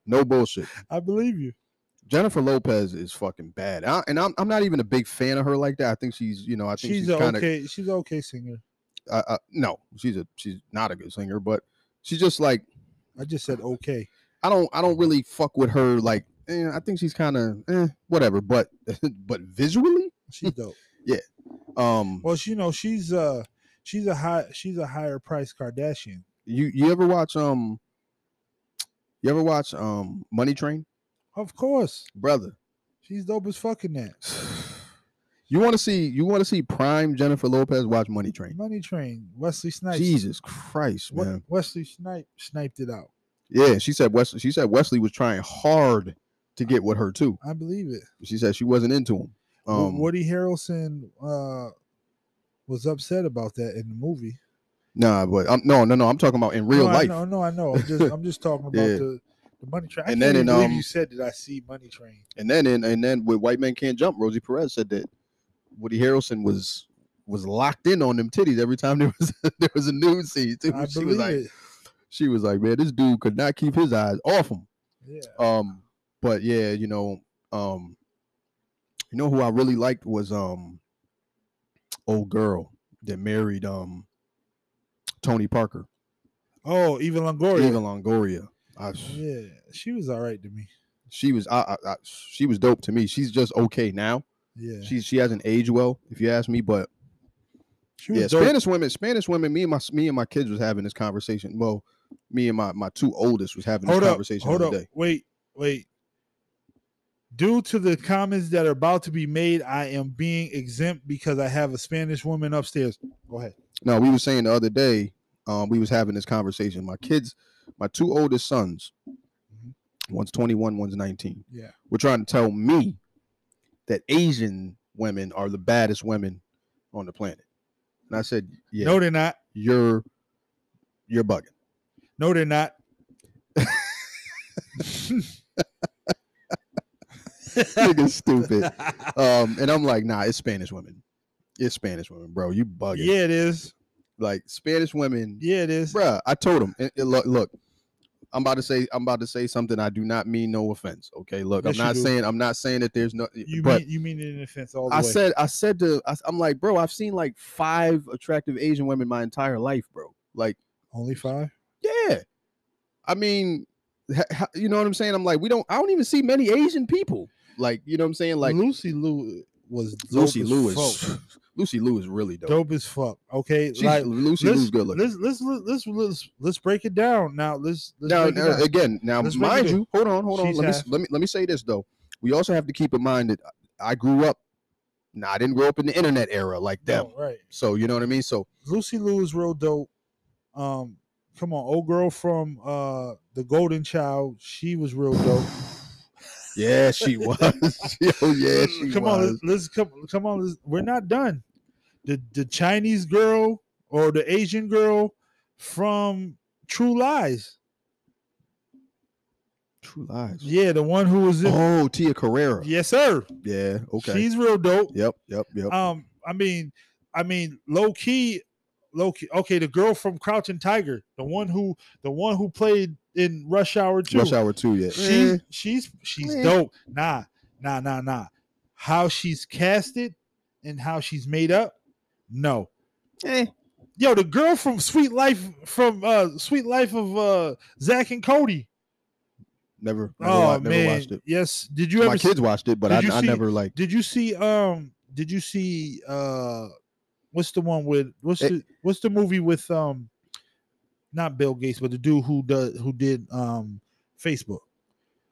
Speaker 2: No bullshit.
Speaker 1: I believe you.
Speaker 2: Jennifer Lopez is fucking bad, I, and I'm I'm not even a big fan of her like that. I think she's you know I think
Speaker 1: She's,
Speaker 2: she's,
Speaker 1: a
Speaker 2: kind of
Speaker 1: okay. She's an okay singer.
Speaker 2: uh, uh, no she's a she's not a good singer, but she's just like
Speaker 1: I just said okay.
Speaker 2: I don't I don't really fuck with her like eh, I think she's kind of eh, whatever but but visually
Speaker 1: She's dope.
Speaker 2: um
Speaker 1: well, she, you know, she's uh she's a high she's a higher price Kardashian.
Speaker 2: you you ever watch um you ever watch um Money Train
Speaker 1: Of course,
Speaker 2: brother
Speaker 1: she's dope as fucking that.
Speaker 2: you want to see you want to see prime Jennifer Lopez watch Money Train
Speaker 1: Money Train, Wesley Snipes.
Speaker 2: Jesus Christ
Speaker 1: Wes-
Speaker 2: man
Speaker 1: Wesley Snipe sniped it out.
Speaker 2: yeah she said Wesley she said Wesley was trying hard to get with her too
Speaker 1: I believe it.
Speaker 2: she said she wasn't into him
Speaker 1: Wo-
Speaker 2: um
Speaker 1: Woody Harrelson uh was upset about that in the movie.
Speaker 2: nah but I'm no no no I'm talking about in real
Speaker 1: no,
Speaker 2: life
Speaker 1: I know, no, I know. I'm just I'm just talking about
Speaker 2: Yeah.
Speaker 1: the, the money train. I
Speaker 2: And
Speaker 1: can't
Speaker 2: then
Speaker 1: even
Speaker 2: in,
Speaker 1: believe
Speaker 2: um,
Speaker 1: you said that I see money train.
Speaker 2: And then and, and then with White Man Can't Jump, Rosie Perez said that Woody Harrelson was was locked in on them titties every time there was there was a nude scene. Too.
Speaker 1: I
Speaker 2: She was
Speaker 1: believe
Speaker 2: like
Speaker 1: it.
Speaker 2: she was like, man, this dude could not keep his eyes off him.
Speaker 1: Yeah.
Speaker 2: Um, but yeah, you know, um, you know who I really liked was um, old girl that married um, Tony Parker,
Speaker 1: Oh, Eva Longoria.
Speaker 2: Eva Longoria. I,
Speaker 1: Yeah, she was all right to me.
Speaker 2: she was I, I, I she was dope to me. She's just okay now.
Speaker 1: Yeah, she,
Speaker 2: She she hasn't aged well, if you ask me, but
Speaker 1: was
Speaker 2: yeah,
Speaker 1: dope.
Speaker 2: Spanish women, Spanish women. Me and my me and my kids was having this conversation. Well, me and my my two oldest was having this
Speaker 1: Hold up,
Speaker 2: conversation
Speaker 1: hold
Speaker 2: the
Speaker 1: up,
Speaker 2: other day.
Speaker 1: wait, wait. Due to the comments that are about to be made, I am being exempt because I have a Spanish woman upstairs. Go ahead.
Speaker 2: No, we were saying the other day, um, we was having this conversation. My kids, my two oldest sons,
Speaker 1: Mhm.
Speaker 2: One's 21, one's 19.
Speaker 1: Yeah.
Speaker 2: We're trying to tell me that Asian women are the baddest women on the planet. And I said, yeah,
Speaker 1: No, they're not.
Speaker 2: you're you're bugging.
Speaker 1: No, they're not.
Speaker 2: Nigga stupid. Um, and I'm like, nah, it's Spanish women. It's Spanish women, bro. You bugging.
Speaker 1: Yeah, it is.
Speaker 2: Like Spanish women
Speaker 1: Yeah, it is.
Speaker 2: Bruh, I told him. and- and look, look, I'm about to say I'm about to say something. I do not mean no offense. Okay, look,
Speaker 1: Yes, you
Speaker 2: I'm not
Speaker 1: do.
Speaker 2: saying I'm not saying that there's no.
Speaker 1: You
Speaker 2: but
Speaker 1: mean you mean it in offense all the
Speaker 2: I
Speaker 1: way.
Speaker 2: said I said to I, am like, bro, I've seen like five attractive Asian women my entire life, bro. Like,
Speaker 1: only five.
Speaker 2: yeah, I mean, ha- ha- you know what I'm saying? I'm like, we don't. I don't even see many Asian people. Like, you know what I'm saying? Like
Speaker 1: Lucy Lou was dope
Speaker 2: Lucy
Speaker 1: as
Speaker 2: Liu is
Speaker 1: fuck.
Speaker 2: Lucy Liu is really dope.
Speaker 1: dope as fuck. Okay,
Speaker 2: She's,
Speaker 1: like
Speaker 2: Lucy
Speaker 1: let's,
Speaker 2: Liu's good looking.
Speaker 1: let's, let's let's let's let's let's break it down now. Let's let's
Speaker 2: now,
Speaker 1: break it
Speaker 2: now,
Speaker 1: down.
Speaker 2: again, now
Speaker 1: Let's break it
Speaker 2: mind
Speaker 1: down.
Speaker 2: you, hold on, hold on.
Speaker 1: She's
Speaker 2: Let me,
Speaker 1: half.
Speaker 2: let me let me say this though. We also have to keep in mind that I grew up. Now I didn't grow up in the internet era like them,
Speaker 1: No, right.
Speaker 2: so you know what I mean. So
Speaker 1: Lucy Lou is real dope. Um, come on, old girl from uh the Golden Child, she was real dope.
Speaker 2: yeah, she was. oh yeah, she
Speaker 1: Mm, come on,
Speaker 2: was.
Speaker 1: let's, let's come come on. Let's, we're not done. The the Chinese girl or the Asian girl from True Lies.
Speaker 2: True Lies.
Speaker 1: Yeah, the one who was in.
Speaker 2: Oh, Tia Carrera.
Speaker 1: Yes, sir.
Speaker 2: Yeah. Okay.
Speaker 1: She's real dope.
Speaker 2: yep. Yep. Yep.
Speaker 1: Um, I mean, I mean, low key, low key. Okay, the girl from Crouching Tiger, the one who, the one who played in Rush Hour Two.
Speaker 2: Rush Hour Two. Yeah.
Speaker 1: She's
Speaker 2: Eh,
Speaker 1: she's she's
Speaker 2: Eh.
Speaker 1: dope. Nah, nah, nah, nah. How she's casted and how she's made up, no.
Speaker 2: eh.
Speaker 1: Yo, the girl from Sweet Life from uh Sweet Life of uh Zach and Cody.
Speaker 2: Never. Never,
Speaker 1: Oh
Speaker 2: wa- never
Speaker 1: man,
Speaker 2: watched it.
Speaker 1: yes. Did you
Speaker 2: My
Speaker 1: ever? See,
Speaker 2: kids watched it, but I,
Speaker 1: Did you
Speaker 2: I
Speaker 1: see-
Speaker 2: never like.
Speaker 1: did you see? Um, did you see? Uh, what's the one with? What's
Speaker 2: It-
Speaker 1: the What's the movie with? Um, not Bill Gates, but the dude who does who did um Facebook.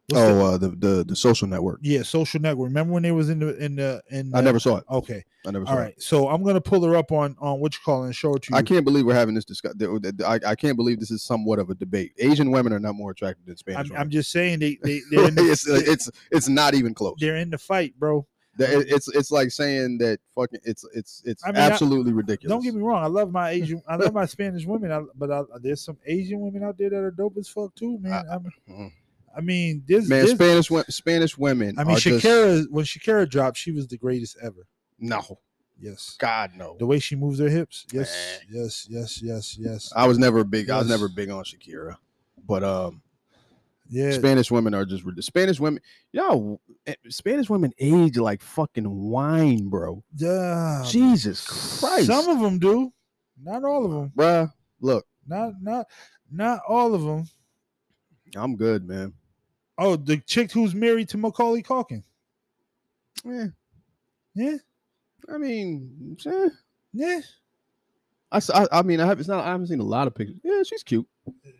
Speaker 1: What's the-
Speaker 2: Oh, uh, the the the Social Network.
Speaker 1: yeah, Social Network. Remember when they was in the in the in? The,
Speaker 2: I never saw it.
Speaker 1: Okay,
Speaker 2: I never saw
Speaker 1: all
Speaker 2: it.
Speaker 1: right. So I'm gonna pull her up on on what you call it and show it to you.
Speaker 2: I can't believe we're having this discussion. I, I can't believe this is somewhat of a debate. Asian women are not more attractive than Spanish
Speaker 1: I'm,
Speaker 2: women.
Speaker 1: I'm just saying they they they're in the,
Speaker 2: it's, it's it's not even close.
Speaker 1: they're in the fight, bro.
Speaker 2: That- it- It's it's like saying that fucking it's it's it's
Speaker 1: I mean, I-
Speaker 2: absolutely ridiculous.
Speaker 1: Don't get me wrong. I love my Asian. I love my Spanish women. I, but I, there's some Asian women out there that are dope as fuck too, man. I, am
Speaker 2: mm.
Speaker 1: I mean, this.
Speaker 2: man.
Speaker 1: this
Speaker 2: Spanish wo- Spanish women.
Speaker 1: I mean,
Speaker 2: are just-
Speaker 1: Shakira. When Shakira dropped, she was the greatest ever.
Speaker 2: no,
Speaker 1: Yes.
Speaker 2: God no.
Speaker 1: The way she moves her hips. Yes.
Speaker 2: Man.
Speaker 1: Yes. Yes. Yes. Yes.
Speaker 2: I was never big. I was
Speaker 1: Yes.
Speaker 2: never big on Shakira, but um,
Speaker 1: Yeah.
Speaker 2: Spanish women are just rid- Spanish women. Y'all, eh, Spanish women age like fucking wine, bro.
Speaker 1: Yeah.
Speaker 2: Jesus Christ,
Speaker 1: Um, Some of them do. Not all of them.
Speaker 2: bruh. Look,
Speaker 1: Not not not all of them.
Speaker 2: I'm good, man.
Speaker 1: Oh, the chick who's married to Macaulay Culkin.
Speaker 2: Eh,
Speaker 1: Yeah.
Speaker 2: I mean, eh,
Speaker 1: Yeah.
Speaker 2: I, s- I- I mean, I have it's not. I haven't seen a lot of pictures. Yeah, she's cute.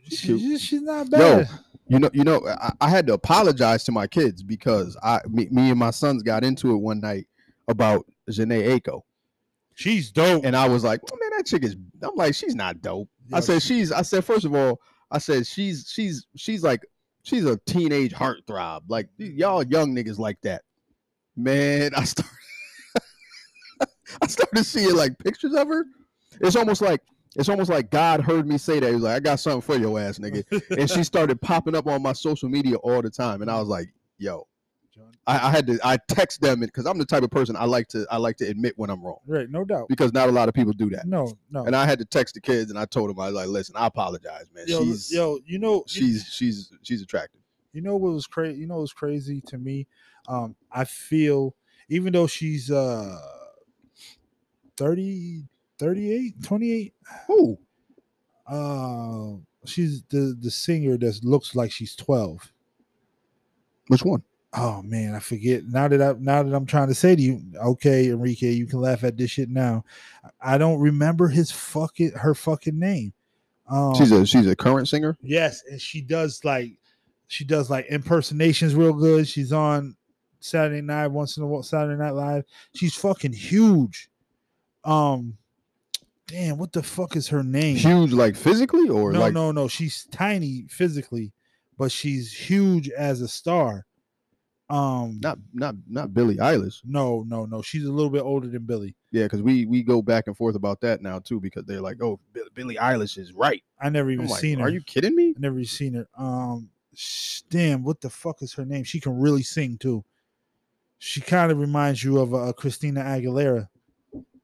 Speaker 1: She,
Speaker 2: She's cute.
Speaker 1: she- she's not bad.
Speaker 2: You know, you know. I, I had to apologize to my kids because I, me, me and my sons got into it one night about Janae Aiko,
Speaker 1: She's dope.
Speaker 2: and I was like, "Well, man, that chick is." I'm like, she's not dope. I
Speaker 1: Yo,
Speaker 2: said, she's. I said, first of all, I said she's she's she's like she's a teenage heartthrob. Like y- y'all young niggas like that. Man, I started I started seeing like pictures of her. It's almost like it's almost like God heard me say that. He was like, I got something for your ass, nigga. and she started popping up on my social media all the time. And I was like, yo,
Speaker 1: John.
Speaker 2: I, I had to I text them because I'm the type of person I like to I like to admit when I'm wrong.
Speaker 1: Right, no doubt.
Speaker 2: Because not a lot of people do that.
Speaker 1: No, no.
Speaker 2: And I had to text the kids and I told them, I was like, listen, I apologize, man.
Speaker 1: yo,
Speaker 2: she's
Speaker 1: yo, you know, you,
Speaker 2: she's she's she's attractive.
Speaker 1: you know what was crazy? You know what was crazy to me? Um, I feel even though she's uh 30, 38, 28,
Speaker 2: Who?
Speaker 1: uh, she's the the singer that looks like she's 12.
Speaker 2: Which one?
Speaker 1: Oh man, I forget. Now that I now that I'm trying to say to you, okay, Enrique, you can laugh at this shit now. I don't remember his fucking her fucking name. Um,
Speaker 2: She's a she's a current singer.
Speaker 1: yes, and she does like she does like impersonations real good. She's on Saturday Night once in a while, Saturday Night Live. She's fucking huge. Um, damn, what the fuck is her name?
Speaker 2: Huge, like physically or
Speaker 1: no,
Speaker 2: like
Speaker 1: no, no. She's tiny physically, but she's huge as a star. Um,
Speaker 2: Not not not Billie Eilish.
Speaker 1: no, no, no. She's a little bit older than Billy.
Speaker 2: Yeah, because we we go back and forth about that now too because they're like, oh, Bi- Billie Eilish is right.
Speaker 1: I never
Speaker 2: I'm
Speaker 1: even
Speaker 2: like,
Speaker 1: seen her.
Speaker 2: Oh are you kidding me?
Speaker 1: I never even seen her. Um, sh- damn, what the fuck is her name? She can really sing too. She kind of reminds you of uh, Christina Aguilera,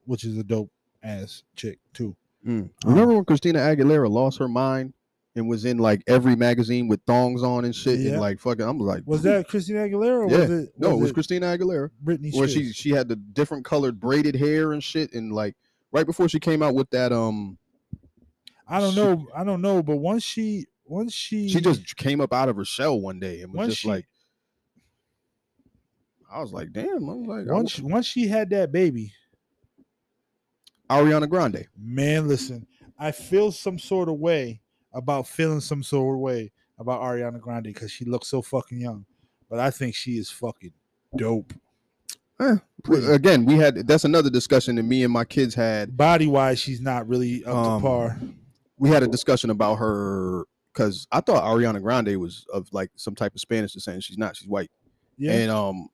Speaker 1: which is a dope ass chick too.
Speaker 2: Mm.
Speaker 1: Um,
Speaker 2: Remember when Christina Aguilera lost her mind and was in like every magazine with thongs on and shit
Speaker 1: Yeah.
Speaker 2: and like fucking. I'm like,
Speaker 1: Was
Speaker 2: dude,
Speaker 1: that Christina Aguilera? Or
Speaker 2: Yeah.
Speaker 1: Was it
Speaker 2: no? It was
Speaker 1: it
Speaker 2: Christina Aguilera.
Speaker 1: Britney
Speaker 2: Where
Speaker 1: Spears?
Speaker 2: she she had the different colored braided hair and shit and like right before she came out with that um
Speaker 1: I don't
Speaker 2: she-
Speaker 1: know. I don't know. But once she, once she,
Speaker 2: she just came up out of her shell one day and was
Speaker 1: Once
Speaker 2: just
Speaker 1: she-
Speaker 2: like I was like, damn, I was like I
Speaker 1: once she- once she had that baby,
Speaker 2: w- Ariana Grande.
Speaker 1: man. Listen, I feel some sort of way about feeling some sort of way about Ariana Grande because she looks so fucking young, but I think she is fucking dope.
Speaker 2: W- Again, we had that's another discussion that me and my kids had.
Speaker 1: body wise, she's not really up
Speaker 2: Um,
Speaker 1: to par.
Speaker 2: We had a discussion about her because I thought Ariana Grande was of like some type of Spanish descent. She's not, she's white.
Speaker 1: Yeah,
Speaker 2: and um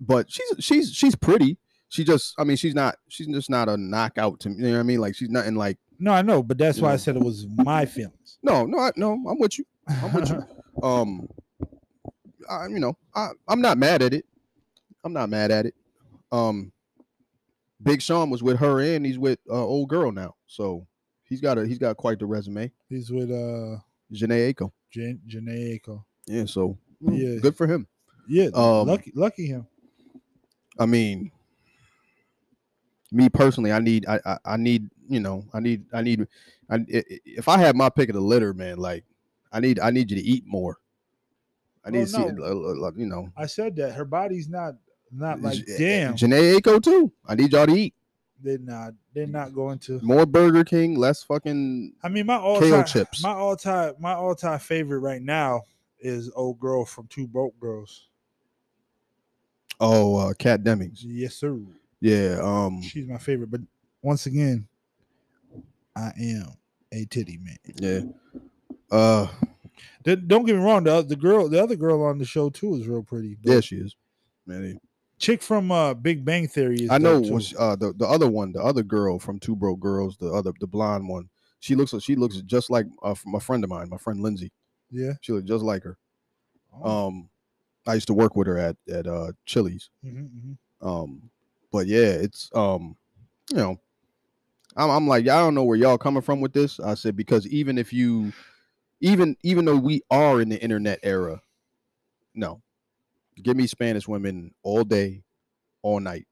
Speaker 2: but she's she's she's pretty she just i mean she's not she's just not a knockout to me you know what i mean like she's nothing like
Speaker 1: no, I know, but that's why I
Speaker 2: Yeah.
Speaker 1: said it was my feelings.
Speaker 2: no no I, no i'm with you i'm with you um I, you know i i'm not mad at it i'm not mad at it um big sean was with her and he's with uh old girl now so he's got a he's got quite the resume
Speaker 1: He's with uh
Speaker 2: Janae Aiko.
Speaker 1: Jan- Janae Aiko.
Speaker 2: yeah so mm,
Speaker 1: Yeah.
Speaker 2: good for him
Speaker 1: Yeah,
Speaker 2: Um,
Speaker 1: lucky, lucky him.
Speaker 2: I mean, me personally, I need, I, I, I need, you know, I need, I need, I, i- i- if I had my pick of the litter, man, like, I need, I need you to eat more. I
Speaker 1: Well,
Speaker 2: need to see,
Speaker 1: Oh, no.
Speaker 2: uh, uh, uh, you know,
Speaker 1: I said that her body's not not like
Speaker 2: J-
Speaker 1: damn.
Speaker 2: Janae Aiko too. I need y'all to eat
Speaker 1: They're not. They're not going to.
Speaker 2: more Burger King, less fucking.
Speaker 1: I mean, my all
Speaker 2: Kale
Speaker 1: time,
Speaker 2: chips.
Speaker 1: my all time, my all time favorite right now is old girl from Two Broke Girls.
Speaker 2: Oh, uh, Cat Demings.
Speaker 1: Yes, sir.
Speaker 2: Yeah. Um.
Speaker 1: She's my favorite. But once again, I am a titty man.
Speaker 2: Yeah. Uh.
Speaker 1: The- don't get me wrong. The, the girl, the other girl on the show too, is real pretty. but
Speaker 2: Yeah, she is. Man,
Speaker 1: chick from uh, Big Bang Theory. Is
Speaker 2: I know.
Speaker 1: dope, too.
Speaker 2: when she- uh, the the other one, the other girl from Two Broke Girls, the other the blonde one. She looks. She looks just like uh, my friend of mine, my friend Lindsay.
Speaker 1: yeah.
Speaker 2: She looked just like her.
Speaker 1: Oh,
Speaker 2: Um, I used to work with her at at uh, Chili's.
Speaker 1: mhm, mhm.
Speaker 2: Um, but yeah, it's um, you know, I'm, I'm like, I don't know where y'all coming from with this. I said because even if you, even even though we are in the internet era, no, give me Spanish women all day, all night.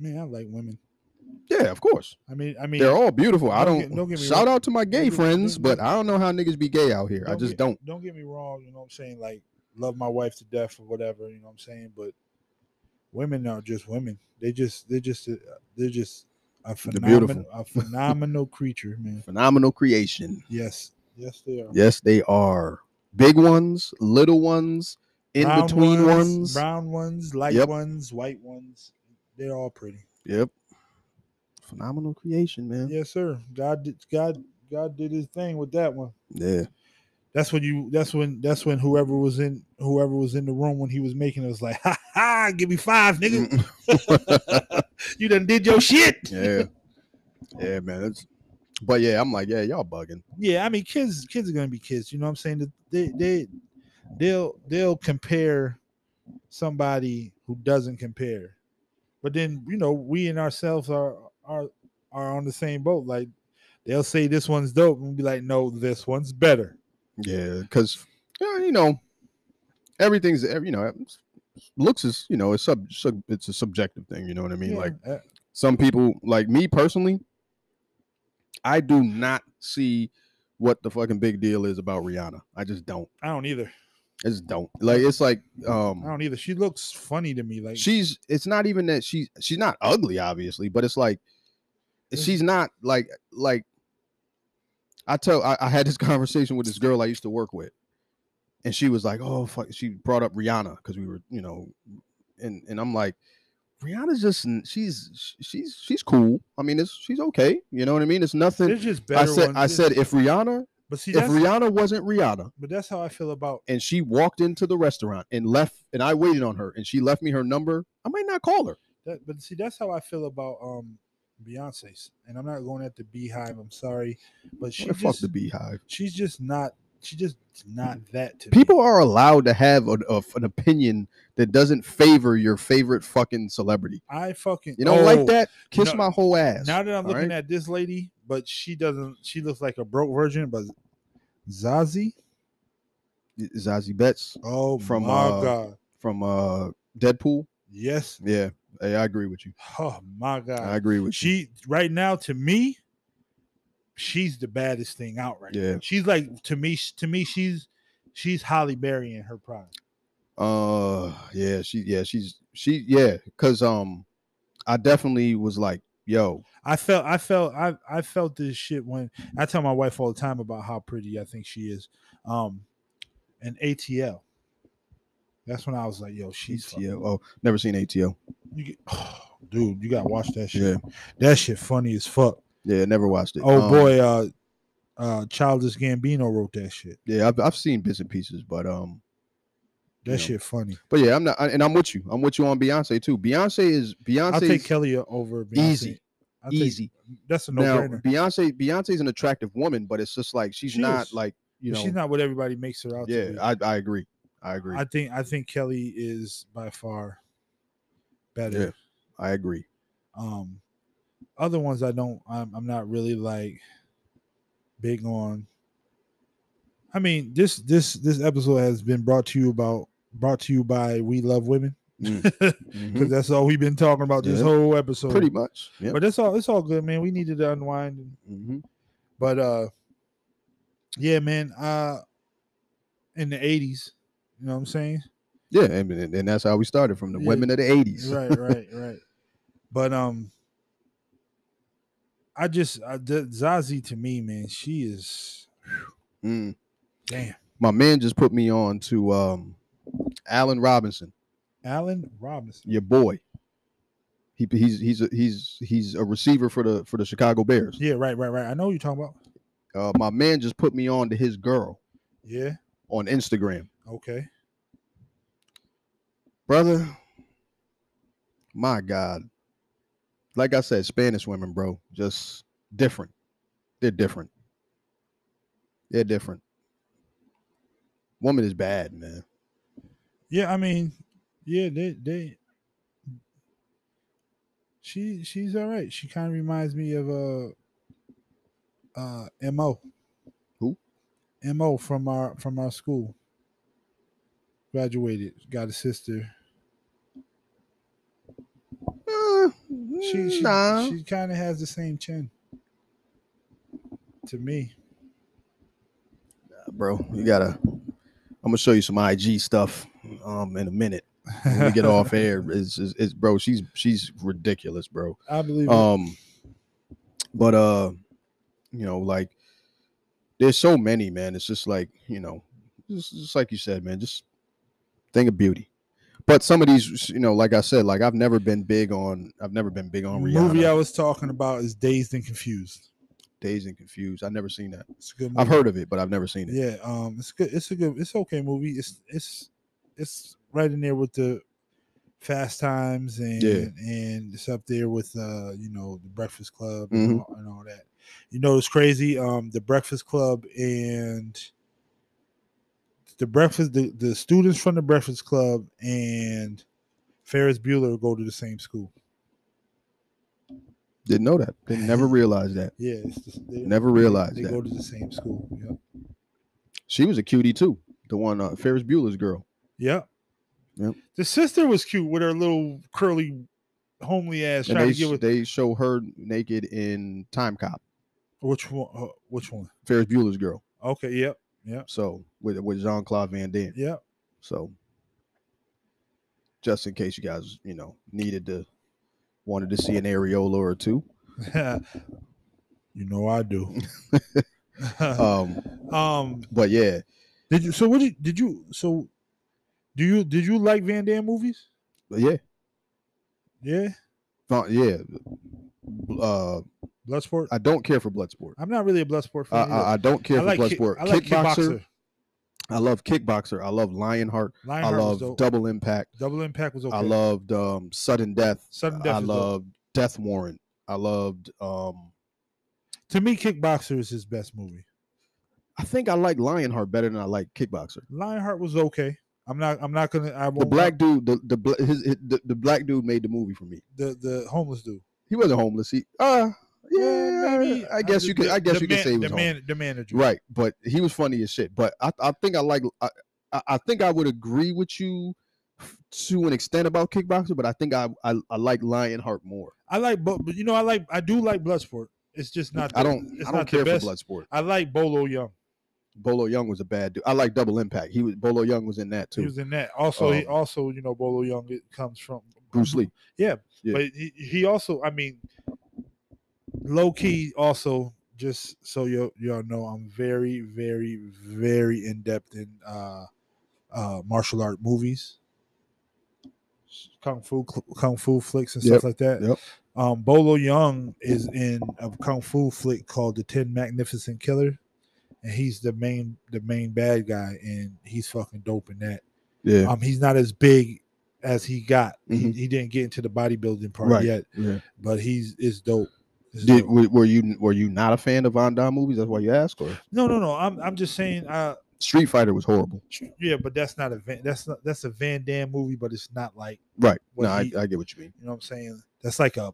Speaker 1: Man, I like women.
Speaker 2: Yeah, of course,
Speaker 1: I mean, I mean,
Speaker 2: they're all beautiful. I
Speaker 1: don't
Speaker 2: don't,
Speaker 1: get- don't get me
Speaker 2: shout
Speaker 1: wrong.
Speaker 2: out to my gay
Speaker 1: get- don't-
Speaker 2: friends, but
Speaker 1: don't-
Speaker 2: I don't know how niggas be gay out here. I
Speaker 1: Don't
Speaker 2: just
Speaker 1: get-
Speaker 2: don't.
Speaker 1: Don't get me wrong. You know what I'm saying? Like, love my wife to death or whatever. You know what I'm saying? But women are just women. They just, they're just, a, they're just a phenomenal,
Speaker 2: beautiful.
Speaker 1: a phenomenal creature, man.
Speaker 2: Phenomenal creation.
Speaker 1: Yes, yes, they are.
Speaker 2: Yes, they are. Big ones, little ones, in
Speaker 1: Brown
Speaker 2: between ones.
Speaker 1: brown ones, light
Speaker 2: Yep.
Speaker 1: ones, white ones. They're all pretty.
Speaker 2: Yep. Phenomenal creation, man.
Speaker 1: Yes, sir. God, did, God, God did his thing with that one.
Speaker 2: Yeah.
Speaker 1: That's when you. That's when. That's when whoever was in whoever was in the room when he was making it was like, ha ha, give me five, nigga.
Speaker 2: Mm,
Speaker 1: you done did your shit.
Speaker 2: yeah. Yeah, man. It's, but yeah, I'm like, yeah, y'all bugging.
Speaker 1: Yeah, I mean, kids, kids are gonna be kids. You know what I'm saying? They, they, they'll, they'll compare somebody who doesn't compare. But then you know, we and ourselves are are are on the same boat. Like they'll say this one's dope, and be like, no, this one's better.
Speaker 2: Yeah, because you know, everything's ev- you know, it's- looks is you know, it's sub, sub it's a subjective thing. You know what I mean?
Speaker 1: Yeah,
Speaker 2: Like
Speaker 1: uh,
Speaker 2: some people, like me personally, I do not see what the fucking big deal is about Rihanna. I just don't.
Speaker 1: I don't either.
Speaker 2: I just don't. Like it's like
Speaker 1: I
Speaker 2: um
Speaker 1: don't either. She looks funny to me. Like
Speaker 2: she's it's not even that she's she's not ugly, obviously, but it's like
Speaker 1: It's-
Speaker 2: she's not like like I tell I, I had this conversation with this girl I used to work with, and she was like, Oh fuck she brought up Rihanna because we were, you know, and and I'm like Rihanna's just n- she's sh- she's she's cool. I mean, it's she's okay. You know what I mean? It's nothing.
Speaker 1: there's just better.
Speaker 2: I said
Speaker 1: ones.
Speaker 2: I
Speaker 1: There's-
Speaker 2: said if Rihanna
Speaker 1: But see,
Speaker 2: If
Speaker 1: that's
Speaker 2: Rihanna wasn't Rihanna
Speaker 1: but that's how I feel about.
Speaker 2: and she walked into the restaurant and left, and I waited on her and she left me her number, I might not call her.
Speaker 1: That, but see, that's how I feel about um Beyonce's. And I'm not going at the Beehive. I'm sorry, but she
Speaker 2: Man, fuck
Speaker 1: just,
Speaker 2: the beehive.
Speaker 1: she's just not. She just not that to me.
Speaker 2: People are allowed to have an- of an opinion that doesn't favor your favorite fucking celebrity.
Speaker 1: I fucking
Speaker 2: You don't like
Speaker 1: Oh,
Speaker 2: that? Kiss
Speaker 1: no-
Speaker 2: my whole ass.
Speaker 1: Now that I'm
Speaker 2: all
Speaker 1: looking
Speaker 2: right?
Speaker 1: at this lady, but she doesn't. She looks like a broke virgin. But Zazie,
Speaker 2: Zazie Betts
Speaker 1: oh
Speaker 2: From,
Speaker 1: my
Speaker 2: uh,
Speaker 1: god,
Speaker 2: from uh, Deadpool.
Speaker 1: yes,
Speaker 2: Yeah, hey, I agree with you.
Speaker 1: oh my
Speaker 2: I
Speaker 1: god.
Speaker 2: agree with you.
Speaker 1: She right now to me, she's the baddest thing out right now.
Speaker 2: Yeah.
Speaker 1: She's like to me. To me, she's she's Holly Berry in her prime.
Speaker 2: Uh, yeah, she, yeah, she's she, yeah, cause um, I definitely was like, yo,
Speaker 1: I felt I felt I I felt this shit when I tell my wife all the time about how pretty I think she is. Um, and ATL. That's when I was like, yo, she's fucking
Speaker 2: ATL. Oh, never seen ATL.
Speaker 1: You get, dude, you gotta watch that shit. That shit funny as fuck.
Speaker 2: Yeah, never watched it.
Speaker 1: Oh
Speaker 2: Um,
Speaker 1: boy, uh uh Childish Gambino wrote that shit.
Speaker 2: Yeah, I've I've seen bits and pieces, but um,
Speaker 1: That
Speaker 2: Yeah.
Speaker 1: shit funny.
Speaker 2: but yeah, I'm not, I- and I'm with you. I'm with you on Beyonce too. Beyonce is
Speaker 1: I'll take
Speaker 2: Beyonce's
Speaker 1: Kelly over Beyonce.
Speaker 2: Easy.
Speaker 1: I'll take-
Speaker 2: easy.
Speaker 1: That's a no
Speaker 2: now
Speaker 1: brainer.
Speaker 2: Beyonce, Beyonce's an attractive woman, but it's just like she's
Speaker 1: She
Speaker 2: not
Speaker 1: is.
Speaker 2: like you know.
Speaker 1: She's not what everybody makes her out
Speaker 2: yeah,
Speaker 1: to be.
Speaker 2: I I agree. I agree.
Speaker 1: I think I think Kelly is by far better.
Speaker 2: Yeah. I agree.
Speaker 1: Um, other ones I don't. I'm, I'm not really like big on. I mean this this this episode has been brought to you about brought to you by We Love Women
Speaker 2: Mm.
Speaker 1: because
Speaker 2: Mhm.
Speaker 1: that's all we've been talking about this
Speaker 2: Yeah.
Speaker 1: whole episode.
Speaker 2: Pretty much. Yeah.
Speaker 1: But it's all it's all good, man. We needed to unwind. and-
Speaker 2: hmm
Speaker 1: But uh, yeah, man. Uh, in the '80s, you know what I'm saying?
Speaker 2: Yeah, and, and and that's how we started from the
Speaker 1: Yeah.
Speaker 2: women of the '80s.
Speaker 1: right right right but um i just I, the, zazie to me man she is
Speaker 2: Mm.
Speaker 1: damn
Speaker 2: my man just put me on to um Allen Robinson,
Speaker 1: alan robinson
Speaker 2: your boy. He he's he's a, he's he's a receiver for the for the Chicago Bears.
Speaker 1: yeah right right right i know who you're talking about
Speaker 2: Uh, my man just put me on to his girl
Speaker 1: yeah
Speaker 2: on Instagram,
Speaker 1: okay
Speaker 2: brother. My God, like I said, Spanish women, bro, just different. They're different. They're different. Woman is bad, man.
Speaker 1: yeah i mean yeah they they she she's all right she kind of reminds me of uh uh mo
Speaker 2: Who?
Speaker 1: mo from our from our school graduated got a sister
Speaker 2: Uh,
Speaker 1: She she,
Speaker 2: nah.
Speaker 1: she kind of has the same chin. To me,
Speaker 2: bro. You gotta. I'm gonna show you some IG stuff um in a minute. When we get off air, it's, it's, it's bro. She's she's ridiculous, bro.
Speaker 1: I believe. it.
Speaker 2: Um, but uh, you know, like there's so many, man. It's just like you know, just, just like you said, man. Just thing of beauty. But some of these, you know, like I said, like I've never been big on. I've never been big on Rihanna.
Speaker 1: movie I was talking about is Dazed and Confused.
Speaker 2: Dazed and confused. I've never seen that.
Speaker 1: It's a good. Movie.
Speaker 2: I've heard of it, but I've never seen it.
Speaker 1: Mm-hmm. Yeah, um, it's good. It's a good. It's okay movie. It's it's it's right in there with the Fast Times and and it's up there with uh you know the Breakfast Club
Speaker 2: Mm-hmm.
Speaker 1: and, all, and all that. You know it's crazy. Um, the Breakfast Club and the breakfast the, the students from the Breakfast Club and Ferris Bueller go to the same school.
Speaker 2: Didn't know that. Didn't never realize that.
Speaker 1: Yeah, it's just, they,
Speaker 2: Never realized
Speaker 1: they
Speaker 2: that.
Speaker 1: go to the same school. Yep.
Speaker 2: She was a cutie too. The one uh, Ferris Bueller's girl.
Speaker 1: Yep.
Speaker 2: Yep.
Speaker 1: The sister was cute with her little curly, homely ass.
Speaker 2: And
Speaker 1: trying
Speaker 2: they,
Speaker 1: to get
Speaker 2: sh-
Speaker 1: with
Speaker 2: they show her naked in Time Cop.
Speaker 1: which one? Uh, which one?
Speaker 2: Ferris Bueller's girl.
Speaker 1: Okay. Yep. Yep.
Speaker 2: So with with Jean Claude Van Damme.
Speaker 1: Yep.
Speaker 2: So just in case you guys you know needed to wanted to see an areola or two.
Speaker 1: you know I do.
Speaker 2: Um,
Speaker 1: um.
Speaker 2: but yeah,
Speaker 1: Did you? So what did did you? So do you? Did you like Van Damme movies?
Speaker 2: but yeah,
Speaker 1: Yeah.
Speaker 2: Fa- yeah. Bl- Uh,
Speaker 1: Bloodsport.
Speaker 2: I don't care for Bloodsport.
Speaker 1: I'm not really a Bloodsport
Speaker 2: I,
Speaker 1: fan. either.
Speaker 2: I, I don't care
Speaker 1: I
Speaker 2: for
Speaker 1: like kick-
Speaker 2: Bloodsport.
Speaker 1: I like
Speaker 2: kickboxer,
Speaker 1: kickboxer.
Speaker 2: I love kickboxer. I love Lionheart.
Speaker 1: Lionheart
Speaker 2: I
Speaker 1: was
Speaker 2: love
Speaker 1: dope.
Speaker 2: Double Impact.
Speaker 1: Double Impact was okay.
Speaker 2: I loved um, Sudden Death.
Speaker 1: Sudden
Speaker 2: I
Speaker 1: Death was dope.
Speaker 2: loved Death Warrant. I loved. Um,
Speaker 1: To me, Kickboxer is his best movie.
Speaker 2: I think I like Lionheart better than I like Kickboxer.
Speaker 1: Lionheart was okay. I'm not. I'm not gonna. I won't.
Speaker 2: The black dude, the the, bla- his, his, the the black dude made the movie for me.
Speaker 1: The the homeless dude.
Speaker 2: He wasn't homeless. He uh yeah,
Speaker 1: maybe.
Speaker 2: I guess
Speaker 1: the-
Speaker 2: you could.
Speaker 1: the-
Speaker 2: I guess
Speaker 1: the
Speaker 2: you could
Speaker 1: man-
Speaker 2: say he was
Speaker 1: the
Speaker 2: homeless.
Speaker 1: man, the manager.
Speaker 2: Right, but he was funny as shit. But I, I think I like I, I- I think I would agree with you f- to an extent about kickboxer, but I think I I, I like Lionheart more.
Speaker 1: I like, but, but you know, I like. I do like Bloodsport. It's just not.
Speaker 2: I
Speaker 1: the-
Speaker 2: don't
Speaker 1: It's
Speaker 2: I don't
Speaker 1: not the
Speaker 2: care
Speaker 1: best.
Speaker 2: for Bloodsport.
Speaker 1: I like Bolo Young.
Speaker 2: Bolo Young was a bad dude. I like Double Impact. He was Bolo Young was in that
Speaker 1: He
Speaker 2: too.
Speaker 1: was in that. Also, he
Speaker 2: Um,
Speaker 1: also, you know, Bolo Young it comes from
Speaker 2: Bruce Lee.
Speaker 1: Yeah,
Speaker 2: Yeah.
Speaker 1: but he, he also, I mean, low key also. Just so you y'all know, I'm very, very, very in depth in uh, uh, martial art movies, kung fu cl- kung fu flicks and
Speaker 2: Yep,
Speaker 1: stuff like that.
Speaker 2: yep.
Speaker 1: Um, Bolo Young is in a kung fu flick called The Ten Magnificent Killer, and he's the main the main bad guy, and he's fucking dope in that.
Speaker 2: Yeah,
Speaker 1: Um, he's not as big as he got.
Speaker 2: Mhm.
Speaker 1: He, he didn't get into the bodybuilding part
Speaker 2: Right.
Speaker 1: yet,
Speaker 2: yeah.
Speaker 1: but he's is dope. It's
Speaker 2: Did
Speaker 1: dope.
Speaker 2: were, were you were you not a fan of Von Damme movies? That's why you asked. Or
Speaker 1: No, no, no. I'm I'm just saying. Uh,
Speaker 2: Street Fighter was horrible.
Speaker 1: yeah, but that's not a Van, that's not that's a Van Damme movie, but it's not like
Speaker 2: Right.
Speaker 1: Was
Speaker 2: no, I,
Speaker 1: he-
Speaker 2: I get what you mean.
Speaker 1: you know what I'm saying. That's like a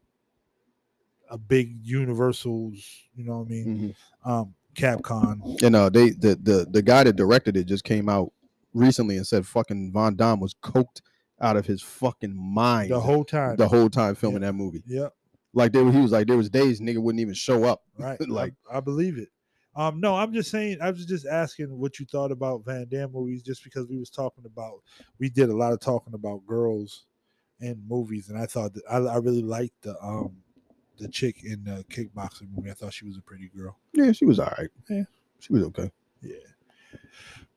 Speaker 1: a big Universal's. You know what I mean?
Speaker 2: Mhm.
Speaker 1: Um, Capcom.
Speaker 2: And uh, they the, the the guy that directed it just came out recently and said fucking Von Damme was coked out of his fucking mind
Speaker 1: The whole time.
Speaker 2: the whole time filming that movie.
Speaker 1: yep.
Speaker 2: Like there, he was like there was days nigga wouldn't even show up.
Speaker 1: Right.
Speaker 2: Like-
Speaker 1: like I, I believe it. Um, no, I'm just saying. I was just asking what you thought about Van Damme movies, just because we was talking about. We did a lot of talking about girls in movies, and I thought that I, I really liked the um the chick in the kickboxing movie. I thought she was a pretty girl.
Speaker 2: Yeah, she was all right.
Speaker 1: Yeah.
Speaker 2: she was okay.
Speaker 1: Yeah.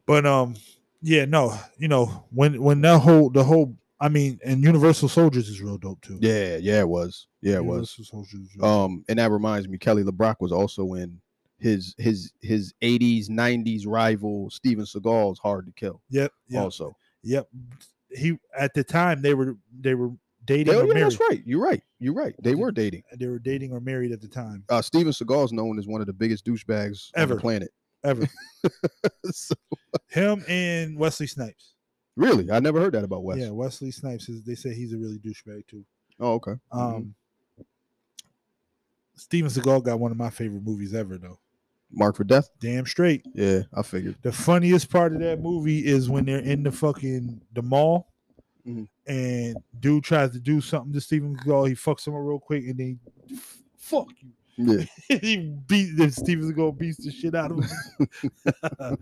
Speaker 1: But um, yeah, no, you know when when that whole the whole I mean, and Universal Soldiers is real dope too.
Speaker 2: Yeah, yeah, it was. Yeah, it was.
Speaker 1: Universal Soldiers. is real dope.
Speaker 2: Um, and that reminds me, Kelly LeBrock was also in his his his eighties nineties rival Steven Seagal's Hard to Kill.
Speaker 1: yep. Yep.
Speaker 2: Also,
Speaker 1: Yep. He at the time they were they were dating
Speaker 2: oh,
Speaker 1: or
Speaker 2: yeah,
Speaker 1: married.
Speaker 2: that's right. You're right. You're right. They were dating.
Speaker 1: They were dating or married at the time.
Speaker 2: Uh, Steven Seagal's known as one of the biggest douchebags on
Speaker 1: Ever.
Speaker 2: the planet.
Speaker 1: Ever.
Speaker 2: So-
Speaker 1: Him and Wesley Snipes.
Speaker 2: really, I never heard that about Wes.
Speaker 1: Yeah, Wesley Snipes is they say he's a really douchebag too.
Speaker 2: Oh, okay. Mhm.
Speaker 1: Um Steven Seagal got one of my favorite movies ever though.
Speaker 2: Mark for death.
Speaker 1: Damn straight.
Speaker 2: Yeah, I figured.
Speaker 1: The funniest part of that movie is when they're in the fucking the mall,
Speaker 2: Mhm.
Speaker 1: and dude tries to do something to Steven Seagal. He fucks him up real quick, and then he, fuck you.
Speaker 2: Yeah,
Speaker 1: he beat then Steven Seagal beats the shit out of him.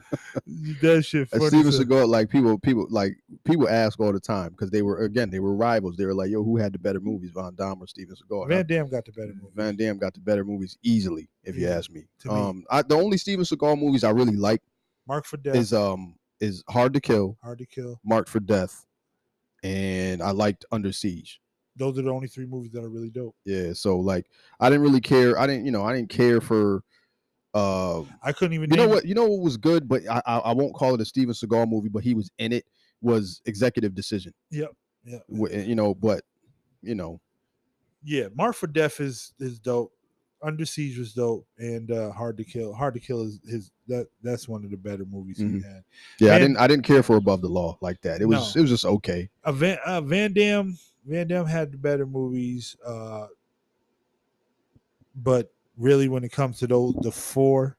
Speaker 1: that shit
Speaker 2: and
Speaker 1: funny.
Speaker 2: Steven
Speaker 1: as hell.
Speaker 2: Seagal, like people, people, like people ask all the time because they were again they were rivals. They were like, "Yo, who had the better movies, Von Damme or Steven Seagal?" And I
Speaker 1: Van Damme got the better movie.
Speaker 2: Van Damme got the better movies easily, if you
Speaker 1: Yeah,
Speaker 2: ask me.
Speaker 1: to me.
Speaker 2: Um, I, the only Steven Seagal movies I really like
Speaker 1: Mark for Death,
Speaker 2: is um is Hard to Kill,
Speaker 1: Hard to Kill.
Speaker 2: Marked for Death, and I liked Under Siege.
Speaker 1: Those are the only three movies that are really dope.
Speaker 2: Yeah, so like I didn't really care. I didn't, you know, I didn't care for. Uh,
Speaker 1: I couldn't even.
Speaker 2: you know
Speaker 1: name-
Speaker 2: what? You know what was good, but I, I I won't call it a Steven Seagal movie, but he was in it. Was Executive Decision,
Speaker 1: Yeah,
Speaker 2: Wh- you know? But you know,
Speaker 1: yeah. Mark for Death is is dope. Under Siege was dope, and uh, Hard to Kill. Hard to Kill is his that that's one of the better movies
Speaker 2: Mhm.
Speaker 1: he had.
Speaker 2: yeah, I
Speaker 1: Man.
Speaker 2: didn't I didn't care for Above the Law like that. It was
Speaker 1: No.
Speaker 2: it was just okay.
Speaker 1: uh, Van, uh, Van Dam Van Dam had the better movies, uh, but really when it comes to those the four,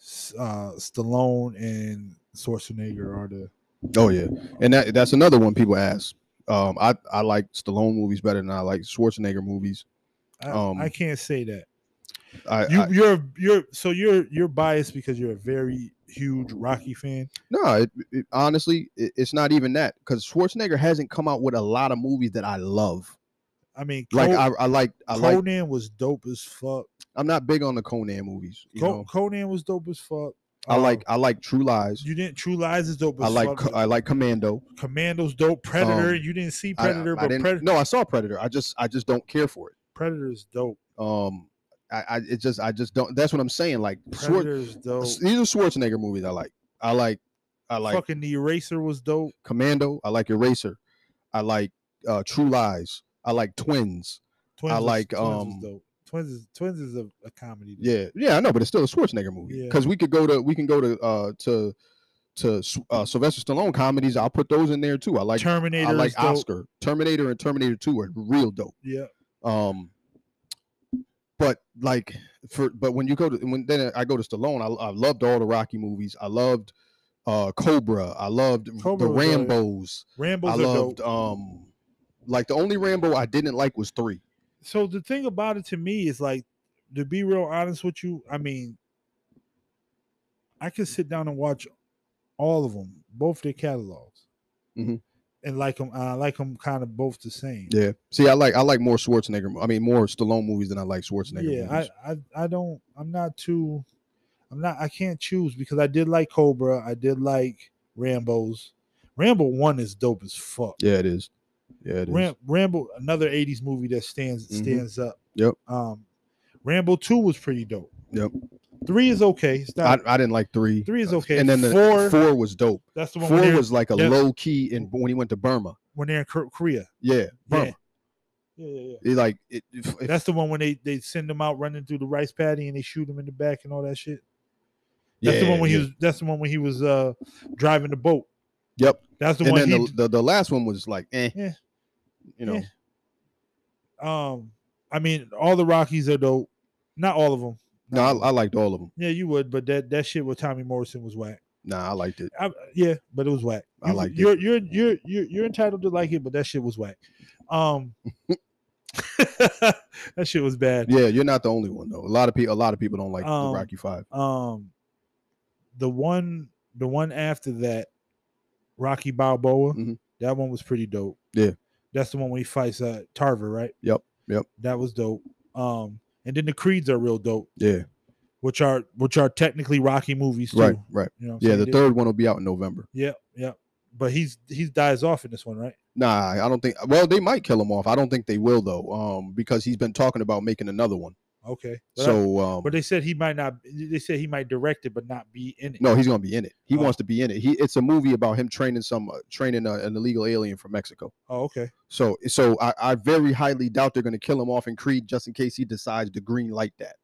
Speaker 1: S- uh, Stallone and Schwarzenegger are the
Speaker 2: Oh yeah, and that that's another one people ask. Um, I I like Stallone movies better than I like Schwarzenegger movies.
Speaker 1: I,
Speaker 2: Um,
Speaker 1: I can't say that
Speaker 2: I,
Speaker 1: you
Speaker 2: I
Speaker 1: you're you're so you're you're biased because you're a very huge Rocky fan.
Speaker 2: no, it, it- honestly, it, it's not even that because Schwarzenegger hasn't come out with a lot of movies that I love.
Speaker 1: I mean,
Speaker 2: Like
Speaker 1: Co-
Speaker 2: I, I like I like.
Speaker 1: Conan was dope as fuck.
Speaker 2: I'm not big on the Conan movies. You
Speaker 1: Co-
Speaker 2: know,
Speaker 1: Conan was dope as fuck.
Speaker 2: I
Speaker 1: Um,
Speaker 2: like I like True Lies.
Speaker 1: you didn't True Lies is dope. As
Speaker 2: I like
Speaker 1: fuck.
Speaker 2: Co- I like Commando.
Speaker 1: Commandos dope. Predator.
Speaker 2: um,
Speaker 1: you didn't see
Speaker 2: I- I-
Speaker 1: Predator,
Speaker 2: I
Speaker 1: but
Speaker 2: didn't-
Speaker 1: Predator
Speaker 2: no, I saw Predator. I just I just don't care for it.
Speaker 1: Predator is dope.
Speaker 2: Um, I, I it just I just don't. That's what I'm saying. Like Schwar-
Speaker 1: Predators though.
Speaker 2: these are Schwarzenegger movies. I like. I like. I like
Speaker 1: fucking the eraser was dope.
Speaker 2: Commando. I like Eraser. I like uh, True Lies. I like Twins.
Speaker 1: Twins was-
Speaker 2: like,
Speaker 1: Twins was
Speaker 2: um,
Speaker 1: dope. Twins is Twins is a, a comedy. dude.
Speaker 2: Yeah, yeah, I know, but it's still a Schwarzenegger movie
Speaker 1: Yeah.
Speaker 2: because we could go to we can go to uh to to S- uh, Sylvester Stallone comedies. I'll put those in there too. I like
Speaker 1: Terminator.
Speaker 2: I
Speaker 1: is
Speaker 2: like
Speaker 1: dope.
Speaker 2: Oscar Terminator and Terminator Two are real dope.
Speaker 1: Yeah,
Speaker 2: Um, but like for but when you go to when then I go to Stallone, I, I loved all the Rocky movies. I loved uh Cobra. I loved
Speaker 1: Cobra
Speaker 2: the
Speaker 1: was dope.
Speaker 2: Rambo's.
Speaker 1: Rambo's
Speaker 2: I
Speaker 1: are
Speaker 2: loved
Speaker 1: dope.
Speaker 2: um like the only Rambo I didn't like was three.
Speaker 1: so the thing about it to me is like to be real honest with you i mean i could sit down and watch all of them both their catalogs
Speaker 2: Mhm.
Speaker 1: and like them i like them kind of both the same
Speaker 2: Yeah. See, I like I like more Schwarzenegger. mo- I mean, more Stallone movies than I like Schwarzenegger.
Speaker 1: yeah
Speaker 2: movies.
Speaker 1: I, I i don't i'm not too i'm not i can't choose because i did like cobra i did like rambo's rambo one is dope as fuck
Speaker 2: Yeah, it is. Yeah, it is.
Speaker 1: Ram- Rambo, another '80s movie that stands
Speaker 2: Mhm.
Speaker 1: stands up.
Speaker 2: Yep.
Speaker 1: Um, Rambo Two was pretty dope.
Speaker 2: Yep.
Speaker 1: Three is okay. It's
Speaker 2: I,
Speaker 1: not.
Speaker 2: I didn't like three.
Speaker 1: three is okay.
Speaker 2: And then the
Speaker 1: four,
Speaker 2: four, was dope.
Speaker 1: That's the one
Speaker 2: Four
Speaker 1: when, they're,
Speaker 2: was like a
Speaker 1: yeah.
Speaker 2: low key in when he went to Burma.
Speaker 1: when they're in Kor- Korea.
Speaker 2: Yeah, Burma.
Speaker 1: Yeah. Yeah, yeah, yeah.
Speaker 2: It, like it, if, if-
Speaker 1: That's the one when they they send him out running through the rice paddy and they shoot him in the back and all that shit.
Speaker 2: yeah,
Speaker 1: That's the one when
Speaker 2: yeah.
Speaker 1: he was. That's the one when he was uh driving the boat.
Speaker 2: Yep.
Speaker 1: That's the
Speaker 2: and
Speaker 1: one.
Speaker 2: then
Speaker 1: He,
Speaker 2: the, the the last one was like, eh,
Speaker 1: Yeah.
Speaker 2: you know,
Speaker 1: Yeah. um, I mean, all the Rockies are dope. Not all of them.
Speaker 2: no, I, I liked all of them.
Speaker 1: yeah, you would, but that that shit with Tommy Morrison was whack.
Speaker 2: Nah, I liked it.
Speaker 1: I, yeah, but it was whack.
Speaker 2: I
Speaker 1: You-
Speaker 2: liked it.
Speaker 1: you're, You're you're you're you're entitled to like it, but that shit was whack. Um, that shit was bad.
Speaker 2: Yeah, you're not the only one though. A lot of people, a lot of people don't like
Speaker 1: Um,
Speaker 2: the Rocky Five.
Speaker 1: Um, the one the one after that, Rocky Balboa.
Speaker 2: Mhm.
Speaker 1: That one was pretty dope.
Speaker 2: Yeah.
Speaker 1: that's the one when he fights uh, Tarver, right?
Speaker 2: Yep, yep.
Speaker 1: That was dope. Um, and then the Creeds are real dope,
Speaker 2: Yeah,
Speaker 1: which are which are technically Rocky movies too.
Speaker 2: right, right.
Speaker 1: You know what I'm
Speaker 2: Yeah,
Speaker 1: saying?
Speaker 2: the
Speaker 1: They-
Speaker 2: third one will be out in November.
Speaker 1: Yeah, yeah. But he's he dies off in this one, right?
Speaker 2: Nah, I don't think. Well, they might kill him off. I don't think they will though, um, because he's been talking about making another one.
Speaker 1: Okay. But I-
Speaker 2: So, um,
Speaker 1: But they said he might not. They said he might direct it, but not be in it.
Speaker 2: No, he's gonna be in it. He
Speaker 1: Oh.
Speaker 2: wants to be in it. He it's a movie about him training some uh, training uh, an illegal alien from Mexico.
Speaker 1: Oh, okay.
Speaker 2: So so I, I very highly doubt they're gonna kill him off in Creed just in case he decides to green light that.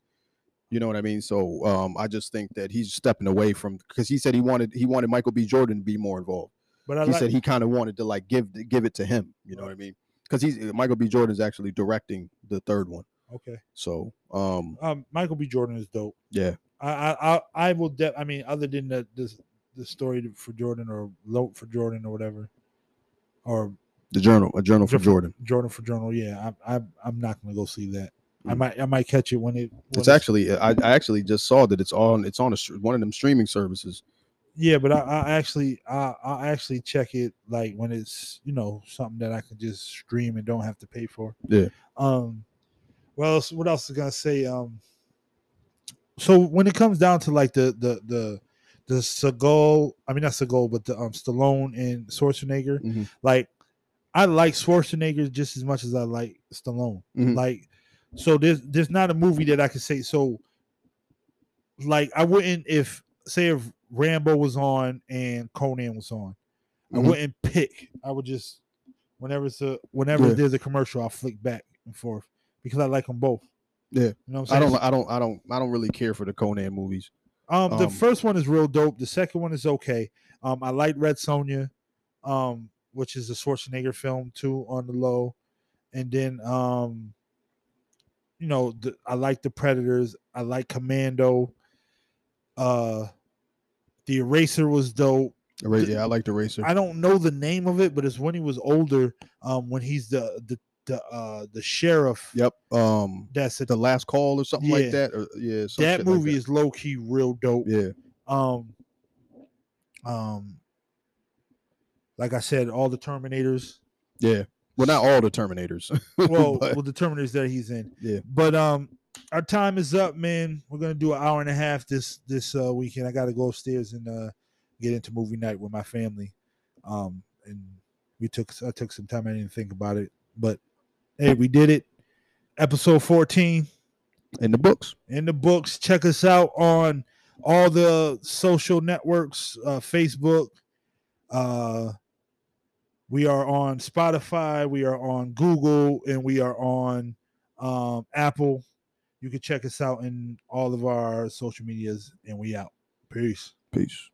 Speaker 2: You know what I mean? So um, I just think that he's stepping away from because he said he wanted he wanted Michael B. Jordan to be more involved.
Speaker 1: But I
Speaker 2: he
Speaker 1: like.
Speaker 2: said he kind of wanted to like give give it to him. You know what I mean? Because he's Michael B. Jordan's actually directing the third one.
Speaker 1: okay.
Speaker 2: So um,
Speaker 1: Um, Michael B. Jordan is dope.
Speaker 2: yeah,
Speaker 1: I I I, I will. De- I mean, other than the this the story for Jordan or Lope for Jordan or whatever, or
Speaker 2: the journal a journal for
Speaker 1: Different-
Speaker 2: Jordan.
Speaker 1: Jordan for Journal. Yeah, I, I I'm not gonna go see that. I
Speaker 2: Mm.
Speaker 1: might I might catch it when it. When
Speaker 2: It's actually I, I actually just saw that it's on it's on a str- one of them streaming services.
Speaker 1: yeah, but I, I actually I I actually check it like when it's you know something that I can just stream and don't have to pay for.
Speaker 2: Yeah.
Speaker 1: Um. Well, else, what else is gonna say? Um. So when it comes down to like the the the the Seagal, I mean not Seagal, but the um Stallone and Schwarzenegger,
Speaker 2: Mhm.
Speaker 1: like I like Schwarzenegger just as much as I like Stallone.
Speaker 2: Mhm.
Speaker 1: Like, so there's there's not a movie that I could say so. Like I wouldn't if say if Rambo was on and Conan was on,
Speaker 2: Mhm.
Speaker 1: I wouldn't pick. I would just whenever it's a whenever
Speaker 2: Yeah.
Speaker 1: there's a commercial, I'll flick back and forth because I like them both.
Speaker 2: Yeah.
Speaker 1: you know what
Speaker 2: I
Speaker 1: I'm
Speaker 2: don't,
Speaker 1: saying.
Speaker 2: I don't, I don't, I don't really care for the Conan movies.
Speaker 1: um, the
Speaker 2: um,
Speaker 1: first one is real dope. The second one is okay. Um, I like Red Sonja, um, which is a Schwarzenegger film too on the low, and then um, you know, the, I like the Predators. I like Commando. Uh, the Eraser was dope.
Speaker 2: The Ra- yeah, I like the Racer.
Speaker 1: I don't know the name of it, but it's when he was older. Um, when he's the the the uh the sheriff.
Speaker 2: yep. Um,
Speaker 1: That's it.
Speaker 2: the Last Call or something
Speaker 1: Yeah.
Speaker 2: like that. Or yeah, some
Speaker 1: that
Speaker 2: shit
Speaker 1: movie
Speaker 2: like
Speaker 1: is low key real dope.
Speaker 2: that. is.
Speaker 1: Um, um, like I said, all the Terminators.
Speaker 2: Yeah, yeah. Well, not all the Terminators.
Speaker 1: Well,
Speaker 2: But-
Speaker 1: well, the Terminators that he's in.
Speaker 2: Yeah.
Speaker 1: But um, our time is up, man. We're gonna do an hour and a half this this uh, weekend. I gotta go upstairs and uh, get into movie night with my family. Um, and we took I took some time. I didn't think about it, but hey, we did it. Episode fourteen.
Speaker 2: in the books.
Speaker 1: in the books. Check us out on all the social networks, uh, Facebook. Uh, we are on Spotify, we are on Google, and we are on um, Apple. You can check us out in all of our social medias, and we out. Peace.
Speaker 2: Peace.